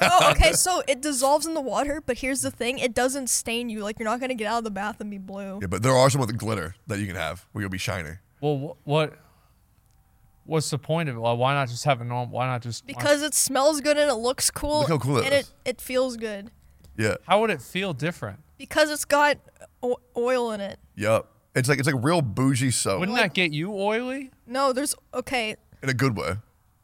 Speaker 1: Oh, okay. So it dissolves in the water, but here's the thing: it doesn't stain you. Like you're not gonna get out of the bath and be blue.
Speaker 3: Yeah, but there are some with glitter that you can have where you'll be shiny.
Speaker 2: Well, wh- what? What's the point of it? Like, why not just have a normal? Why not just? why-
Speaker 1: Because it smells good and it looks cool.
Speaker 3: Look how cool it
Speaker 1: and
Speaker 3: is.
Speaker 1: it it feels good
Speaker 3: Yeah.
Speaker 2: how would it feel different?
Speaker 1: because it's got o- oil in it.
Speaker 3: Yep. It's like it's like real bougie soap
Speaker 2: Wouldn't that get you oily?
Speaker 1: No, there's okay.
Speaker 3: in a good way.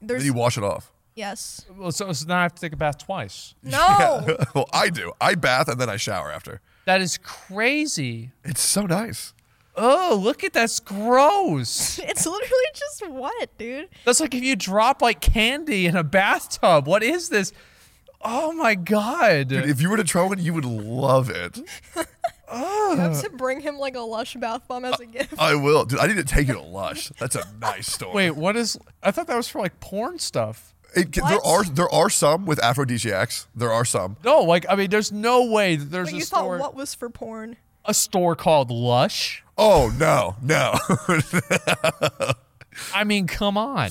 Speaker 1: There's
Speaker 3: then you wash it off.
Speaker 1: yes.
Speaker 2: Well, so, so then I have to take a bath twice.
Speaker 1: No.
Speaker 3: well, I do. I bath and then I shower after.
Speaker 2: That is crazy.
Speaker 3: It's so nice.
Speaker 2: Oh, look at that's gross.
Speaker 1: It's literally just wet, dude.
Speaker 2: That's like if you drop like candy in a bathtub. What is this? Oh my god.
Speaker 3: If you were to try one, you would love it.
Speaker 1: I have to bring him like a lush bath bomb
Speaker 3: Uh,
Speaker 1: as a gift.
Speaker 3: I will, dude. I need to take you to Lush. That's a nice story.
Speaker 2: Wait, what is I thought that was for like porn stuff.
Speaker 3: It, can- there are
Speaker 1: What?
Speaker 3: there are some with aphrodisiacs. There are some.
Speaker 2: No, like I mean, there's no way that there's
Speaker 1: But
Speaker 2: a
Speaker 1: you
Speaker 2: store
Speaker 1: thought what was for porn?
Speaker 2: a store called Lush.
Speaker 3: Oh no, no,
Speaker 2: I mean, come on.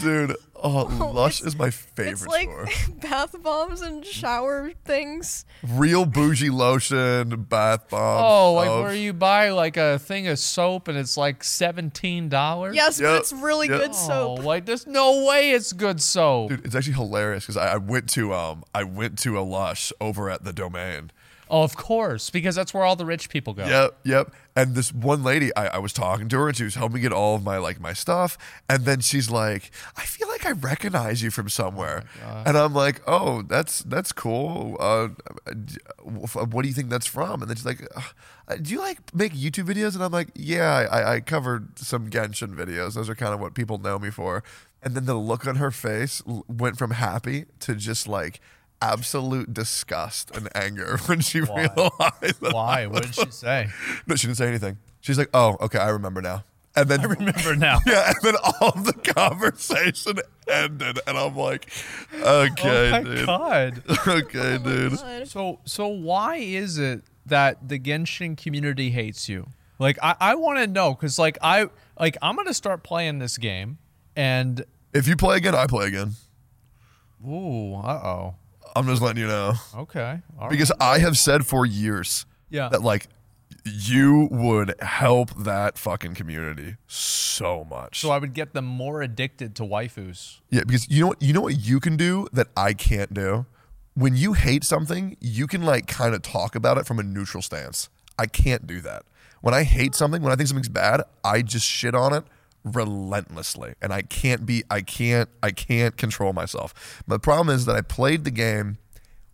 Speaker 3: dude. Oh, Lush is my favorite
Speaker 1: It's like
Speaker 3: store.
Speaker 1: bath bombs and shower things.
Speaker 3: Real bougie lotion, bath bombs.
Speaker 2: Oh, like
Speaker 3: soaps.
Speaker 2: where you buy like a thing of soap and it's like seventeen dollars. Oh,
Speaker 1: Yes,
Speaker 3: Yep,
Speaker 1: but it's really
Speaker 3: yep.
Speaker 1: good soap.
Speaker 2: like there's no way it's good soap.
Speaker 3: Dude, it's actually hilarious because I, I went to um I went to a Lush over at the Domain.
Speaker 2: Oh, of course, because that's where all the rich people go.
Speaker 3: Yep, yep. And this one lady, I, I was talking to her, and she was helping me get all of my like my stuff. And then she's like, "I feel like I recognize you from somewhere." and I'm like, "Oh, that's that's cool. Uh, d- what do you think that's from?" And then she's like, "Uh, "Do you like make YouTube videos?" And I'm like, "Yeah, I, I covered some Genshin videos. Those are kind of what people know me for." And then the look on her face l- went from happy to just like absolute disgust and anger when she realized that
Speaker 2: Why? What did she say?
Speaker 3: no, she didn't say anything. She's like, "Oh, okay, I remember now." And then I remember
Speaker 4: now.
Speaker 3: Yeah, and then all the conversation ended, and I'm like, "Okay,
Speaker 2: Oh My
Speaker 3: dude.
Speaker 2: God.
Speaker 3: Okay, dude.
Speaker 1: God.
Speaker 2: So so why is it that the Genshin community hates you? Like I, I want to know because like I like I'm gonna start playing this game and
Speaker 3: If you play again, I play again.
Speaker 2: ooh uh
Speaker 3: I'm just letting you know
Speaker 2: oh okay all right.
Speaker 3: because I have said for years,
Speaker 2: Yeah.
Speaker 3: that like you would help that fucking community so much.
Speaker 2: so I would get them more addicted to waifus.
Speaker 3: Yeah, because you know what you know what you can do that I can't do. When you hate something, you can like kind of talk about it from a neutral stance. I can't do that. When I hate something, when I think something's bad, I just shit on it relentlessly, and I can't be. I can't. I can't control myself. My problem is that I played the game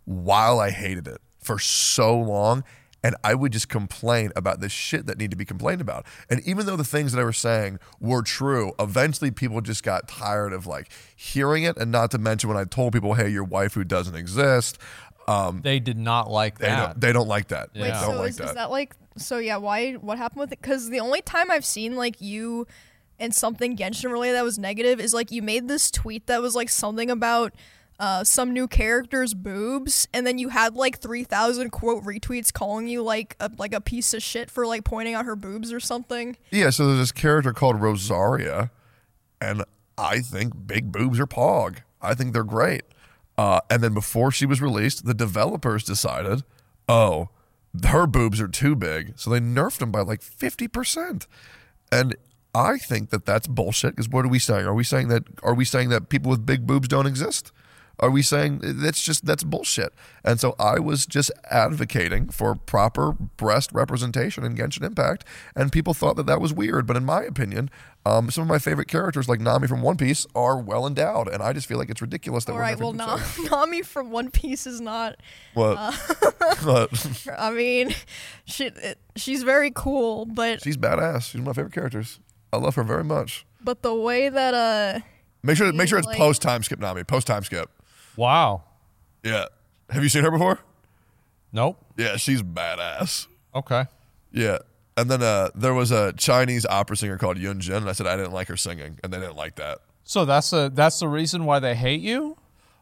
Speaker 3: while I hated it for so long. And I would just complain about the shit that needed to be complained about. And even though the things that I was saying were true, eventually people just got tired of like hearing it. And not to mention when I told people, hey, your wife who doesn't exist, um,
Speaker 2: They did not like
Speaker 3: they,
Speaker 2: that.
Speaker 3: don't, they don't like that. They
Speaker 1: Wait,
Speaker 3: don't
Speaker 1: so
Speaker 3: like
Speaker 1: is,
Speaker 3: that.
Speaker 1: is that like so? Yeah, why? What happened with it? Because the only time I've seen like you and something Genshin related that was negative is like you made this tweet that was like something about. Uh, some new character's boobs, and then you had like three thousand quote retweets calling you like a, like a piece of shit for like pointing out her boobs or something.
Speaker 3: Yeah, so there's this character called Rosaria, and I think big boobs are pog. I think they're great. Uh, and then before she was released, the developers decided, oh, her boobs are too big, so they nerfed them by like fifty percent. And I think that that's bullshit. Because what are we saying? Are we saying that are we saying that people with big boobs don't exist? Are we saying that's just that's bullshit? And so I was just advocating for proper breast representation in Genshin Impact, and people thought that that was weird. But in my opinion, um, some of my favorite characters, like Nami from One Piece, are well endowed, and I just feel like it's ridiculous that
Speaker 1: All
Speaker 3: we're
Speaker 1: right, well,
Speaker 3: nerfing
Speaker 1: Na-
Speaker 3: boobs.
Speaker 1: Nami from One Piece is not. uh,
Speaker 3: What? What?
Speaker 1: I mean, she it, she's very cool, but
Speaker 3: She's badass. She's one of my favorite characters. I love her very much.
Speaker 1: but the way that uh,
Speaker 3: Make sure make sure it's
Speaker 1: Like-
Speaker 3: post time skip Nami. Post time skip.
Speaker 2: wow.
Speaker 3: Yeah. Have you seen her before?
Speaker 2: Nope.
Speaker 3: Yeah, she's badass.
Speaker 2: Okay.
Speaker 3: Yeah. And then uh, there was a Chinese opera singer called Yun Jin, and I said I didn't like her singing, and they didn't like that.
Speaker 2: So that's a that's the reason why they hate you.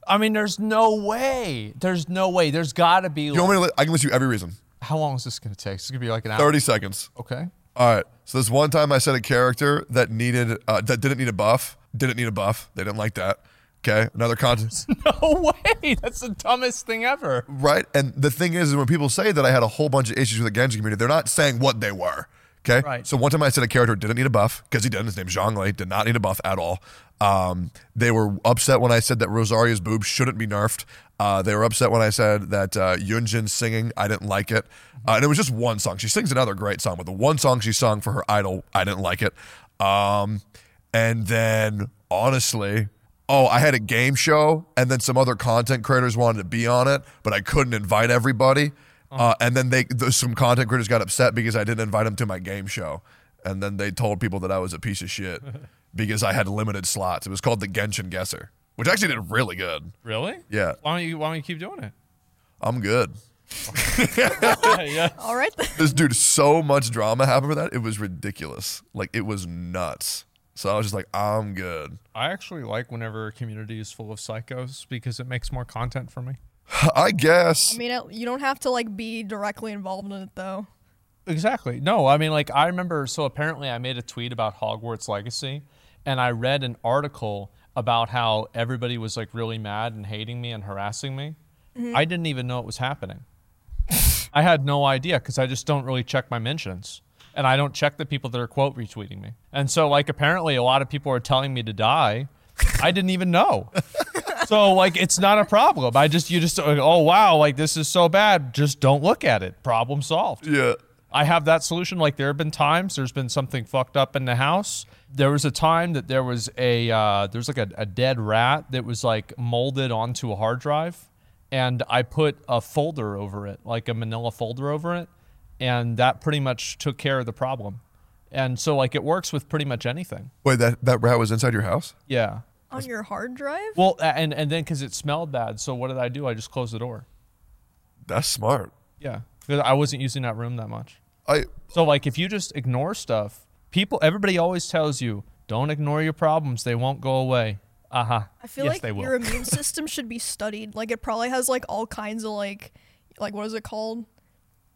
Speaker 2: I mean, there's no way. There's no way. There's got to be.
Speaker 3: You
Speaker 2: Like,
Speaker 3: want me to? Li- I can list you every reason.
Speaker 2: how long is this gonna take? It's gonna be like an hour.
Speaker 3: Thirty seconds.
Speaker 2: Okay.
Speaker 3: All right. So this one time I said a character that needed uh, that didn't need a buff, didn't need a buff. They didn't like that. Okay. Another content.
Speaker 2: No way. That's the dumbest thing ever.
Speaker 3: Right. And the thing is, is when people say that I had a whole bunch of issues with the Genji community, they're not saying what they were. Okay.
Speaker 2: Right.
Speaker 3: So one time I said a character didn't need a buff because he didn't. His name's Zhang Lei. Did not need a buff at all. Um, they were upset when I said that Rosario's boob shouldn't be nerfed. Uh, they were upset when I said that uh, Yunjin's singing, I didn't like it. Uh, and it was just one song. She sings another great song, but the one song she sung for her idol, I didn't like it. Um, and then, honestly, oh, I had a game show, and then some other content creators wanted to be on it, but I couldn't invite everybody. Uh, and then they, th- some content creators got upset because I didn't invite them to my game show, and then they told people that I was a piece of shit because I had limited slots. It was called the Genshin Guesser, which actually did really good.
Speaker 2: Really?
Speaker 3: Yeah,
Speaker 2: Why don't you Why don't you keep doing it?
Speaker 3: I'm good.
Speaker 1: all right.
Speaker 3: This dude, so much drama happened for that. It was ridiculous. Like it was nuts. So I was just like, I'm good.
Speaker 2: I actually like whenever a community is full of psychos because it makes more content for me.
Speaker 3: I guess.
Speaker 1: I mean, it, you don't have to like be directly involved in it though.
Speaker 2: Exactly. No, I mean, like, I remember, so apparently I made a tweet about Hogwarts Legacy, and I read an article about how everybody was, like, really mad and hating me and harassing me. I didn't even know it was happening. I had no idea because I just don't really check my mentions. And I don't check the people that are quote retweeting me. And so, like, apparently a lot of people are telling me to die. I didn't even know. so, like, it's not a problem. I just, you just, like, oh, wow, like, this is so bad. Just don't look at it. Problem solved.
Speaker 3: yeah.
Speaker 2: I have that solution. Like there have been times there's been something fucked up in the house. There was a time that there was a uh, there's like a, a dead rat that was like molded onto a hard drive, and I put a folder over it, like a Manila folder over it, and that pretty much took care of the problem. And so like it works with pretty much anything.
Speaker 3: Wait, that, that rat was inside your house?
Speaker 2: Yeah.
Speaker 1: On your hard drive?
Speaker 2: Well, a- and and then because it smelled bad, so what did I do? I just closed the door.
Speaker 3: That's smart.
Speaker 2: Yeah, 'Cause I wasn't using that room that much.
Speaker 3: I
Speaker 2: So like if you just ignore stuff, people everybody always tells you, don't ignore your problems, they won't go away. Uh-huh.
Speaker 1: I feel
Speaker 2: yes,
Speaker 1: like
Speaker 2: they will.
Speaker 1: your immune system should be studied. Like it probably has like all kinds of like like what is it called?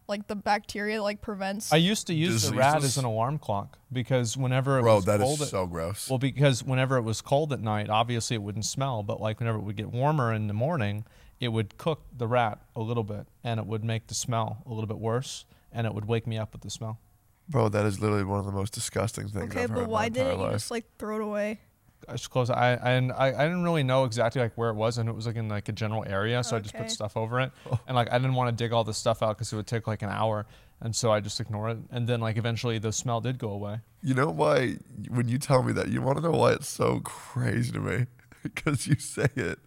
Speaker 1: Like the bacteria like prevents
Speaker 2: I used to use the rat
Speaker 3: Diseases?
Speaker 2: as an alarm clock because whenever it
Speaker 3: bro,
Speaker 2: was
Speaker 3: that
Speaker 2: cold
Speaker 3: is
Speaker 2: at-
Speaker 3: so gross.
Speaker 2: well because whenever it was cold at night, obviously it wouldn't smell, but like whenever it would get warmer in the morning, it would cook the rat a little bit and it would make the smell a little bit worse and it would wake me up with the smell.
Speaker 3: bro, that is literally one of the most disgusting things
Speaker 1: Okay,
Speaker 3: I've heard
Speaker 1: but
Speaker 3: in
Speaker 1: why
Speaker 3: my entire
Speaker 1: didn't you
Speaker 3: life.
Speaker 1: just like throw it away?
Speaker 2: I just closed. I and I, I didn't really know exactly like where it was, and it was like in like a general area, so I just
Speaker 1: Okay.
Speaker 2: put stuff over it,
Speaker 3: Oh.
Speaker 2: and like I didn't want to dig all this stuff out because it would take like an hour, and so I just ignored it, and then like eventually the smell did go away.
Speaker 3: You know why? When you tell me that, you want to know why it's so crazy to me? Because you say it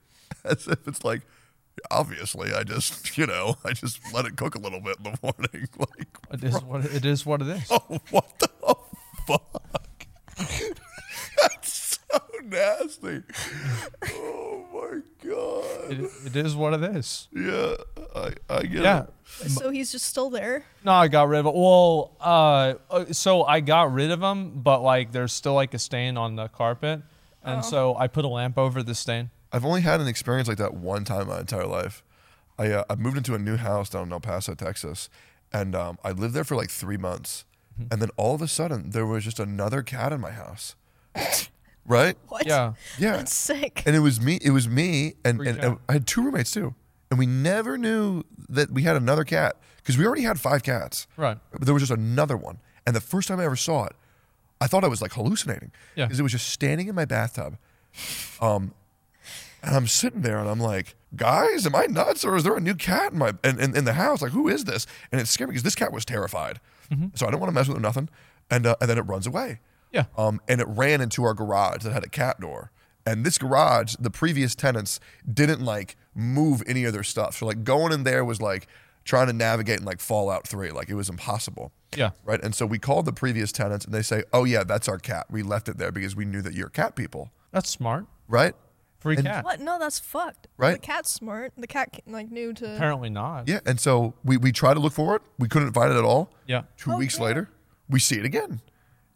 Speaker 3: as if it's like, obviously, I just, you know, I just let it cook a little bit in the morning. Like,
Speaker 2: It is what it is. What it is.
Speaker 3: oh, what the fuck? That's so nasty. Oh my god.
Speaker 2: It, it is what it is.
Speaker 3: Yeah, I, I get
Speaker 2: Yeah.
Speaker 3: it.
Speaker 1: So he's just still there.
Speaker 2: No, I got rid of it. Well, uh, uh, so I got rid of them, but like there's still like a stain on the carpet, and
Speaker 1: Oh.
Speaker 2: so I put a lamp over the stain.
Speaker 3: I've only had an experience like that one time in my entire life. I, uh, I moved into a new house down in El Paso, Texas, and um, I lived there for like three months. And then all of a sudden, there was just another cat in my house. right?
Speaker 1: What?
Speaker 2: Yeah.
Speaker 3: Yeah.
Speaker 1: That's sick.
Speaker 3: And it was me. It was me, and,
Speaker 2: Freaked
Speaker 3: and,
Speaker 2: out.
Speaker 3: and I had two roommates too, and we never knew that we had another cat because we already had five cats.
Speaker 2: Right.
Speaker 3: But there was just another one, and the first time I ever saw it, I thought I was like hallucinating.
Speaker 2: Yeah.
Speaker 3: Because it was just standing in my bathtub, um, and I'm sitting there, and I'm like, guys, am I nuts, or is there a new cat in my in, in, in the house? Like, who is this? And it's scary because this cat was terrified,
Speaker 2: Mm-hmm.
Speaker 3: so I don't want to mess with it or nothing. And uh, and then it runs away.
Speaker 2: Yeah.
Speaker 3: Um, and it ran into our garage that had a cat door. And this garage, the previous tenants didn't like move any of their stuff. So like going in there was like trying to navigate in like Fallout 3. Like it was impossible.
Speaker 2: Yeah.
Speaker 3: Right. And so we called the previous tenants and they say, Oh yeah, that's our cat. We left it there because we knew that you're cat people.
Speaker 2: That's smart.
Speaker 3: Right?
Speaker 2: Free
Speaker 3: And-
Speaker 2: cat.
Speaker 1: What? No, that's fucked.
Speaker 3: Right.
Speaker 1: The cat's smart. The cat ca- like knew to.
Speaker 2: Apparently not.
Speaker 3: Yeah. And so we, we tried to look for it. We couldn't find it at all.
Speaker 2: Yeah.
Speaker 3: Two weeks later, we see it again.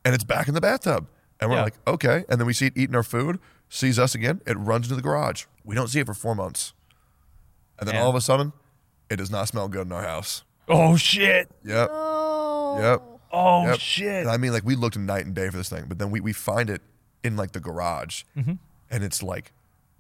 Speaker 3: And it's back in the bathtub. And we're
Speaker 2: Yeah.
Speaker 3: like, okay. And then we see it eating our food, sees us again. It runs into the garage. We don't see it for four months. And then all of a sudden, it does not smell good in our house.
Speaker 4: Oh shit!
Speaker 3: Yep.
Speaker 1: Oh.
Speaker 3: Yep.
Speaker 4: Oh
Speaker 3: yep.
Speaker 4: shit!
Speaker 3: And I mean, like, we looked night and day for this thing, but then we, we find it in like the garage
Speaker 4: Mm-hmm.
Speaker 3: and it's like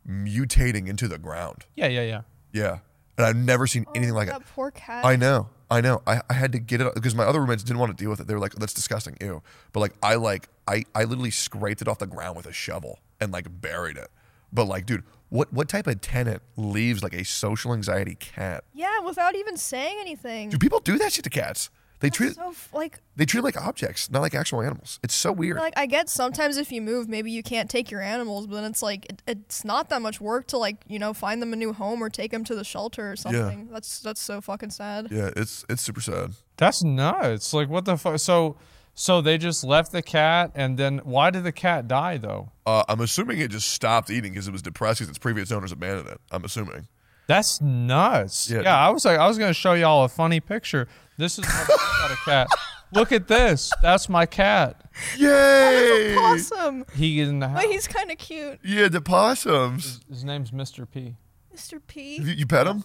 Speaker 3: mutating into the ground.
Speaker 2: Yeah. Yeah. Yeah.
Speaker 3: Yeah. And I've never seen anything like it.
Speaker 1: that poor cat.
Speaker 3: I know, I know. I, I had to get it because my other roommates didn't want to deal with it. They were like, "That's disgusting, ew." But like, I like, I, I literally scraped it off the ground with a shovel and like buried it. But like, dude, what what type of tenant leaves like a social anxiety cat?
Speaker 1: Yeah, without even saying anything.
Speaker 3: Do people do that shit to cats? They treat
Speaker 1: So f- like
Speaker 3: they treat them like objects, not like actual animals. It's so weird.
Speaker 1: like I get sometimes if you move, maybe you can't take your animals, but then it's like it, it's not that much work to like you know find them a new home or take them to the shelter or something. That's that's so fucking sad.
Speaker 3: yeah, it's it's super sad.
Speaker 2: That's nuts. Like what the fuck? So, so they just left the cat, and then why did the cat die though?
Speaker 3: Uh, I'm assuming it just stopped eating because it was depressed because its previous owners abandoned it. I'm assuming.
Speaker 2: That's nuts.
Speaker 3: Yeah.
Speaker 2: Yeah, I was like, I was gonna show y'all a funny picture. This is what I got a cat. Look at this. That's my cat.
Speaker 3: Yay!
Speaker 1: Awesome.
Speaker 2: He is in the house.
Speaker 1: But he's kind of cute.
Speaker 3: Yeah, the possums.
Speaker 2: His name's Mr. P.
Speaker 1: Mr.
Speaker 3: You,
Speaker 1: P.
Speaker 3: you pet them?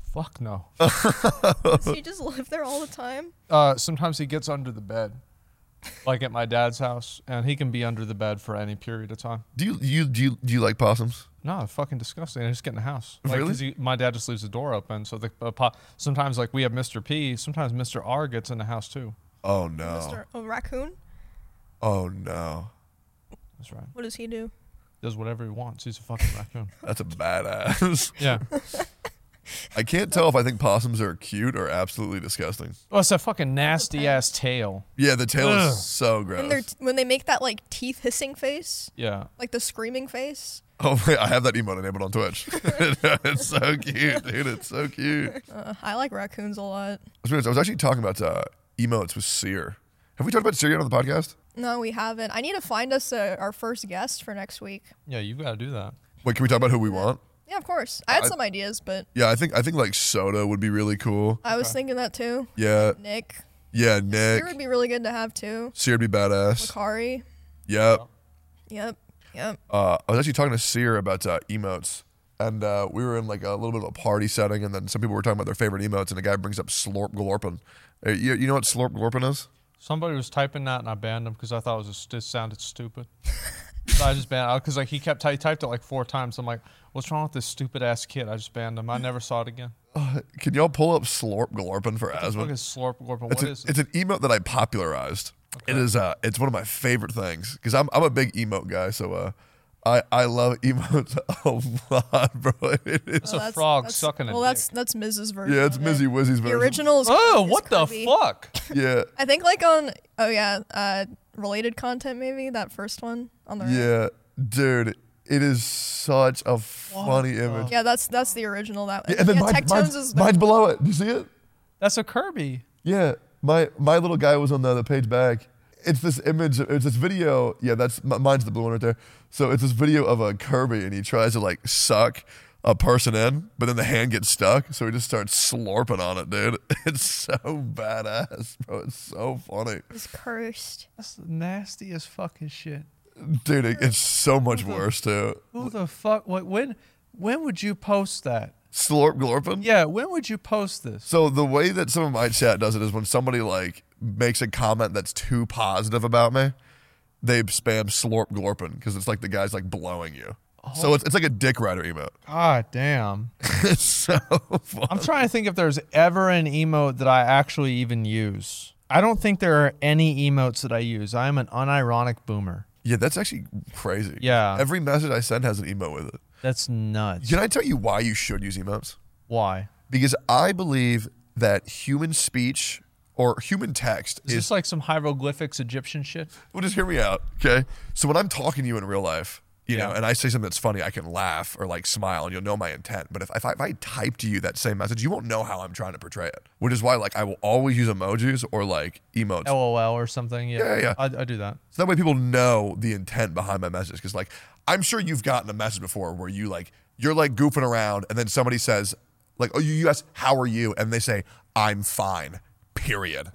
Speaker 2: Fuck no.
Speaker 1: Does he just live there all the time?
Speaker 2: Uh, sometimes he gets under the bed, like at my dad's house, and he can be under the bed for any period of time.
Speaker 3: Do you, you do you do you like possums?
Speaker 2: No, fucking disgusting. I just get in the house. Like,
Speaker 3: Really?
Speaker 2: 'cause he- my dad just leaves the door open. So the uh, po- sometimes like we have Mr. P. Sometimes Mr. R gets in the house too.
Speaker 3: Oh no!
Speaker 1: Mr. A raccoon?
Speaker 3: Oh no!
Speaker 2: That's right.
Speaker 1: What does he do?
Speaker 2: Does whatever he wants. He's a fucking raccoon.
Speaker 3: That's a badass.
Speaker 2: Yeah.
Speaker 3: I can't tell if I think possums are cute or absolutely disgusting.
Speaker 2: Oh, it's that fucking nasty ass tail.
Speaker 3: Yeah, the tail
Speaker 2: Ugh.
Speaker 3: is so
Speaker 1: When they're
Speaker 3: gross.
Speaker 1: when they make that like teeth hissing face,
Speaker 2: Yeah.
Speaker 1: like the screaming face.
Speaker 3: oh wait, I have that emote enabled on Twitch. it's so cute, dude. It's so cute.
Speaker 1: Uh, I like raccoons a lot.
Speaker 3: I was I was actually talking about uh, emotes with Seer. Have we talked about Seer yet on the podcast?
Speaker 1: No, we haven't. I need to find us uh our first guest for next week.
Speaker 2: Yeah, you got to do that.
Speaker 3: Wait, can we talk about who we want?
Speaker 1: Yeah, of course. I had some ideas, but
Speaker 3: Yeah, I think I think like Soda would be really cool.
Speaker 1: I was thinking that too.
Speaker 3: Yeah,
Speaker 1: Nick,
Speaker 3: yeah,
Speaker 1: it
Speaker 3: Nick.
Speaker 1: would be really good to have too.
Speaker 3: Seer would be badass.
Speaker 1: Kari.
Speaker 3: Yep.
Speaker 1: Yep. Yep.
Speaker 3: uh, I was actually talking to Seer about uh, emotes, and uh, we were in like a little bit of a party setting, and then some people were talking about their favorite emotes, and a guy brings up Slorp Glorpin. Uh, you, you know what Slorp Glorpin is?
Speaker 2: Somebody was typing that and I banned him because I thought it was just it sounded stupid. so I just banned out because like he kept he typed it like four times. I'm like, what's wrong with this stupid ass kid? I just banned him. I never saw it again.
Speaker 3: Can y'all pull up Slorp Glorpin for
Speaker 2: Look
Speaker 3: Asmund?
Speaker 2: at Slurp Gorp. What
Speaker 3: It's, a-
Speaker 2: is it?
Speaker 3: it's an emote that I popularized. It is. Uh, it's one of my favorite things because I'm I'm a big emote guy, so uh, I I love emotes a lot, bro. It is-
Speaker 2: It's a frog sucking a
Speaker 1: Well, that's
Speaker 2: dick.
Speaker 1: that's Miz's version.
Speaker 3: yeah, it's
Speaker 1: of it.
Speaker 3: Mizzy Wizzy's
Speaker 1: The
Speaker 3: version.
Speaker 1: original is.
Speaker 2: Oh,
Speaker 1: is
Speaker 2: what the
Speaker 1: Kirby.
Speaker 2: fuck?
Speaker 3: Yeah,
Speaker 1: I think like on oh yeah, uh, related content maybe that first one on the right.
Speaker 3: yeah, dude. It is such a funny image.
Speaker 1: Yeah, that's that's the original. That
Speaker 3: Yeah, and then mine,
Speaker 1: Tech
Speaker 3: mine's,
Speaker 1: Tones is
Speaker 3: mine's below it. Do you see it?
Speaker 2: That's a Kirby.
Speaker 3: Yeah, my my little guy was on the other page back. It's this image. It's this video. Yeah, that's m- mine's the blue one right there. So it's this video of a Kirby, and he tries to like suck a person in, but then the hand gets stuck, so he just starts slurping on it, dude. It's so badass, bro. It's so funny,
Speaker 1: is cursed.
Speaker 2: That's the nastiest fucking shit.
Speaker 3: dude. It, it's so much worse too.
Speaker 2: Who the fuck? What? When? When would you post that?
Speaker 3: Slurp glorpin.
Speaker 2: Yeah, when would you post this?
Speaker 3: So the way that some of my chat does it is when somebody like makes a comment that's too positive about me, they spam slorp glorpin because it's like the guy's like blowing you. So
Speaker 2: Oh.
Speaker 3: it's, it's like a dick rider emote.
Speaker 2: God damn.
Speaker 3: it's so fun.
Speaker 2: I'm trying to think if there's ever an emote that I actually even use. I don't think there are any emotes that I use. I am an unironic boomer.
Speaker 3: Yeah, that's actually crazy.
Speaker 2: Yeah.
Speaker 3: Every message I send has an emote with it.
Speaker 2: That's nuts.
Speaker 3: Can I tell you why you should use emotes?
Speaker 2: Why?
Speaker 3: Because I believe that human speech or human text
Speaker 2: Is
Speaker 3: is
Speaker 2: this like some hieroglyphics Egyptian shit?
Speaker 3: Well, just hear me out, okay? So when I'm talking to you in real life, you know,
Speaker 2: Yeah.
Speaker 3: and I say something that's funny, I can laugh or like smile, and you'll know my intent. But if, if, I, if I type to you that same message, you won't know how I'm trying to portray it, which is why like I will always use emojis or like emotes.
Speaker 2: LOL or something? Yeah,
Speaker 3: Yeah, yeah.
Speaker 2: I, I do that.
Speaker 3: So that way people know the intent behind my message. Because like I'm sure you've gotten a message before where you like you're like goofing around, and then somebody says like, "Oh, you you ask how are you?" and they say, "I'm fine." Period.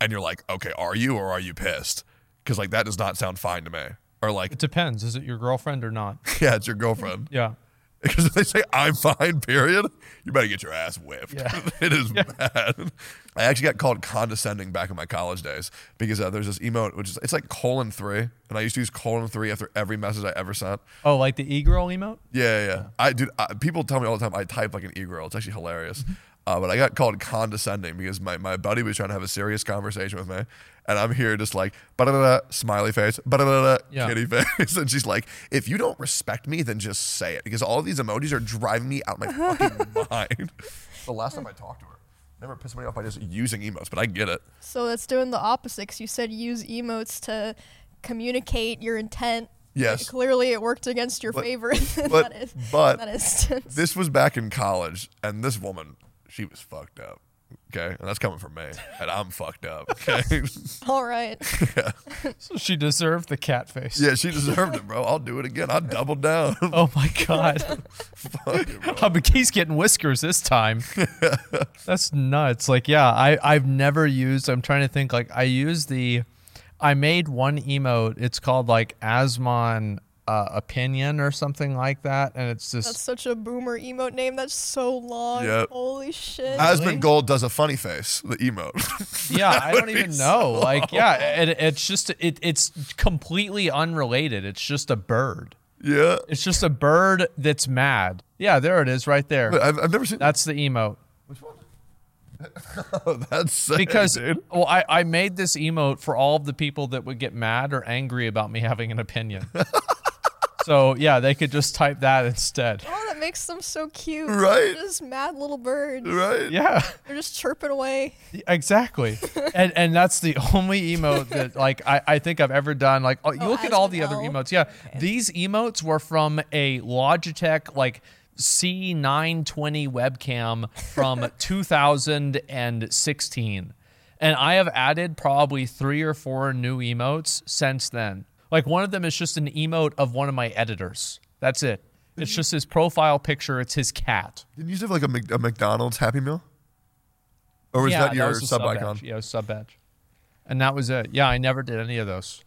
Speaker 3: And you're like, "Okay, are you or are you pissed?" Because like that does not sound fine to me. Or like,
Speaker 2: It depends. Is it your girlfriend or not?
Speaker 3: yeah, it's your girlfriend.
Speaker 2: Yeah.
Speaker 3: Because if they say I'm fine, period, you better get your ass whipped. it is bad. I actually got called condescending back in my college days because uh, there's this emote which is it's like colon three, and I used to use colon three after every message I ever sent.
Speaker 2: Oh, like the e-girl emote?
Speaker 3: Yeah, yeah. yeah. I dude, I, people tell me all the time I type like an e-girl. It's actually hilarious. Uh, but I got called condescending because my, my buddy was trying to have a serious conversation with me, and I'm here just like da smiley face, da
Speaker 2: Yeah.
Speaker 3: kitty face, and she's like, "If you don't respect me, then just say it," because all these emojis are driving me out my fucking mind. The last time I talked to her, never pissed me off by just using emotes, but I get it.
Speaker 1: So that's doing the opposite. 'cause you said use emotes to communicate your intent.
Speaker 3: Yes.
Speaker 1: Clearly, it worked against your favorite. in
Speaker 3: but-
Speaker 1: that is,
Speaker 3: but
Speaker 1: in that instance.
Speaker 3: This was back in college, and this woman, she was fucked up. Okay, and that's coming from me, and I'm fucked up. Okay,
Speaker 1: All right.
Speaker 6: So she deserved the cat face.
Speaker 3: yeah, she deserved it, bro. I'll do it again. I doubled down.
Speaker 6: Oh my god.
Speaker 3: Fuck it, bro.
Speaker 6: Oh, but he's getting whiskers this time. That's nuts. Like, yeah, I, I've never used, I'm trying to think, like, I used the, I made one emote. It's called, like, Asmon uh, Opinion or something like that. And it's just,
Speaker 1: That's such a boomer emote name. That's so long.
Speaker 3: Yep.
Speaker 1: Holy shit.
Speaker 3: Asmund Gold does a funny face, the emote.
Speaker 6: yeah, I don't even know. Like, yeah, it, it's just, it, it's completely unrelated. It's just a bird.
Speaker 3: yeah,
Speaker 6: It's just a bird that's mad. Yeah, there it is right there.
Speaker 3: I've, I've never seen
Speaker 6: That's the emote.
Speaker 3: that. That's sick,
Speaker 6: because
Speaker 3: dude.
Speaker 6: well I, I made this emote for all of the people that would get mad or angry about me having an opinion so yeah they could just type that instead
Speaker 1: oh, that makes them so cute.
Speaker 3: Right.
Speaker 1: They're just mad little birds.
Speaker 3: right?
Speaker 6: yeah
Speaker 1: They're just chirping away.
Speaker 6: exactly and and that's the only emote that like i, I think i've ever done like oh, you look at all the other
Speaker 1: Asmodel.
Speaker 6: emotes yeah these emotes were from a logitech like c920 webcam from 2016 and i have added probably three or four new emotes since then like one of them is just an emote of one of my editors that's it it's just his profile picture it's his cat
Speaker 3: Didn't you used to have like a, Mc- a McDonald's Happy Meal, or was that your
Speaker 6: was a
Speaker 3: sub
Speaker 6: sub-badge.
Speaker 3: icon?
Speaker 6: Yeah, it was sub badge. And that was it. Yeah, I never did any of those.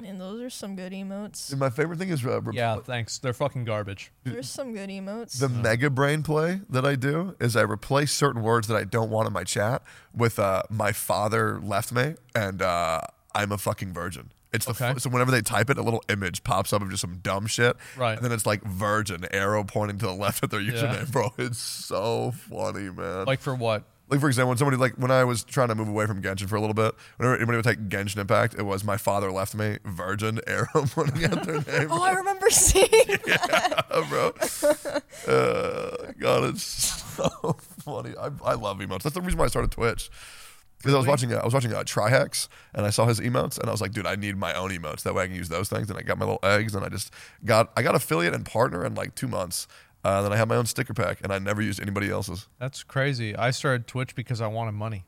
Speaker 1: Man, those are some good emotes.
Speaker 3: Dude, my favorite thing is uh, re-
Speaker 6: Yeah, thanks. They're fucking garbage.
Speaker 1: There's some good emotes.
Speaker 3: the mega brain play that I do is I replace certain words that I don't want in my chat with uh, my father left me and uh, I'm a fucking virgin. It's the
Speaker 6: Okay.
Speaker 3: fu- so whenever they type it, a little image pops up of just some dumb shit,
Speaker 6: Right.
Speaker 3: And then it's like virgin arrow pointing to the left at their username, bro. It's so funny, man.
Speaker 6: Like for what?
Speaker 3: Like for example, when somebody like when I was trying to move away from Genshin for a little bit, whenever anybody would take Genshin Impact, it was my father left me, virgin arrow pointing at their name,
Speaker 1: oh, I remember seeing.
Speaker 3: bro. Uh, God, it's so funny. I, I love emotes. That's the reason why I started Twitch. Because I was watching, uh, I was watching uh, Trihex, and I saw his emotes, and I was like, "Dude, I need my own emotes. That way I can use those things." And I got my little eggs, and I just got, I got affiliate and partner in like two months. Uh, then I had my own sticker pack, and I never used anybody else's.
Speaker 6: That's crazy. I started Twitch because I wanted money.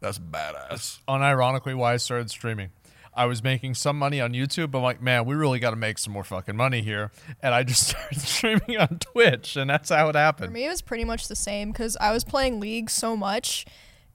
Speaker 3: That's badass.
Speaker 6: Unironically, why I started streaming. I was making some money on YouTube. but I'm like, man, we really got to make some more fucking money here. And I just started streaming on Twitch, and that's how it
Speaker 1: For
Speaker 6: happened.
Speaker 1: me, it was pretty much the same because I was playing League so much.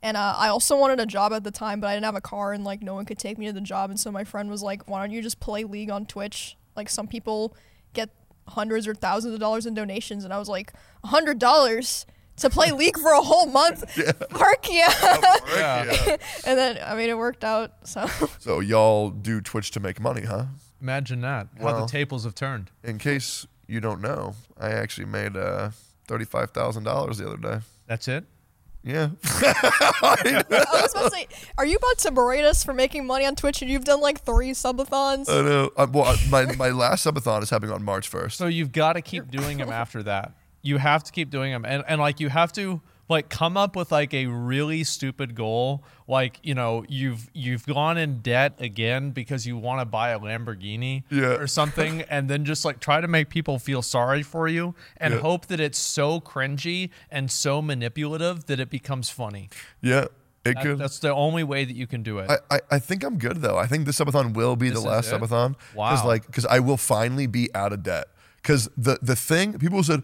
Speaker 1: And uh, I also wanted a job at the time, but I didn't have a car and like no one could take me to the job. And so my friend was like, why don't you just play League on Twitch? Like some people get hundreds or thousands of dollars in donations. And I was like, $100 to play League for a whole month? Fuck yeah.
Speaker 3: Yeah.
Speaker 1: and then, I mean, it worked out. So
Speaker 3: So y'all do Twitch to make money, huh?
Speaker 6: Imagine that. How the
Speaker 3: Well.
Speaker 6: tables have turned.
Speaker 3: In case you don't know, I actually made uh, thirty-five thousand dollars the other day.
Speaker 6: That's it?
Speaker 3: Yeah,
Speaker 1: I was about to say, are you about to berate us for making money on Twitch and you've done like three subathons?
Speaker 3: I know. I, well, I- my my last subathon is happening on March first.
Speaker 6: So you've got to keep doing them after that. You have to keep doing them, and and like you have to like come up with like a really stupid goal. Like you know you've you've gone in debt again because you want to buy a Lamborghini
Speaker 3: Yeah.
Speaker 6: or something, and then just like try to make people feel sorry for you and
Speaker 3: Yeah.
Speaker 6: hope that it's so cringy and so manipulative that it becomes funny.
Speaker 3: Yeah, it
Speaker 6: That-
Speaker 3: could.
Speaker 6: that's the only way that you can do it.
Speaker 3: I, I, I think I'm good though. I think this subathon will be
Speaker 6: This
Speaker 3: the
Speaker 6: is
Speaker 3: last
Speaker 6: it?
Speaker 3: subathon.
Speaker 6: Wow.
Speaker 3: Because like, 'cause I will finally be out of debt. Because the the thing people said,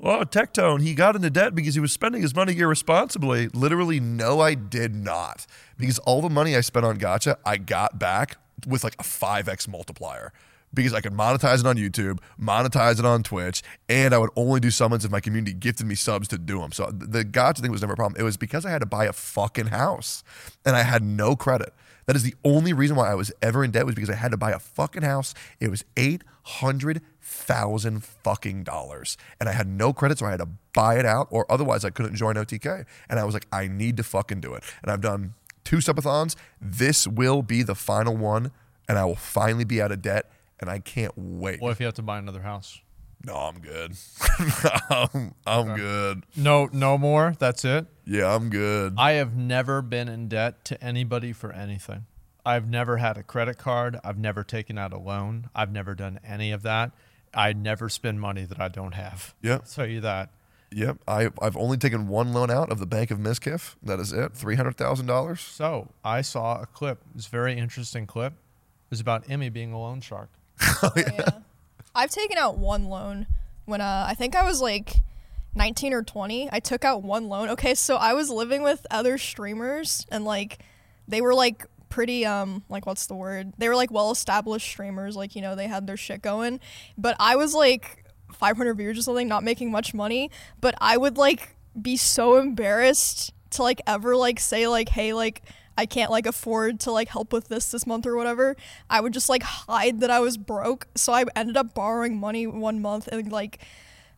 Speaker 3: oh Tectone, he got into debt because he was spending his money irresponsibly. Literally, no, I did not. Because all the money I spent on Gotcha, I got back with like a five x multiplier. Because I could monetize it on YouTube, monetize it on Twitch, and I would only do summons if my community gifted me subs to do them. So th- the gotcha thing was never a problem. It was because I had to buy a fucking house and I had no credit. That is the only reason why I was ever in debt was because I had to buy a fucking house. It was eight hundred thousand fucking dollars, and I had no credit, so I had to buy it out, or otherwise I couldn't join OTK. And I was like, I need to fucking do it. And I've done two subathons. This will be the final one, and I will finally be out of debt. And I can't wait.
Speaker 6: what if you have to buy another house?
Speaker 3: No, I'm good. I'm, I'm good.
Speaker 6: No, no more. That's it.
Speaker 3: Yeah, I'm good.
Speaker 6: I have never been in debt to anybody for anything. I've never had a credit card. I've never taken out a loan. I've never done any of that. I never spend money that I don't have.
Speaker 3: Yeah.
Speaker 6: I'll tell you that.
Speaker 3: Yep. I, I've only taken one loan out of the Bank of Miskiff. That is it. Three hundred thousand dollars.
Speaker 2: So I saw a clip. It's a very interesting clip. It's about Emmy being a loan shark.
Speaker 1: I've taken out one loan when uh, I think I was like 19 or 20. I took out one loan. Okay, so I was living with other streamers and like they were like pretty um like what's the word? They were like well-established streamers, like you know, they had their shit going, but I was like 500 views or something, not making much money, but I would like be so embarrassed to like ever like say like hey like I can't like afford to like help with this this month or whatever. I would just like hide that I was broke. So I ended up borrowing money one month and like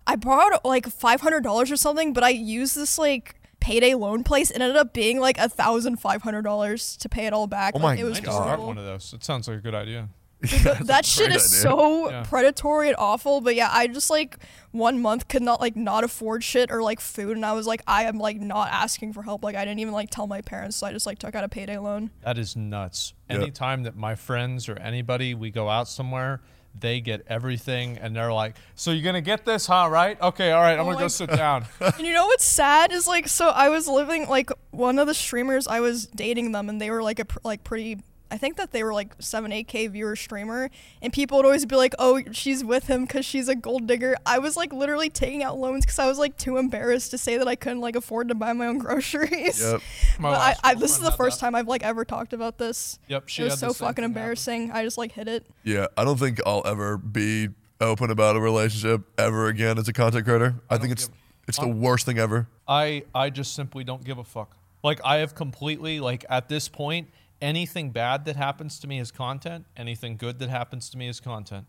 Speaker 1: I borrowed like five hundred dollars or something, but I used this like payday loan place and ended up being like a thousand five hundred dollars to pay it all back.
Speaker 3: Oh
Speaker 1: Like,
Speaker 3: my
Speaker 1: it was
Speaker 3: God.
Speaker 2: Start
Speaker 1: miserable.
Speaker 2: one of those. It sounds like a good idea.
Speaker 1: Th- that shit
Speaker 3: great
Speaker 1: is
Speaker 3: idea.
Speaker 1: so
Speaker 2: Yeah.
Speaker 1: predatory and awful. But yeah, I just like one month could not like not afford shit or like food, and I was like, I am like not asking for help. Like I didn't even like tell my parents, so I just like took out a payday loan.
Speaker 2: That is nuts. Anytime that my friends or anybody we go out somewhere, they get everything and they're like, "So you're gonna get this, huh? Right? Okay, all right. I'm gonna
Speaker 1: my
Speaker 2: go sit down."
Speaker 1: And you know what's sad is like so I was living like one of the streamers I was dating them and they were like a pr- like pretty I think that they were like 7 8k viewer streamer and people would always be like oh she's with him cuz she's a gold digger. I was like literally taking out loans cuz I was like too embarrassed to say that I couldn't like afford to buy my own groceries.
Speaker 3: Yep.
Speaker 2: My
Speaker 1: But I,
Speaker 2: last
Speaker 1: I, this is
Speaker 2: girlfriend
Speaker 1: the
Speaker 2: had
Speaker 1: first
Speaker 2: that.
Speaker 1: time I've like ever talked about this.
Speaker 2: Yep, she
Speaker 1: it was
Speaker 2: had
Speaker 1: so
Speaker 2: the same
Speaker 1: fucking
Speaker 2: thing happen.
Speaker 1: embarrassing. I just like hit it.
Speaker 3: Yeah. I don't think I'll ever be open about a relationship ever again as a content creator. I, think it's it's the worst thing ever.
Speaker 2: I I just simply don't give a fuck. Like I have completely like at this point, anything bad that happens to me is content. Anything good that happens to me is content.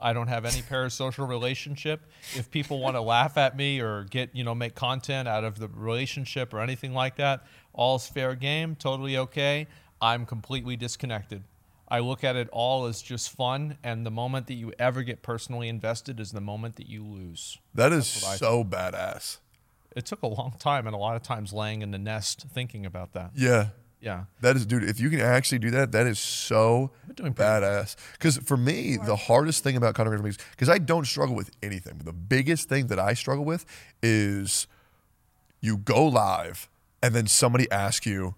Speaker 2: I don't have any parasocial relationship. If people want to laugh at me or get you know make content out of the relationship or anything like that, all's fair game. Totally okay. I'm completely disconnected. I look at it all as just fun, and the moment that you ever get personally invested is the moment that you lose
Speaker 3: That is so badass.
Speaker 2: it took a long time and a lot of times laying in the nest thinking about that.
Speaker 3: Yeah.
Speaker 2: Yeah.
Speaker 3: That is, dude. If you can actually do that, that is so
Speaker 2: doing pretty
Speaker 3: badass. Because for me, the hardest thing about content creation because I don't struggle with anything. But the biggest thing that I struggle with is you go live and then somebody asks you,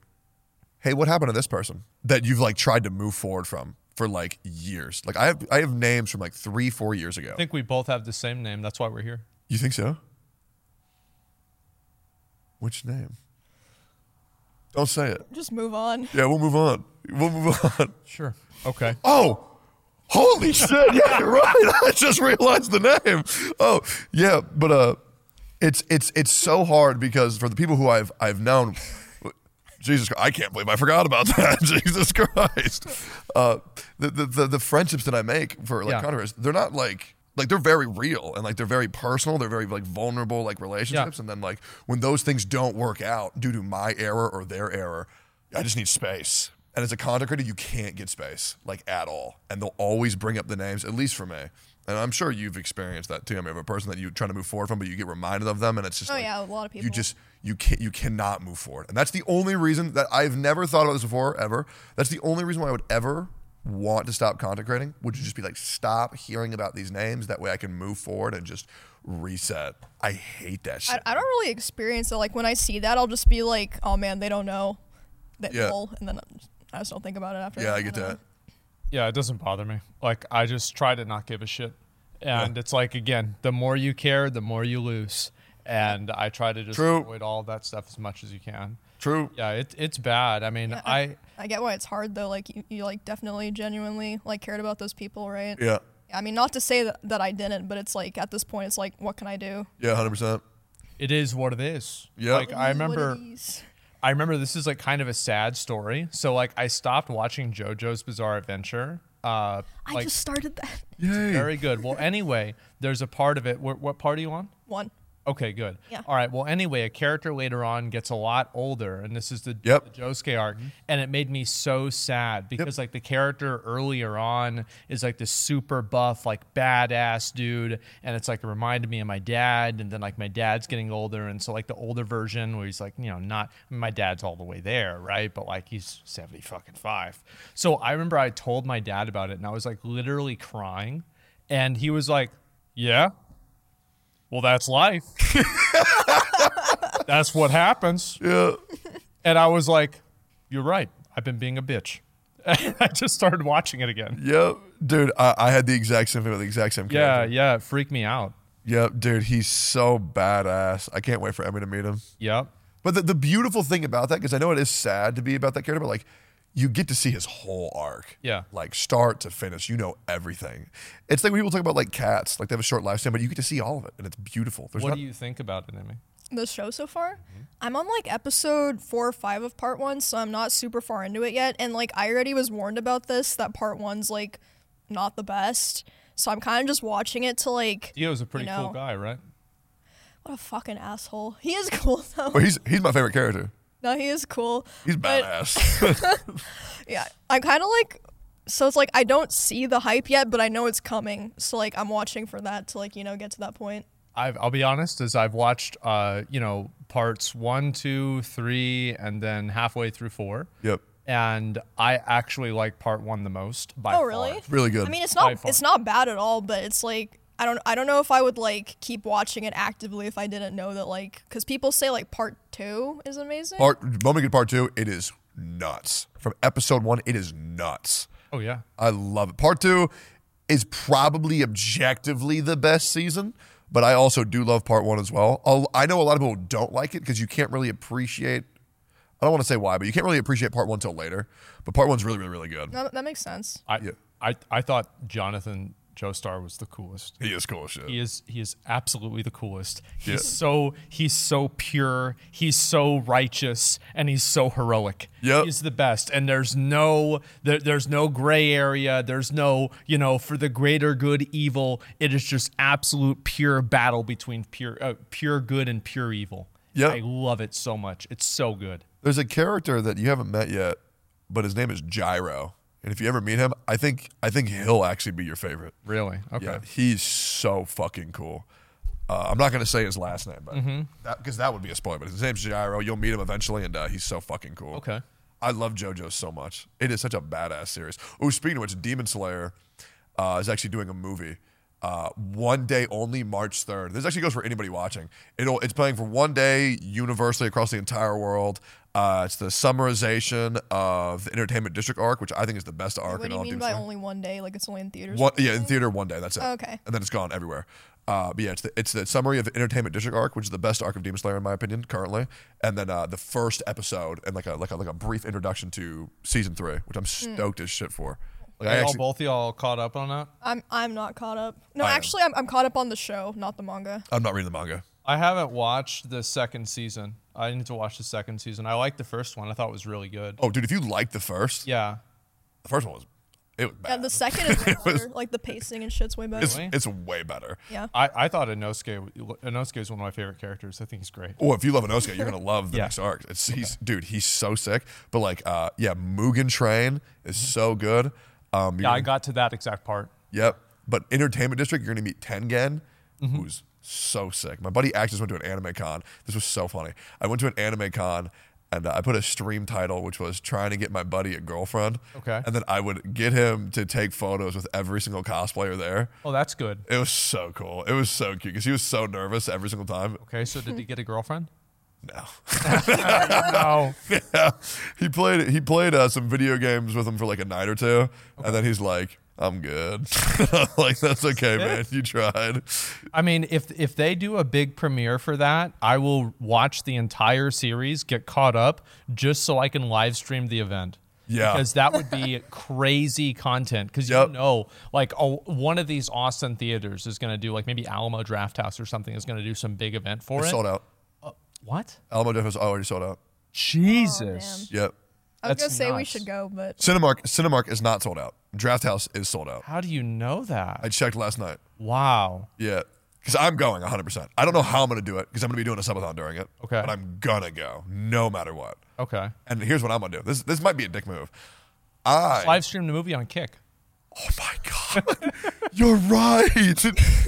Speaker 3: "Hey, what happened to this person that you've like tried to move forward from for like years?" Like I have, I have names from like three, four years ago.
Speaker 2: I think we both have the same name. That's why we're here.
Speaker 3: you think so? Which name? Don't say it.
Speaker 1: Just move on.
Speaker 3: Yeah, we'll move on. We'll move on.
Speaker 2: Sure. Okay.
Speaker 3: Oh, holy shit! Yeah, you're right. I just realized the name. Oh, yeah, but uh, it's it's it's so hard because for the people who I've I've known, Jesus, Christ, I can't believe I forgot about that. Jesus Christ, uh, the, the the the friendships that I make for like
Speaker 2: Yeah.
Speaker 3: controversy, they're not like. Like they're very real and like they're very personal. They're very like vulnerable like relationships. And then like when those things don't work out due to my error or their error, I just need space. And as a content creator, you can't get space like at all. And they'll always bring up the names, at least for me. And I'm sure you've experienced that too. I mean, of a person that you're trying to move forward from, but you get reminded of them, and it's just
Speaker 1: Oh,
Speaker 3: like,
Speaker 1: yeah, a lot of
Speaker 3: You
Speaker 1: people.
Speaker 3: just you can you cannot move forward, and that's the only reason that I've never thought about this before ever. That's the only reason why I would ever want to stop content creating. Would just be like stop hearing about these names. That way, I can move forward and just reset. I hate that shit.
Speaker 1: I, I don't really experience it. Like when I see that, I'll just be like, oh man, they don't know. That
Speaker 3: Yeah.
Speaker 1: lol, and then I'm just- I just don't think about it after.
Speaker 3: yeah,
Speaker 1: that,
Speaker 3: I get
Speaker 1: don't know.
Speaker 3: that.
Speaker 2: Yeah, it doesn't bother me. Like I just try to not give a shit. And it's like again, the more you care, the more you lose. And I try to just
Speaker 3: True.
Speaker 2: avoid all that stuff as much as you can.
Speaker 3: True.
Speaker 2: Yeah, it, it's bad. I mean, I
Speaker 1: I get why it's hard though. Like you, you like definitely genuinely like cared about those people, right?
Speaker 3: Yeah.
Speaker 1: I mean, not to say that, that I didn't, but it's like at this point, it's like, what can I do?
Speaker 3: Yeah. Hundred percent.
Speaker 2: it is what it is.
Speaker 3: Yeah.
Speaker 2: Like I
Speaker 1: What
Speaker 2: remember
Speaker 1: are these?
Speaker 2: I remember this is like kind of a sad story. So like I stopped watching JoJo's Bizarre Adventure. Uh,
Speaker 1: I
Speaker 2: like,
Speaker 1: just started that
Speaker 3: Yay.
Speaker 2: Very good. Well, anyway, there's a part of it. What, what part are you on?
Speaker 1: one.
Speaker 2: Okay, good.
Speaker 1: Yeah.
Speaker 2: All right. Well, anyway, a character later on gets a lot older, and this is the,
Speaker 3: Yep.
Speaker 2: the Josuke arc, and it made me so sad because like the character earlier on is like this super buff, like badass dude, and it's like it reminded me of my dad, and then like my dad's getting older, and so like the older version where he's like you know not I mean, my dad's all the way there, right? But like he's seventy fucking five. So I remember I told my dad about it, and I was like literally crying, and he was like, "Yeah." Well, that's life. that's what happens.
Speaker 3: Yeah.
Speaker 2: And I was like, You're right. I've been being a bitch. I just started watching it again.
Speaker 3: Yep. Dude, I, I had the exact same thing with the exact same
Speaker 2: Yeah,
Speaker 3: character.
Speaker 2: yeah. It freaked me out.
Speaker 3: Yep, dude, he's so badass. I can't wait for Emmy to meet him.
Speaker 2: Yep.
Speaker 3: But the, the beautiful thing about that, because I know it is sad to be about that character, but like you get to see his whole arc.
Speaker 2: Yeah.
Speaker 3: Like start to finish. You know everything. It's like when people talk about like cats, like they have a short lifespan, but you get to see all of it and it's beautiful. There's
Speaker 2: What
Speaker 3: not,
Speaker 2: do you think about it, Emmy?
Speaker 1: the show so far.
Speaker 2: Mm-hmm.
Speaker 1: I'm on like episode four or five of part one, so I'm not super far into it yet. And like I already was warned about this that part one's like not the best. So I'm kind of just watching it to like
Speaker 2: Dio's a pretty
Speaker 1: You
Speaker 2: cool
Speaker 1: know.
Speaker 2: guy, right?
Speaker 1: what a fucking asshole. He is cool though.
Speaker 3: Well, Oh, he's he's my favorite character.
Speaker 1: No, he is cool.
Speaker 3: He's
Speaker 1: But-
Speaker 3: badass.
Speaker 1: Yeah, I kind of like. So it's like I don't see the hype yet, but I know it's coming. So like I'm watching for that to like you know get to that point.
Speaker 2: I've, I'll be honest, as I've watched, uh, you know, parts one, two, three, and then halfway through four.
Speaker 3: yep.
Speaker 2: And I actually like part one the most. By
Speaker 1: Oh
Speaker 2: far.
Speaker 1: really?
Speaker 3: Really good.
Speaker 1: I mean, it's
Speaker 2: By
Speaker 1: not
Speaker 2: far.
Speaker 1: it's not bad at all, but it's like I don't I don't know if I would like keep watching it actively if I didn't know that like because people say like part two is amazing.
Speaker 3: part moment we get to part two, it is nuts. From episode one, it is nuts.
Speaker 2: Oh yeah.
Speaker 3: I love it. Part two is probably objectively the best season, but I also do love part one as well. I'll- I know a lot of people don't like it because you can't really appreciate. I don't want to say why, but you can't really appreciate part one till later. But part one's really, really, really good.
Speaker 1: that, that makes sense.
Speaker 2: I,
Speaker 3: Yeah.
Speaker 2: I, I thought Jonathan Joestar was the coolest.
Speaker 3: He is cool as shit.
Speaker 2: He is he is absolutely the coolest. He's
Speaker 3: Yeah.
Speaker 2: so he's so pure, he's so righteous, and he's so heroic.
Speaker 3: Yep.
Speaker 2: He's the best. And there's no there, there's no gray area. There's no, you know, for the greater good evil. It is just absolute pure battle between pure uh, pure good and pure evil.
Speaker 3: Yep.
Speaker 2: I love it so much. It's so good.
Speaker 3: There's a character that you haven't met yet, but his name is Gyro. And if you ever meet him, I think I think he'll actually be your favorite.
Speaker 2: Really? Okay.
Speaker 3: Yeah, he's so fucking cool. Uh, I'm not gonna say his last name, but that because that would be a spoiler. But his name's Gyro. You'll meet him eventually, and uh, he's so fucking cool.
Speaker 2: Okay.
Speaker 3: I love JoJo so much. It is such a badass series. Oh, speaking of which, Demon Slayer uh, is actually doing a movie. Uh, one day only, March third. This actually goes for anybody watching. It'll it's playing for one day universally across the entire world. Uh, it's the summarization of the entertainment district arc, which I think is the best arc.
Speaker 1: What
Speaker 3: in
Speaker 1: do you
Speaker 3: all of
Speaker 1: mean
Speaker 3: Demon
Speaker 1: by
Speaker 3: Slayer.
Speaker 1: only one day? Like it's only in theaters.
Speaker 3: One, yeah, in theater one day. That's it.
Speaker 1: Okay.
Speaker 3: And then it's gone everywhere. Uh, but yeah, it's the, it's the summary of Entertainment District arc, which is the best arc of Demon Slayer in my opinion currently, and then uh, the first episode and like a like a like a brief introduction to season three, which I'm stoked as shit for. Like I
Speaker 2: Are y'all
Speaker 3: actually,
Speaker 2: both of y'all caught up on that?
Speaker 1: I'm I'm not caught up. No,
Speaker 3: I am.
Speaker 1: actually I'm I'm caught up on the show, not the manga.
Speaker 3: I'm not reading the manga.
Speaker 2: I haven't watched the second season. I need to watch the second season. I liked the first one. I thought it was really good.
Speaker 3: Oh, dude, if you liked the first,
Speaker 2: Yeah.
Speaker 3: the first one was it was bad.
Speaker 1: Yeah, the second is way better. like the pacing and shit's way better.
Speaker 3: it's, it's way better.
Speaker 1: yeah.
Speaker 2: I, I thought Inosuke Inosuke is one of my favorite characters. I think he's great.
Speaker 3: Well, if you love Inosuke, you're gonna love the
Speaker 2: Yeah.
Speaker 3: next arc. It's he's dude, he's so sick. But like, uh, yeah, Mugen Train is
Speaker 2: Mm-hmm.
Speaker 3: so good. Um,
Speaker 2: Yeah, I got to that exact part.
Speaker 3: Yep. But entertainment district, you're gonna meet Tengen, who's so sick. My buddy Axe just went to an anime con. This was so funny. I went to an anime con and uh, I put a stream title, which was trying to get my buddy a girlfriend.
Speaker 2: Okay.
Speaker 3: And then I would get him to take photos with every single cosplayer there.
Speaker 2: Oh, that's good.
Speaker 3: It was so cool. It was so cute because he was so nervous every single time.
Speaker 2: Okay, so did he get a girlfriend?
Speaker 3: No,
Speaker 2: No.
Speaker 3: he played he played uh, some video games with him for like a night or two, and then he's like, "I'm good." I'm like that's okay, man. You tried.
Speaker 2: I mean, if if they do a big premiere for that, I will watch the entire series, get caught up, just so I can live stream the event.
Speaker 3: Yeah.
Speaker 2: Because that would be crazy content. Because
Speaker 3: Yep.
Speaker 2: you know, like oh, one of these Austin theaters is going to do, like maybe Alamo Draft House or something is going to do some big event for it.
Speaker 3: Sold out.
Speaker 2: What?
Speaker 3: Alamo Draft House already sold out.
Speaker 2: Jesus.
Speaker 3: Yep.
Speaker 1: I was
Speaker 2: that's
Speaker 1: gonna say we
Speaker 2: nuts.
Speaker 1: should go, but
Speaker 3: Cinemark Cinemark is not sold out. Draft House is sold out.
Speaker 2: How do you know that?
Speaker 3: I checked last night.
Speaker 2: wow.
Speaker 3: Yeah. Because I'm going 100%. I don't know how I'm going to do it because I'm going to be doing a subathon during it.
Speaker 2: Okay.
Speaker 3: But I'm going to go no matter what.
Speaker 2: Okay.
Speaker 3: And here's what I'm going to do. This this might be a dick move. I.
Speaker 2: Live stream the movie on Kick.
Speaker 3: Oh my God. You're right.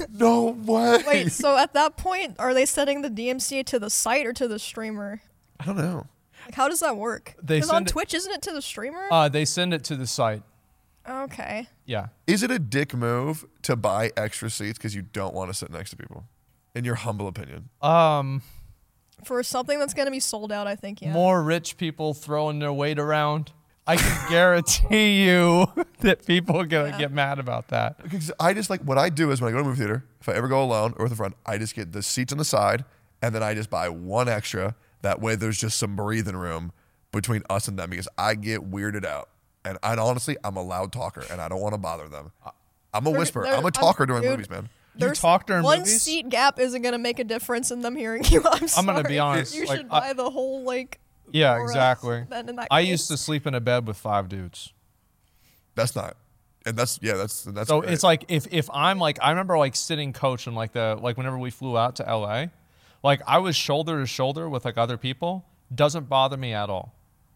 Speaker 3: No way.
Speaker 1: wait. so at that point, are they setting the DMCA to the site or to the streamer?
Speaker 3: I don't know.
Speaker 1: Like, how does that work?
Speaker 2: They
Speaker 1: Because on
Speaker 2: send it-
Speaker 1: Twitch, isn't it to the streamer?
Speaker 2: Uh, they send it to the site.
Speaker 1: okay.
Speaker 2: Yeah.
Speaker 3: Is it a dick move to buy extra seats because you don't want to sit next to people? in your humble opinion?
Speaker 2: Um,
Speaker 1: For something that's gonna be sold out, I think yeah.
Speaker 2: more rich people throwing their weight around. I can guarantee you that people are gonna get mad about that.
Speaker 3: Because I just like what I do is when I go to a movie theater, if I ever go alone or with a friend, I just get the seats on the side and then I just buy one extra. That way there's just some breathing room between us and them because I get weirded out. And I honestly, I'm a loud talker and I don't want to bother them. I'm a
Speaker 1: There-
Speaker 3: whisperer.
Speaker 1: there-
Speaker 3: I'm a talker during
Speaker 1: dude,
Speaker 3: movies, man.
Speaker 1: There's
Speaker 2: talk during
Speaker 1: one
Speaker 2: movies?
Speaker 1: seat gap isn't gonna make a difference in them hearing you. I'm,
Speaker 2: I'm gonna be
Speaker 1: sorry.
Speaker 2: honest,
Speaker 1: You
Speaker 2: like,
Speaker 1: should
Speaker 2: I-
Speaker 1: buy the whole like.
Speaker 2: Yeah,
Speaker 1: aura
Speaker 2: exactly.
Speaker 1: Then in that
Speaker 2: I
Speaker 1: case.
Speaker 2: used to sleep in a bed with five dudes.
Speaker 3: That's not. And that's yeah. That's and that's.
Speaker 2: So
Speaker 3: great.
Speaker 2: Oh, it's like if if I'm like I remember like sitting coach and like the like whenever we flew out to LA, like I was shoulder to shoulder with like other people. Doesn't bother me at all.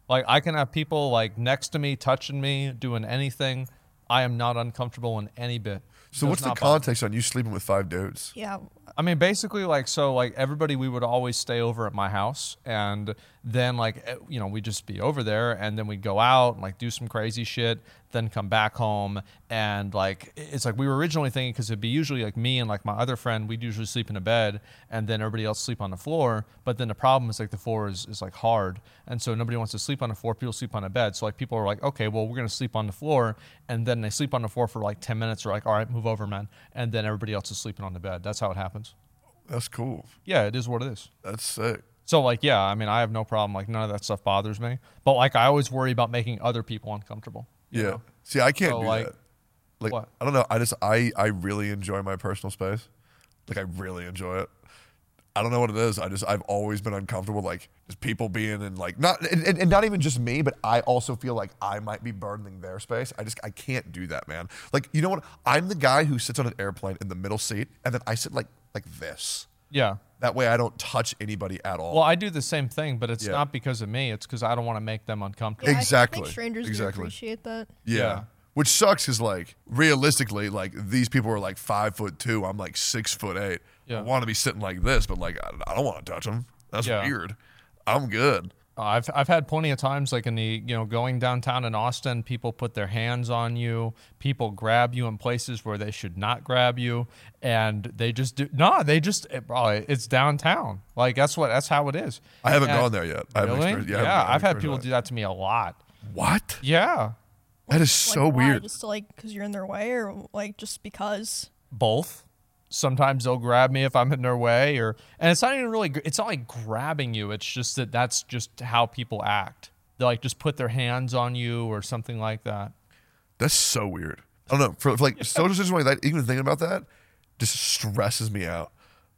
Speaker 2: Like I can have people like next to me, touching me, doing anything. I am not uncomfortable in any bit.
Speaker 3: So
Speaker 2: Does
Speaker 3: what's the
Speaker 2: not bother me.
Speaker 3: context on you sleeping with five dudes?
Speaker 1: Yeah.
Speaker 2: I mean, basically, like, so, like, everybody, we would always stay over at my house. And then, like, eh, you know, we'd just be over there. And then we'd go out and, like, do some crazy shit, then come back home. And, like, i- it's like we were originally thinking, because it'd be usually, like, me and, like, my other friend, we'd usually sleep in a bed and then everybody else sleep on the floor. But then the problem is, like, the floor is, is like, hard. And so nobody wants to sleep on the floor. People sleep on a bed. So, like, people are like, okay, well, we're going to sleep on the floor. And then they sleep on the floor for, like, 10 minutes. Or, like, all right, move over, man. And then everybody else is sleeping on the bed. That's how it happens.
Speaker 3: That's cool.
Speaker 2: Yeah, it is what it is.
Speaker 3: That's sick.
Speaker 2: So like yeah, I mean I have no problem like none of that stuff bothers me. But like I always worry about making other people uncomfortable.
Speaker 3: Yeah. See, I can't
Speaker 2: So,
Speaker 3: do
Speaker 2: like-
Speaker 3: that. Like
Speaker 2: what?
Speaker 3: I don't know. I just I I really enjoy my personal space. Like I really enjoy it. I don't know what it is. I just I've always been uncomfortable. Like just people being in like not and, and- and not even just me, but I also feel like I might be burdening their space. I just I can't do that, man. Like you know what? I'm the guy who sits on an airplane in the middle seat, and then I sit like like this.
Speaker 2: Yeah.
Speaker 3: That way I don't touch anybody at all.
Speaker 2: Well, I do the same thing, but it's
Speaker 3: Yeah.
Speaker 2: not because of me. It's because I don't want to make them uncomfortable.
Speaker 1: Yeah, I- I
Speaker 3: Exactly.
Speaker 1: think strangers would
Speaker 3: Exactly.
Speaker 1: appreciate that.
Speaker 3: Yeah.
Speaker 2: Yeah.
Speaker 3: Which sucks because like realistically, like these people are like five foot two. I'm like six foot eight.
Speaker 2: Yeah.
Speaker 3: I want to be sitting like this, but like I, I don't want to touch them. That's
Speaker 2: Yeah.
Speaker 3: weird. I'm good.
Speaker 2: I've I've had plenty of times like in the you know going downtown in Austin, people put their hands on you, people grab you in places where they should not grab you, and they just do no, they just it, bro, it's downtown. Like that's what that's how it is.
Speaker 3: I haven't
Speaker 2: And-
Speaker 3: gone there yet. I haven't
Speaker 2: Really?
Speaker 3: experienced-
Speaker 2: yeah,
Speaker 3: I haven't- I haven't
Speaker 2: I've had people
Speaker 3: experienced
Speaker 2: do that to me a lot.
Speaker 3: that. What?
Speaker 2: Yeah,
Speaker 3: That is
Speaker 1: Like,
Speaker 3: so
Speaker 1: why?
Speaker 3: weird.
Speaker 1: Just to, like because you're in their way, or like just because.
Speaker 2: both. Sometimes they'll grab me if I'm in their way, or and it's not even really. gr- It's not like grabbing you. It's just that that's just how people act. They like just put their hands on you or something like that.
Speaker 3: That's so weird. I don't know. For, for, like social situations like that, even thinking about that just stresses me out.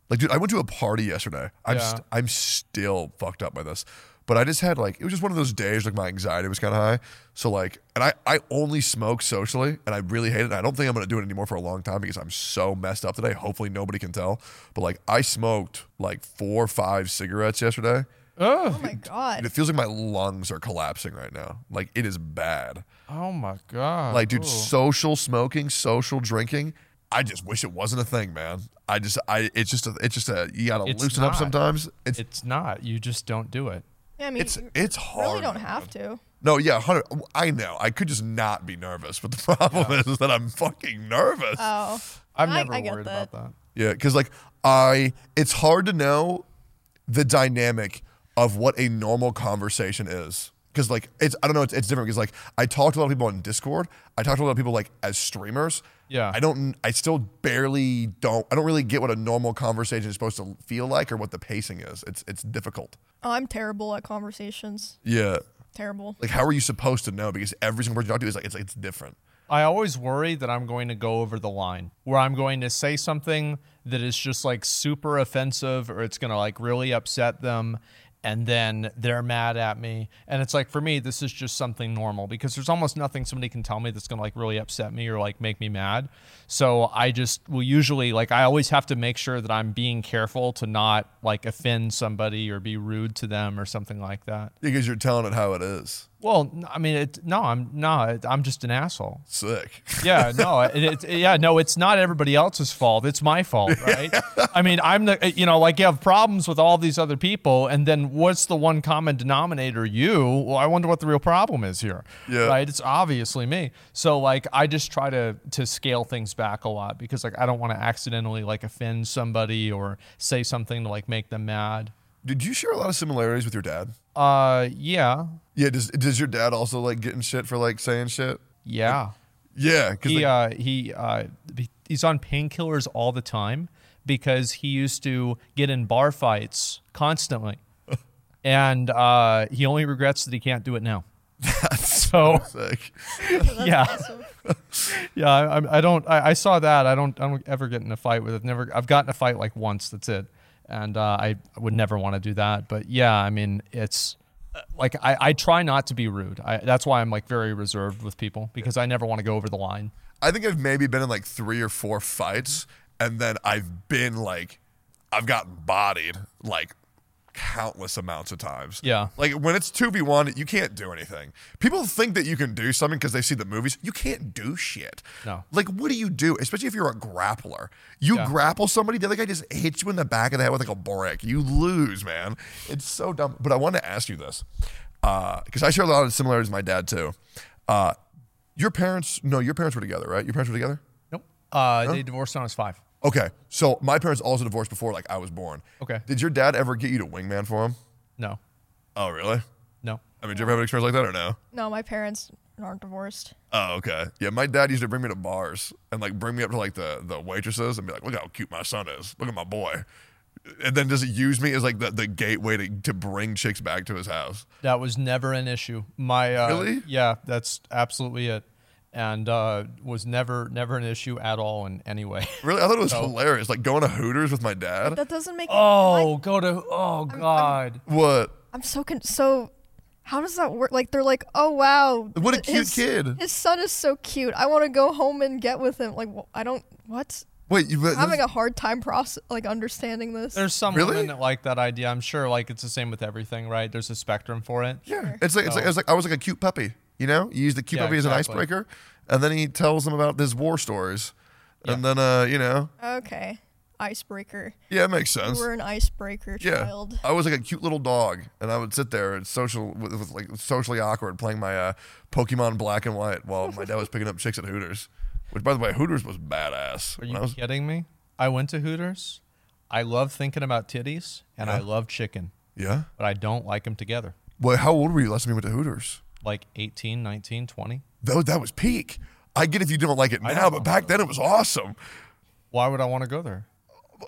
Speaker 3: Like, dude, I went to a party yesterday. I'm
Speaker 2: Yeah.
Speaker 3: st- I'm still fucked up by this, but I just had like it was just one of those days. Like my anxiety was kind of high, so like, and I I only smoke socially, and I really hate it. And I don't think I'm gonna do it anymore for a long time because I'm so messed up today. Hopefully nobody can tell, but like I smoked like four or five cigarettes yesterday,
Speaker 1: Oh my
Speaker 3: and
Speaker 1: god.
Speaker 3: it feels like my lungs are collapsing right now. Like it is bad.
Speaker 2: Oh my god!
Speaker 3: Like, dude,
Speaker 2: Ooh.
Speaker 3: social smoking, social drinking. I just wish it wasn't a thing, man. I just, I, it's just, a, it's just a, you gotta
Speaker 2: It's
Speaker 3: loosen up
Speaker 2: not.
Speaker 3: sometimes. It's,
Speaker 2: it's not. You just don't do it.
Speaker 1: Yeah, I mean,
Speaker 3: it's,
Speaker 1: you
Speaker 3: it's
Speaker 1: really
Speaker 3: hard.
Speaker 1: don't
Speaker 3: man.
Speaker 1: have to.
Speaker 3: No, yeah, hundred. I know. I could just not be nervous, but the problem is that I'm fucking nervous.
Speaker 1: Oh.
Speaker 2: I've
Speaker 1: I-
Speaker 2: never
Speaker 1: I get
Speaker 2: worried about that.
Speaker 3: Yeah, because like I, it's hard to know the dynamic of what a normal conversation is. Because like it's, I don't know, it's, it's different. Because like I talk to a lot of people on Discord. I talk to a lot of people like as streamers.
Speaker 2: Yeah.
Speaker 3: I don't. I still barely don't. I don't really get what a normal conversation is supposed to feel like or what the pacing is. It's it's difficult.
Speaker 1: Oh, I'm terrible at conversations.
Speaker 3: Yeah.
Speaker 1: Terrible.
Speaker 3: Like how are you supposed to know? Because every single person you talk to is like it's it's different.
Speaker 2: I always worry that I'm going to go over the line where I'm going to say something that is just like super offensive or it's going to like really upset them and then they're mad at me. And it's like for me this is just something normal because there's almost nothing somebody can tell me that's going to like really upset me or like make me mad. So I just will usually like I always have to make sure that I'm being careful to not like offend somebody or be rude to them or something like that.
Speaker 3: Because you're telling it how it is.
Speaker 6: Well, n- I mean, it, no, I'm no, I'm just an asshole.
Speaker 3: Sick.
Speaker 6: Yeah, no, it, it, yeah, no. It's not everybody else's fault. It's my fault, right? I mean, I'm the, you know, like you have problems with all these other people, and then what's the one common denominator? You. Well, I wonder what the real problem is here,
Speaker 3: Yeah.
Speaker 6: right? It's obviously me. So like, I just try to to scale things back a lot because like I don't want to accidentally like offend somebody or say something to like make them mad.
Speaker 3: Did you share a lot of similarities with your dad?
Speaker 6: Uh, yeah,
Speaker 3: Yeah. Does Does your dad also like getting shit for like saying shit?
Speaker 6: yeah.
Speaker 3: Yeah. Because
Speaker 6: he uh, he uh, be- he's on painkillers all the time because he used to get in bar fights constantly, and uh, he only regrets that he can't do it now. so
Speaker 3: sick.
Speaker 6: yeah, yeah. I, I- I don't. I, I saw that. I don't. I don't ever get in a fight with. I've never. I've gotten in a fight like once. That's it. And uh, I would never want to do that. But yeah, I mean, it's uh, like I, I try not to be rude. I, that's why I'm like very reserved with people because I never want to go over the line.
Speaker 3: I think I've maybe been in like three or four fights, and then I've been like, I've gotten bodied like countless amounts of times.
Speaker 6: Yeah.
Speaker 3: Like when it's 2v1, you can't do anything. People think that you can do something because they see the movies. You can't do shit.
Speaker 6: No.
Speaker 3: Like, what do you do? Especially if you're a grappler. You grapple somebody, the other guy just hits you in the back of the head with like a brick. You lose, man. It's so dumb. But I wanted to ask you this because I share a lot of similarities with my dad, too. Uh, your parents, no, your parents were together, right? Your parents were together?
Speaker 6: Nope. Uh, They divorced when I was five.
Speaker 3: Okay. So my parents also divorced before like I was born.
Speaker 6: Okay.
Speaker 3: Did your dad ever get you to wingman for him?
Speaker 6: No,
Speaker 3: Oh, really?
Speaker 6: no.
Speaker 3: I mean, did you ever have an experience like that or no?
Speaker 1: No, my parents aren't divorced.
Speaker 3: Oh, okay. Yeah, my dad used to bring me to bars and like bring me up to like the the waitresses and be like, "Look how cute my son is. Look at my boy," and then just use me as like the, the gateway to, to bring chicks back to his house.
Speaker 6: That was never an issue. My uh,
Speaker 3: Really?
Speaker 6: yeah, that's absolutely it, and uh, was never never an issue at all in any way.
Speaker 3: Really, I thought it was hilarious. Like going to Hooters with my dad.
Speaker 1: That doesn't make.
Speaker 6: Oh, go to oh god.
Speaker 3: What?
Speaker 1: I'm so con- so. How does that work? Like they're like, oh wow,
Speaker 3: What a
Speaker 1: th-
Speaker 3: cute kid."
Speaker 1: His son is so cute. I want to go home and get with him. Like wh- I don't what.
Speaker 3: Wait, you but
Speaker 1: I'm having a hard time process like understanding this.
Speaker 6: There's some
Speaker 3: Really?
Speaker 6: women that like that idea. I'm sure like it's the same with everything, right? There's a spectrum for it.
Speaker 3: yeah. It's like it's like, it's like I was like a cute puppy. You know, you use the cute
Speaker 6: Oh. Yeah,
Speaker 3: puppy as an
Speaker 6: exactly.
Speaker 3: icebreaker, and then he tells them about his war stories, and then uh, you know,
Speaker 1: okay, icebreaker.
Speaker 3: yeah, it makes sense.
Speaker 1: You were an icebreaker
Speaker 3: Yeah,
Speaker 1: child.
Speaker 3: I was like a cute little dog, and I would sit there and social with, with like socially awkward, playing my uh, Pokemon Black and White while my dad was picking up chicks at Hooters. Which, by the way, Hooters was badass.
Speaker 6: Are
Speaker 3: When
Speaker 6: you
Speaker 3: I was-
Speaker 6: kidding me? I went to Hooters. I love thinking about titties and I love chicken,
Speaker 3: yeah.
Speaker 6: but I don't like them together.
Speaker 3: Well, how old were you last time you went to Hooters?
Speaker 6: Like 18, 19, 20.
Speaker 3: Though that was peak. I get if you don't like it now,
Speaker 6: don't
Speaker 3: but back then it was awesome.
Speaker 6: Why would I want to go there?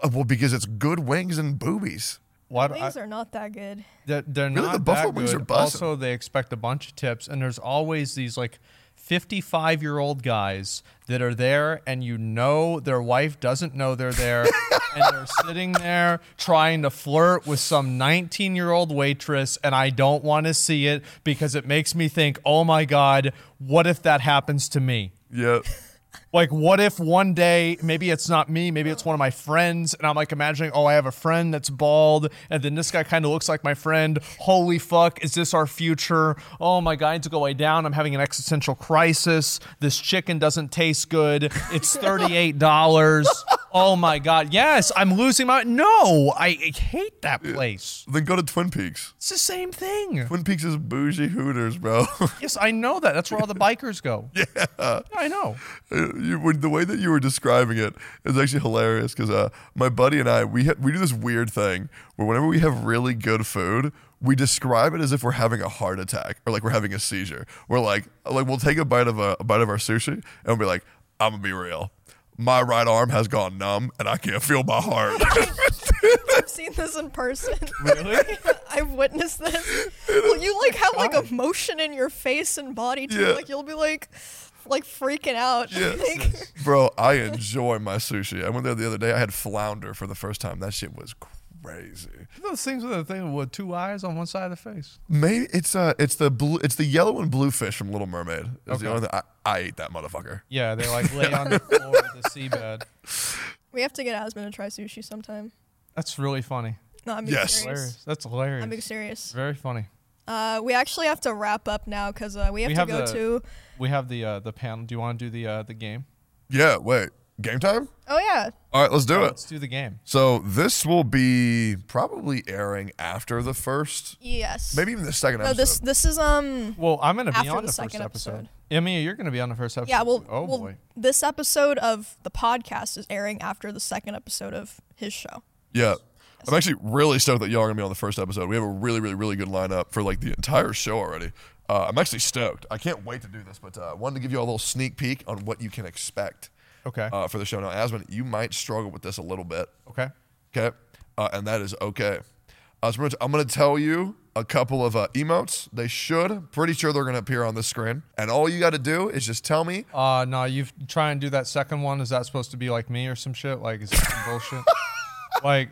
Speaker 3: Uh, Well, because it's good wings and boobies.
Speaker 6: Why do I-
Speaker 1: Wings are not that good.
Speaker 6: They're, they're
Speaker 3: Really,
Speaker 6: not
Speaker 3: the buffalo
Speaker 6: that
Speaker 3: wings
Speaker 6: good.
Speaker 3: are bussin'.
Speaker 6: Also, they expect a bunch of tips, and there's always these like 55 year old guys that are there, and you know their wife doesn't know they're there, and they're sitting there trying to flirt with some 19 year old waitress, and I don't want to see it because it makes me think, oh my god, what if that happens to me?
Speaker 3: Yeah.
Speaker 6: Like, what if one day, maybe it's not me, maybe it's one of my friends, and I'm like imagining, oh, I have a friend that's bald, and then this guy kind of looks like my friend. Holy fuck, is this our future? Oh, my guides go way down. I'm having an existential crisis. This chicken doesn't taste good. It's $38. oh, my God. Yes, I'm losing my. No, I, I hate that place.
Speaker 3: Then go to Twin Peaks.
Speaker 6: It's the same thing.
Speaker 3: Twin Peaks is bougie Hooters, bro.
Speaker 6: Yes, I know that. That's where all the bikers go. Yeah. I know.
Speaker 3: you, when- the way that you were describing it is actually hilarious because uh, my buddy and I we ha- we do this weird thing where whenever we have really good food, we describe it as if we're having a heart attack or like we're having a seizure. We're like like we'll take a bite of a, a bite of our sushi and we'll be like, I'm gonna be real. My right arm has gone numb and I can't feel my heart.
Speaker 1: I've seen this in person. Really? I've witnessed this. Well, you like have like emotion in your face and body too.
Speaker 3: Yeah.
Speaker 1: Like you'll be like, like freaking out.
Speaker 3: Yeah.
Speaker 1: Like,
Speaker 3: Bro, I enjoy my sushi. I went there the other day. I had flounder for the first time. That shit was crazy.
Speaker 6: Those things with the thing with two eyes on one side of the face.
Speaker 3: Maybe it's uh it's the blue it's the yellow and blue fish from Little Mermaid. It's the only thing I, I ate that motherfucker.
Speaker 6: Yeah, they like lay on the floor of the seabed.
Speaker 1: we have to get Asmund to try sushi sometime.
Speaker 6: That's really funny.
Speaker 1: No, I'm being
Speaker 3: Yes.
Speaker 1: serious.
Speaker 6: That's hilarious.
Speaker 1: I'm being serious.
Speaker 6: Very funny.
Speaker 1: Uh, we actually have to wrap up now because uh, we have
Speaker 2: We
Speaker 1: to
Speaker 2: have
Speaker 1: go
Speaker 2: the-
Speaker 1: to.
Speaker 2: We have the uh, the panel. Do you want to do the uh, the game?
Speaker 3: Yeah, wait. Game time?
Speaker 1: Oh yeah,
Speaker 3: All right, let's do
Speaker 2: Let's
Speaker 3: it.
Speaker 2: do the game.
Speaker 3: So this will be probably airing after the first,
Speaker 1: yes.
Speaker 3: maybe even the second
Speaker 1: No,
Speaker 3: episode.
Speaker 1: this this is um.
Speaker 2: Well, I'm going to be
Speaker 1: After
Speaker 2: on
Speaker 1: the
Speaker 2: the, first
Speaker 1: second
Speaker 2: episode.
Speaker 1: episode.
Speaker 2: Emiya, you're going to be on the first episode.
Speaker 1: Yeah, well,
Speaker 2: too. oh
Speaker 1: well,
Speaker 2: boy.
Speaker 1: this episode of the podcast is airing after the second episode of his show.
Speaker 3: yeah. I'm actually really stoked that y'all are gonna be on the first episode. We have a really, really, really good lineup for like the entire show already. Uh, I'm actually stoked. I can't wait to do this, but uh, I wanted to give you a little sneak peek on what you can expect
Speaker 2: Okay.
Speaker 3: uh, for the show. Now, Asmund, you might struggle with this a little bit.
Speaker 2: okay.
Speaker 3: Okay. Uh, and that is okay. Uh, so pretty much- I'm going to tell you a couple of uh, emotes. They should. Pretty sure they're going to appear on the screen. And all you got to do is just tell me.
Speaker 2: Uh, no, you try and do that second one. Is that supposed to be like me or some shit? Like, is that some bullshit? Like,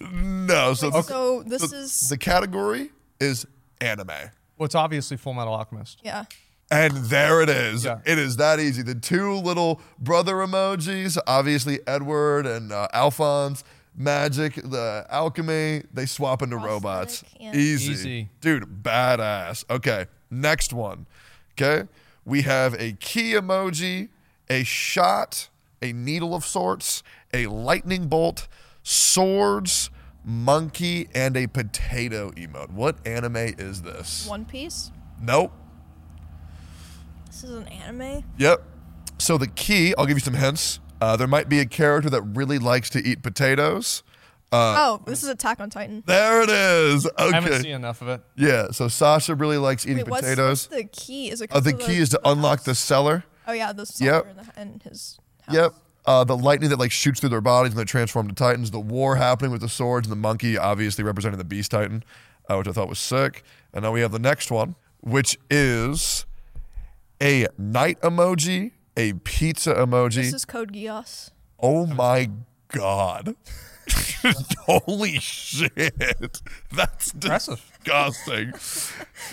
Speaker 3: No. So, th-
Speaker 1: So this
Speaker 3: the,
Speaker 1: is
Speaker 3: the category is anime.
Speaker 2: well, it's obviously Full Metal Alchemist.
Speaker 1: yeah.
Speaker 3: And there it is.
Speaker 2: Yeah.
Speaker 3: It is that easy. The two little brother emojis, obviously Edward and uh, Alphonse, magic, the alchemy, they swap into robots.
Speaker 1: yeah.
Speaker 3: Easy.
Speaker 2: Easy.
Speaker 3: Dude, badass. Okay, next one. Okay, we have a key emoji, a shot, a needle of sorts, a lightning bolt, swords, monkey, and a potato emote. What anime is this?
Speaker 1: One Piece.
Speaker 3: Nope.
Speaker 1: This is an anime.
Speaker 3: Yep. So the key, I'll give you some hints. Uh, there might be a character that really likes to eat potatoes. Uh,
Speaker 1: oh, this is Attack on Titan.
Speaker 3: There it is.
Speaker 2: I haven't seen
Speaker 3: Okay.
Speaker 2: enough of it.
Speaker 3: Yeah. So Sasha really likes eating
Speaker 1: Wait, what's, what's
Speaker 3: potatoes.
Speaker 1: the key? Is it?
Speaker 3: uh, the key is to unlock the cellar.
Speaker 1: Oh yeah, the yep.
Speaker 3: Yep.
Speaker 1: in, the, in his. House.
Speaker 3: Yep. Uh, the lightning that like shoots through their bodies and they transform to titans. The war happening with the swords and the monkey, obviously representing the beast titan, uh, which I thought was sick. And now we have the next one, which is a knight emoji, a pizza emoji.
Speaker 1: This is Code Geass.
Speaker 3: Oh my god. Holy shit. That's
Speaker 2: Impressive.
Speaker 3: disgusting.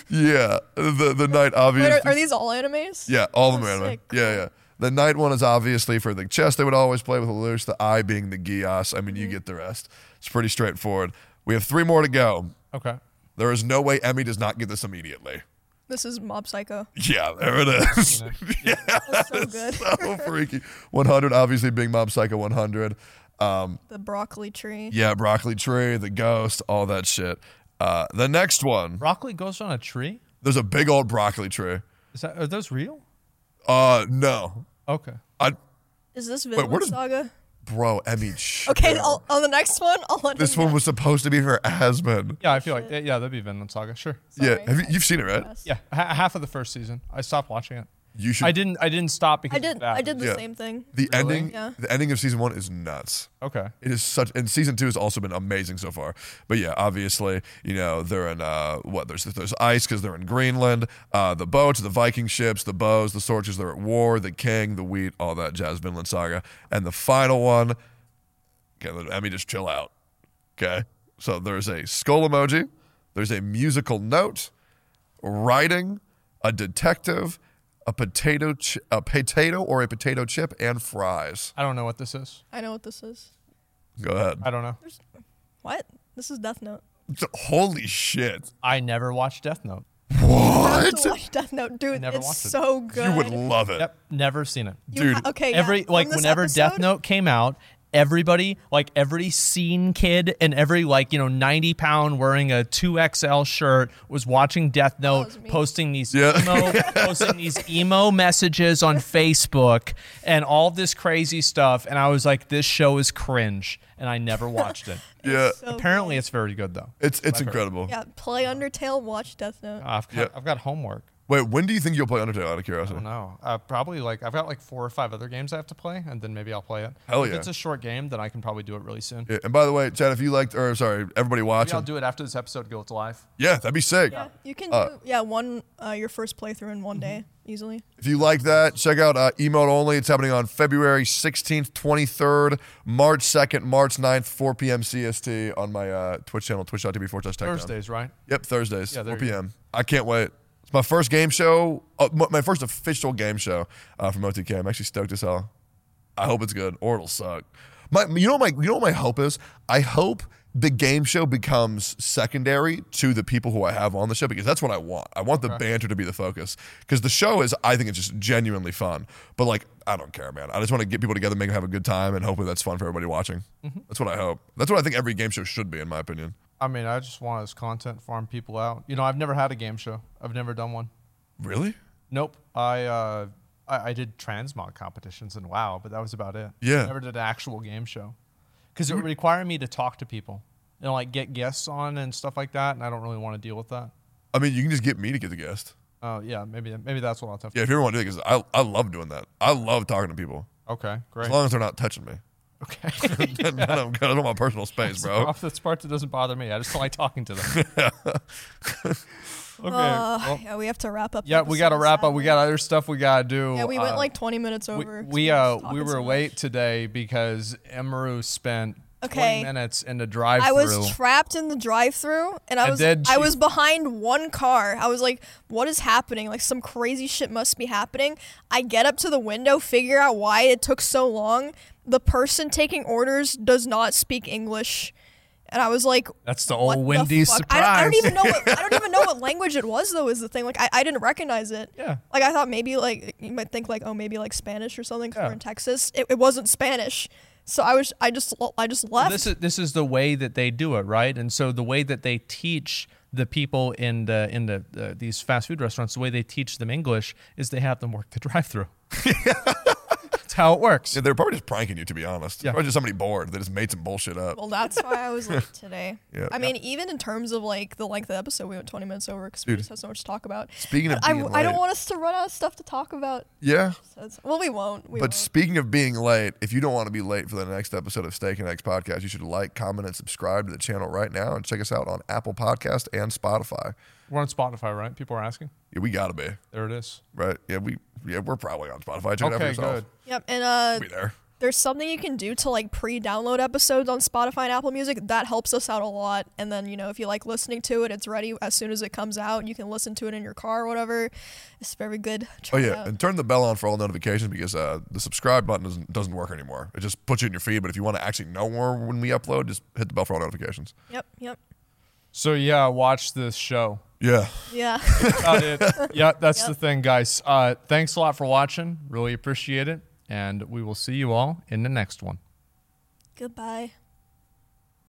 Speaker 3: yeah. The the night obviously
Speaker 1: Wait, are, are these all animes?
Speaker 3: Yeah, all of them
Speaker 1: That's
Speaker 3: anime.
Speaker 1: sick.
Speaker 3: Yeah, yeah. The night one is obviously for the chess they would always play with a loose, the eye being the gias. I mean,
Speaker 1: Mm-hmm.
Speaker 3: you get the rest. It's pretty straightforward. We have three more to go.
Speaker 2: Okay.
Speaker 3: There is no way Emmy does not get this immediately.
Speaker 1: This is Mob Psycho.
Speaker 3: Yeah, there it is. yeah,
Speaker 1: That's so good.
Speaker 3: so freaky. 100, obviously, being Mob Psycho 100. Um,
Speaker 1: The broccoli tree.
Speaker 3: Yeah, broccoli tree, the ghost, all that shit. Uh, the next one,
Speaker 2: Broccoli goes on a tree?
Speaker 3: there's a big old broccoli tree.
Speaker 2: Is that, are those real?
Speaker 3: Uh, no,
Speaker 2: Okay.
Speaker 3: I,
Speaker 1: Is this
Speaker 3: where
Speaker 1: Vinland
Speaker 3: does-
Speaker 1: Saga?
Speaker 3: bro, Emmy. chill.
Speaker 1: Okay, I'll, on the next one, I'll let
Speaker 3: this
Speaker 1: him
Speaker 3: one
Speaker 1: know.
Speaker 3: was supposed to be for Asmund.
Speaker 2: Yeah, I feel like, yeah, that'd be Vinland Saga. Sure.
Speaker 3: Yeah,
Speaker 1: Sorry.
Speaker 3: have you, you've seen it, right?
Speaker 2: Yeah, ha- half of the first season. I stopped watching it.
Speaker 3: You should.
Speaker 2: I didn't. I didn't stop because
Speaker 1: I
Speaker 2: of
Speaker 1: did.
Speaker 2: that.
Speaker 1: I did the
Speaker 3: Yeah.
Speaker 1: same thing.
Speaker 3: The ending,
Speaker 1: Yeah.
Speaker 3: the ending of season one is nuts.
Speaker 2: Okay.
Speaker 3: It is such, and season two has also been amazing so far. But yeah, obviously, you know they're in uh, what there's there's ice because they're in Greenland. Uh, the boats, the Viking ships, the bows, the sorties, they're at war. The king, the wheat, all that jazz. Vinland Saga, and the final one. Okay, I mean just chill out. Okay, so there's a skull emoji, there's a musical note, writing, a detective, a potato, ch- a potato or a potato chip, and fries.
Speaker 2: I don't know what this is.
Speaker 1: I know what this is.
Speaker 3: Go ahead.
Speaker 6: Uh,
Speaker 2: I don't know.
Speaker 1: What? This is Death Note.
Speaker 3: Holy shit.
Speaker 2: I never watched Death Note.
Speaker 1: I have
Speaker 3: What?
Speaker 1: to watch Death Note, dude.
Speaker 2: never
Speaker 1: it's
Speaker 2: watched it.
Speaker 1: so good.
Speaker 3: You would love it.
Speaker 2: Yep. Never seen it.
Speaker 1: You
Speaker 3: dude.
Speaker 1: ha- okay. yeah.
Speaker 2: every
Speaker 1: From
Speaker 2: like
Speaker 1: this
Speaker 2: whenever Death
Speaker 1: episode-
Speaker 2: Note came out, everybody like every scene kid and every like you know ninety pound wearing a two XL shirt was watching Death
Speaker 1: was
Speaker 2: Note,
Speaker 1: me.
Speaker 2: posting these
Speaker 3: Yeah.
Speaker 2: emo, posting these emo messages on Facebook and all this crazy stuff, and I was like, this show is cringe, and I never watched it.
Speaker 3: Yeah.
Speaker 1: so good.
Speaker 2: Apparently, it's very good though.
Speaker 3: It's it's incredible.
Speaker 1: Yeah, play Undertale, watch Death Note.
Speaker 2: I've got, I've got homework.
Speaker 3: Wait, when do you think you'll play Undertale out of curiosity?
Speaker 2: No, uh, probably like I've got like four or five other games I have to play, and then maybe I'll play it.
Speaker 3: Hell
Speaker 2: if
Speaker 3: yeah.
Speaker 2: it's a short game, then I can probably do it really soon.
Speaker 3: Yeah, and by the way, Chad, if you liked or sorry, everybody
Speaker 2: Maybe I'll
Speaker 3: watching.
Speaker 2: do it after this episode goes live.
Speaker 3: Yeah, that'd be sick.
Speaker 1: Yeah, you can do yeah one uh, your first playthrough in one
Speaker 2: Mm-hmm.
Speaker 1: day easily.
Speaker 3: If you like that, check out uh, Emote Only. It's happening on February 16th, 23rd, March 2nd, March 9th, 4 p.m. CST on my uh, Twitch channel, twitch.tv forward slash Techdown.
Speaker 2: Thursdays, right?
Speaker 3: Yep, Thursdays,
Speaker 2: Yeah, there
Speaker 3: 4
Speaker 2: you go.
Speaker 3: p.m. I can't wait. It's my first game show, uh, m- my first official game show uh, from OTK. I'm actually stoked as hell. I hope it's good, or it'll suck. My, you know, what my, you know, what my hope is. I hope the game show becomes secondary to the people who I have on the show because that's what I want. I want the banter to be the focus because the show is, I think it's just genuinely fun. But like, I don't care, man. I just want to get people together, make them have a good time, and hopefully that's fun for everybody watching.
Speaker 2: Mm-hmm.
Speaker 3: That's what I hope. That's what I think every game show should be, in my opinion.
Speaker 2: I mean, I just want his content farm people out. You know, I've never had a game show. I've never done one.
Speaker 3: Really?
Speaker 2: Nope. I uh, I, I did transmog competitions and wow, but that was about it.
Speaker 3: Yeah.
Speaker 2: Never did an actual game show because it would require me to talk to people and like get guests on and stuff like that, and I don't really want to deal with that.
Speaker 3: I mean, you can just get me to get the guest.
Speaker 2: Uh, yeah, maybe maybe that's what I'll have to.
Speaker 3: Yeah, if you ever want to do it, because I, I love doing that. I love talking to people
Speaker 2: Okay,
Speaker 3: as
Speaker 2: great.
Speaker 3: long as they're not touching me.
Speaker 2: Okay.
Speaker 3: Then I'm good. I don't want my personal space, bro.
Speaker 2: off this part that doesn't bother me. I just like talking to them. okay.
Speaker 1: Uh,
Speaker 2: well,
Speaker 1: yeah, we have to wrap up.
Speaker 2: yeah, we got to
Speaker 1: episode
Speaker 2: wrap up. We
Speaker 1: seven.
Speaker 2: got other stuff we got to do.
Speaker 1: Yeah, we went
Speaker 2: Uh,
Speaker 1: like 20 minutes
Speaker 2: we-
Speaker 1: over. 'cause
Speaker 2: we
Speaker 1: were
Speaker 2: uh
Speaker 1: just
Speaker 2: we
Speaker 1: talking so
Speaker 2: were
Speaker 1: much.
Speaker 2: late today because Emru spent 20
Speaker 1: Okay.
Speaker 2: minutes in the drive
Speaker 1: I was
Speaker 2: through.
Speaker 1: trapped in the drive-through, and I
Speaker 2: And
Speaker 1: was
Speaker 2: then
Speaker 1: I
Speaker 2: she-
Speaker 1: was behind one car. I was like, "What is happening? Like some crazy shit must be happening." I get up to the window, figure out why it took so long. The person taking orders does not speak English, and I was like,
Speaker 2: That's the
Speaker 1: "What
Speaker 2: old Wendy's
Speaker 1: the fuck?
Speaker 2: surprise.
Speaker 1: I, I don't even know. What, I don't even know what language it was though. Is the thing like I, I didn't recognize it.
Speaker 2: Yeah.
Speaker 1: Like I thought maybe like you might think like oh maybe like Spanish or something. 'cause
Speaker 2: Yeah.
Speaker 1: We're in Texas. It, it wasn't Spanish. So I was I just I just left.
Speaker 2: this is this is the way that they do it, right? And so the way that they teach the people in the in the uh, these fast food restaurants, the way they teach them English is they have them work the drive through. That's how it works.
Speaker 3: Yeah, they're probably just pranking you, to be honest. Probably just somebody bored. They just made some bullshit up.
Speaker 1: Well, that's why I was late today.
Speaker 3: Yeah.
Speaker 1: I mean, even in terms of like the length of the episode, we went 20 minutes over because we
Speaker 3: Dude.
Speaker 1: just have so much to talk about.
Speaker 3: Speaking of
Speaker 1: I,
Speaker 3: being
Speaker 1: I don't
Speaker 3: late-
Speaker 1: want us to run out of stuff to talk about.
Speaker 3: yeah.
Speaker 1: So it's- well, we won't. We
Speaker 3: But
Speaker 1: won't.
Speaker 3: speaking of being late, if you don't want to be late for the next episode of Steak and Eggs Podcast, you should like, comment, and subscribe to the channel right now and check us out on Apple Podcast and Spotify.
Speaker 2: We're on Spotify, right? People are asking.
Speaker 3: Yeah, we gotta be.
Speaker 2: There it is.
Speaker 3: Right? Yeah, we yeah, we're probably on Spotify. Check it out for
Speaker 2: Okay,
Speaker 3: yourself.
Speaker 2: good.
Speaker 1: Yep. And uh,
Speaker 3: We'll be there.
Speaker 1: there's something you can do to like pre-download episodes on Spotify and Apple Music. That helps us out a lot. And then you know, if you like listening to it, it's ready as soon as it comes out. You can listen to it in your car or whatever. It's very good.
Speaker 3: Oh
Speaker 1: Check it
Speaker 3: yeah,
Speaker 1: out.
Speaker 3: and turn the bell on for all notifications because uh, the subscribe button doesn't doesn't work anymore. It just puts you in your feed. But if you want to actually know more when we upload, just hit the bell for all notifications.
Speaker 1: Yep. Yep.
Speaker 2: So yeah, watch this show.
Speaker 3: Yeah,
Speaker 1: Yeah.
Speaker 2: about it. Yeah, that's
Speaker 1: Yep.
Speaker 2: the thing, guys. Uh, thanks a lot for watching. Really appreciate it. And we will see you all in the next one.
Speaker 1: Goodbye.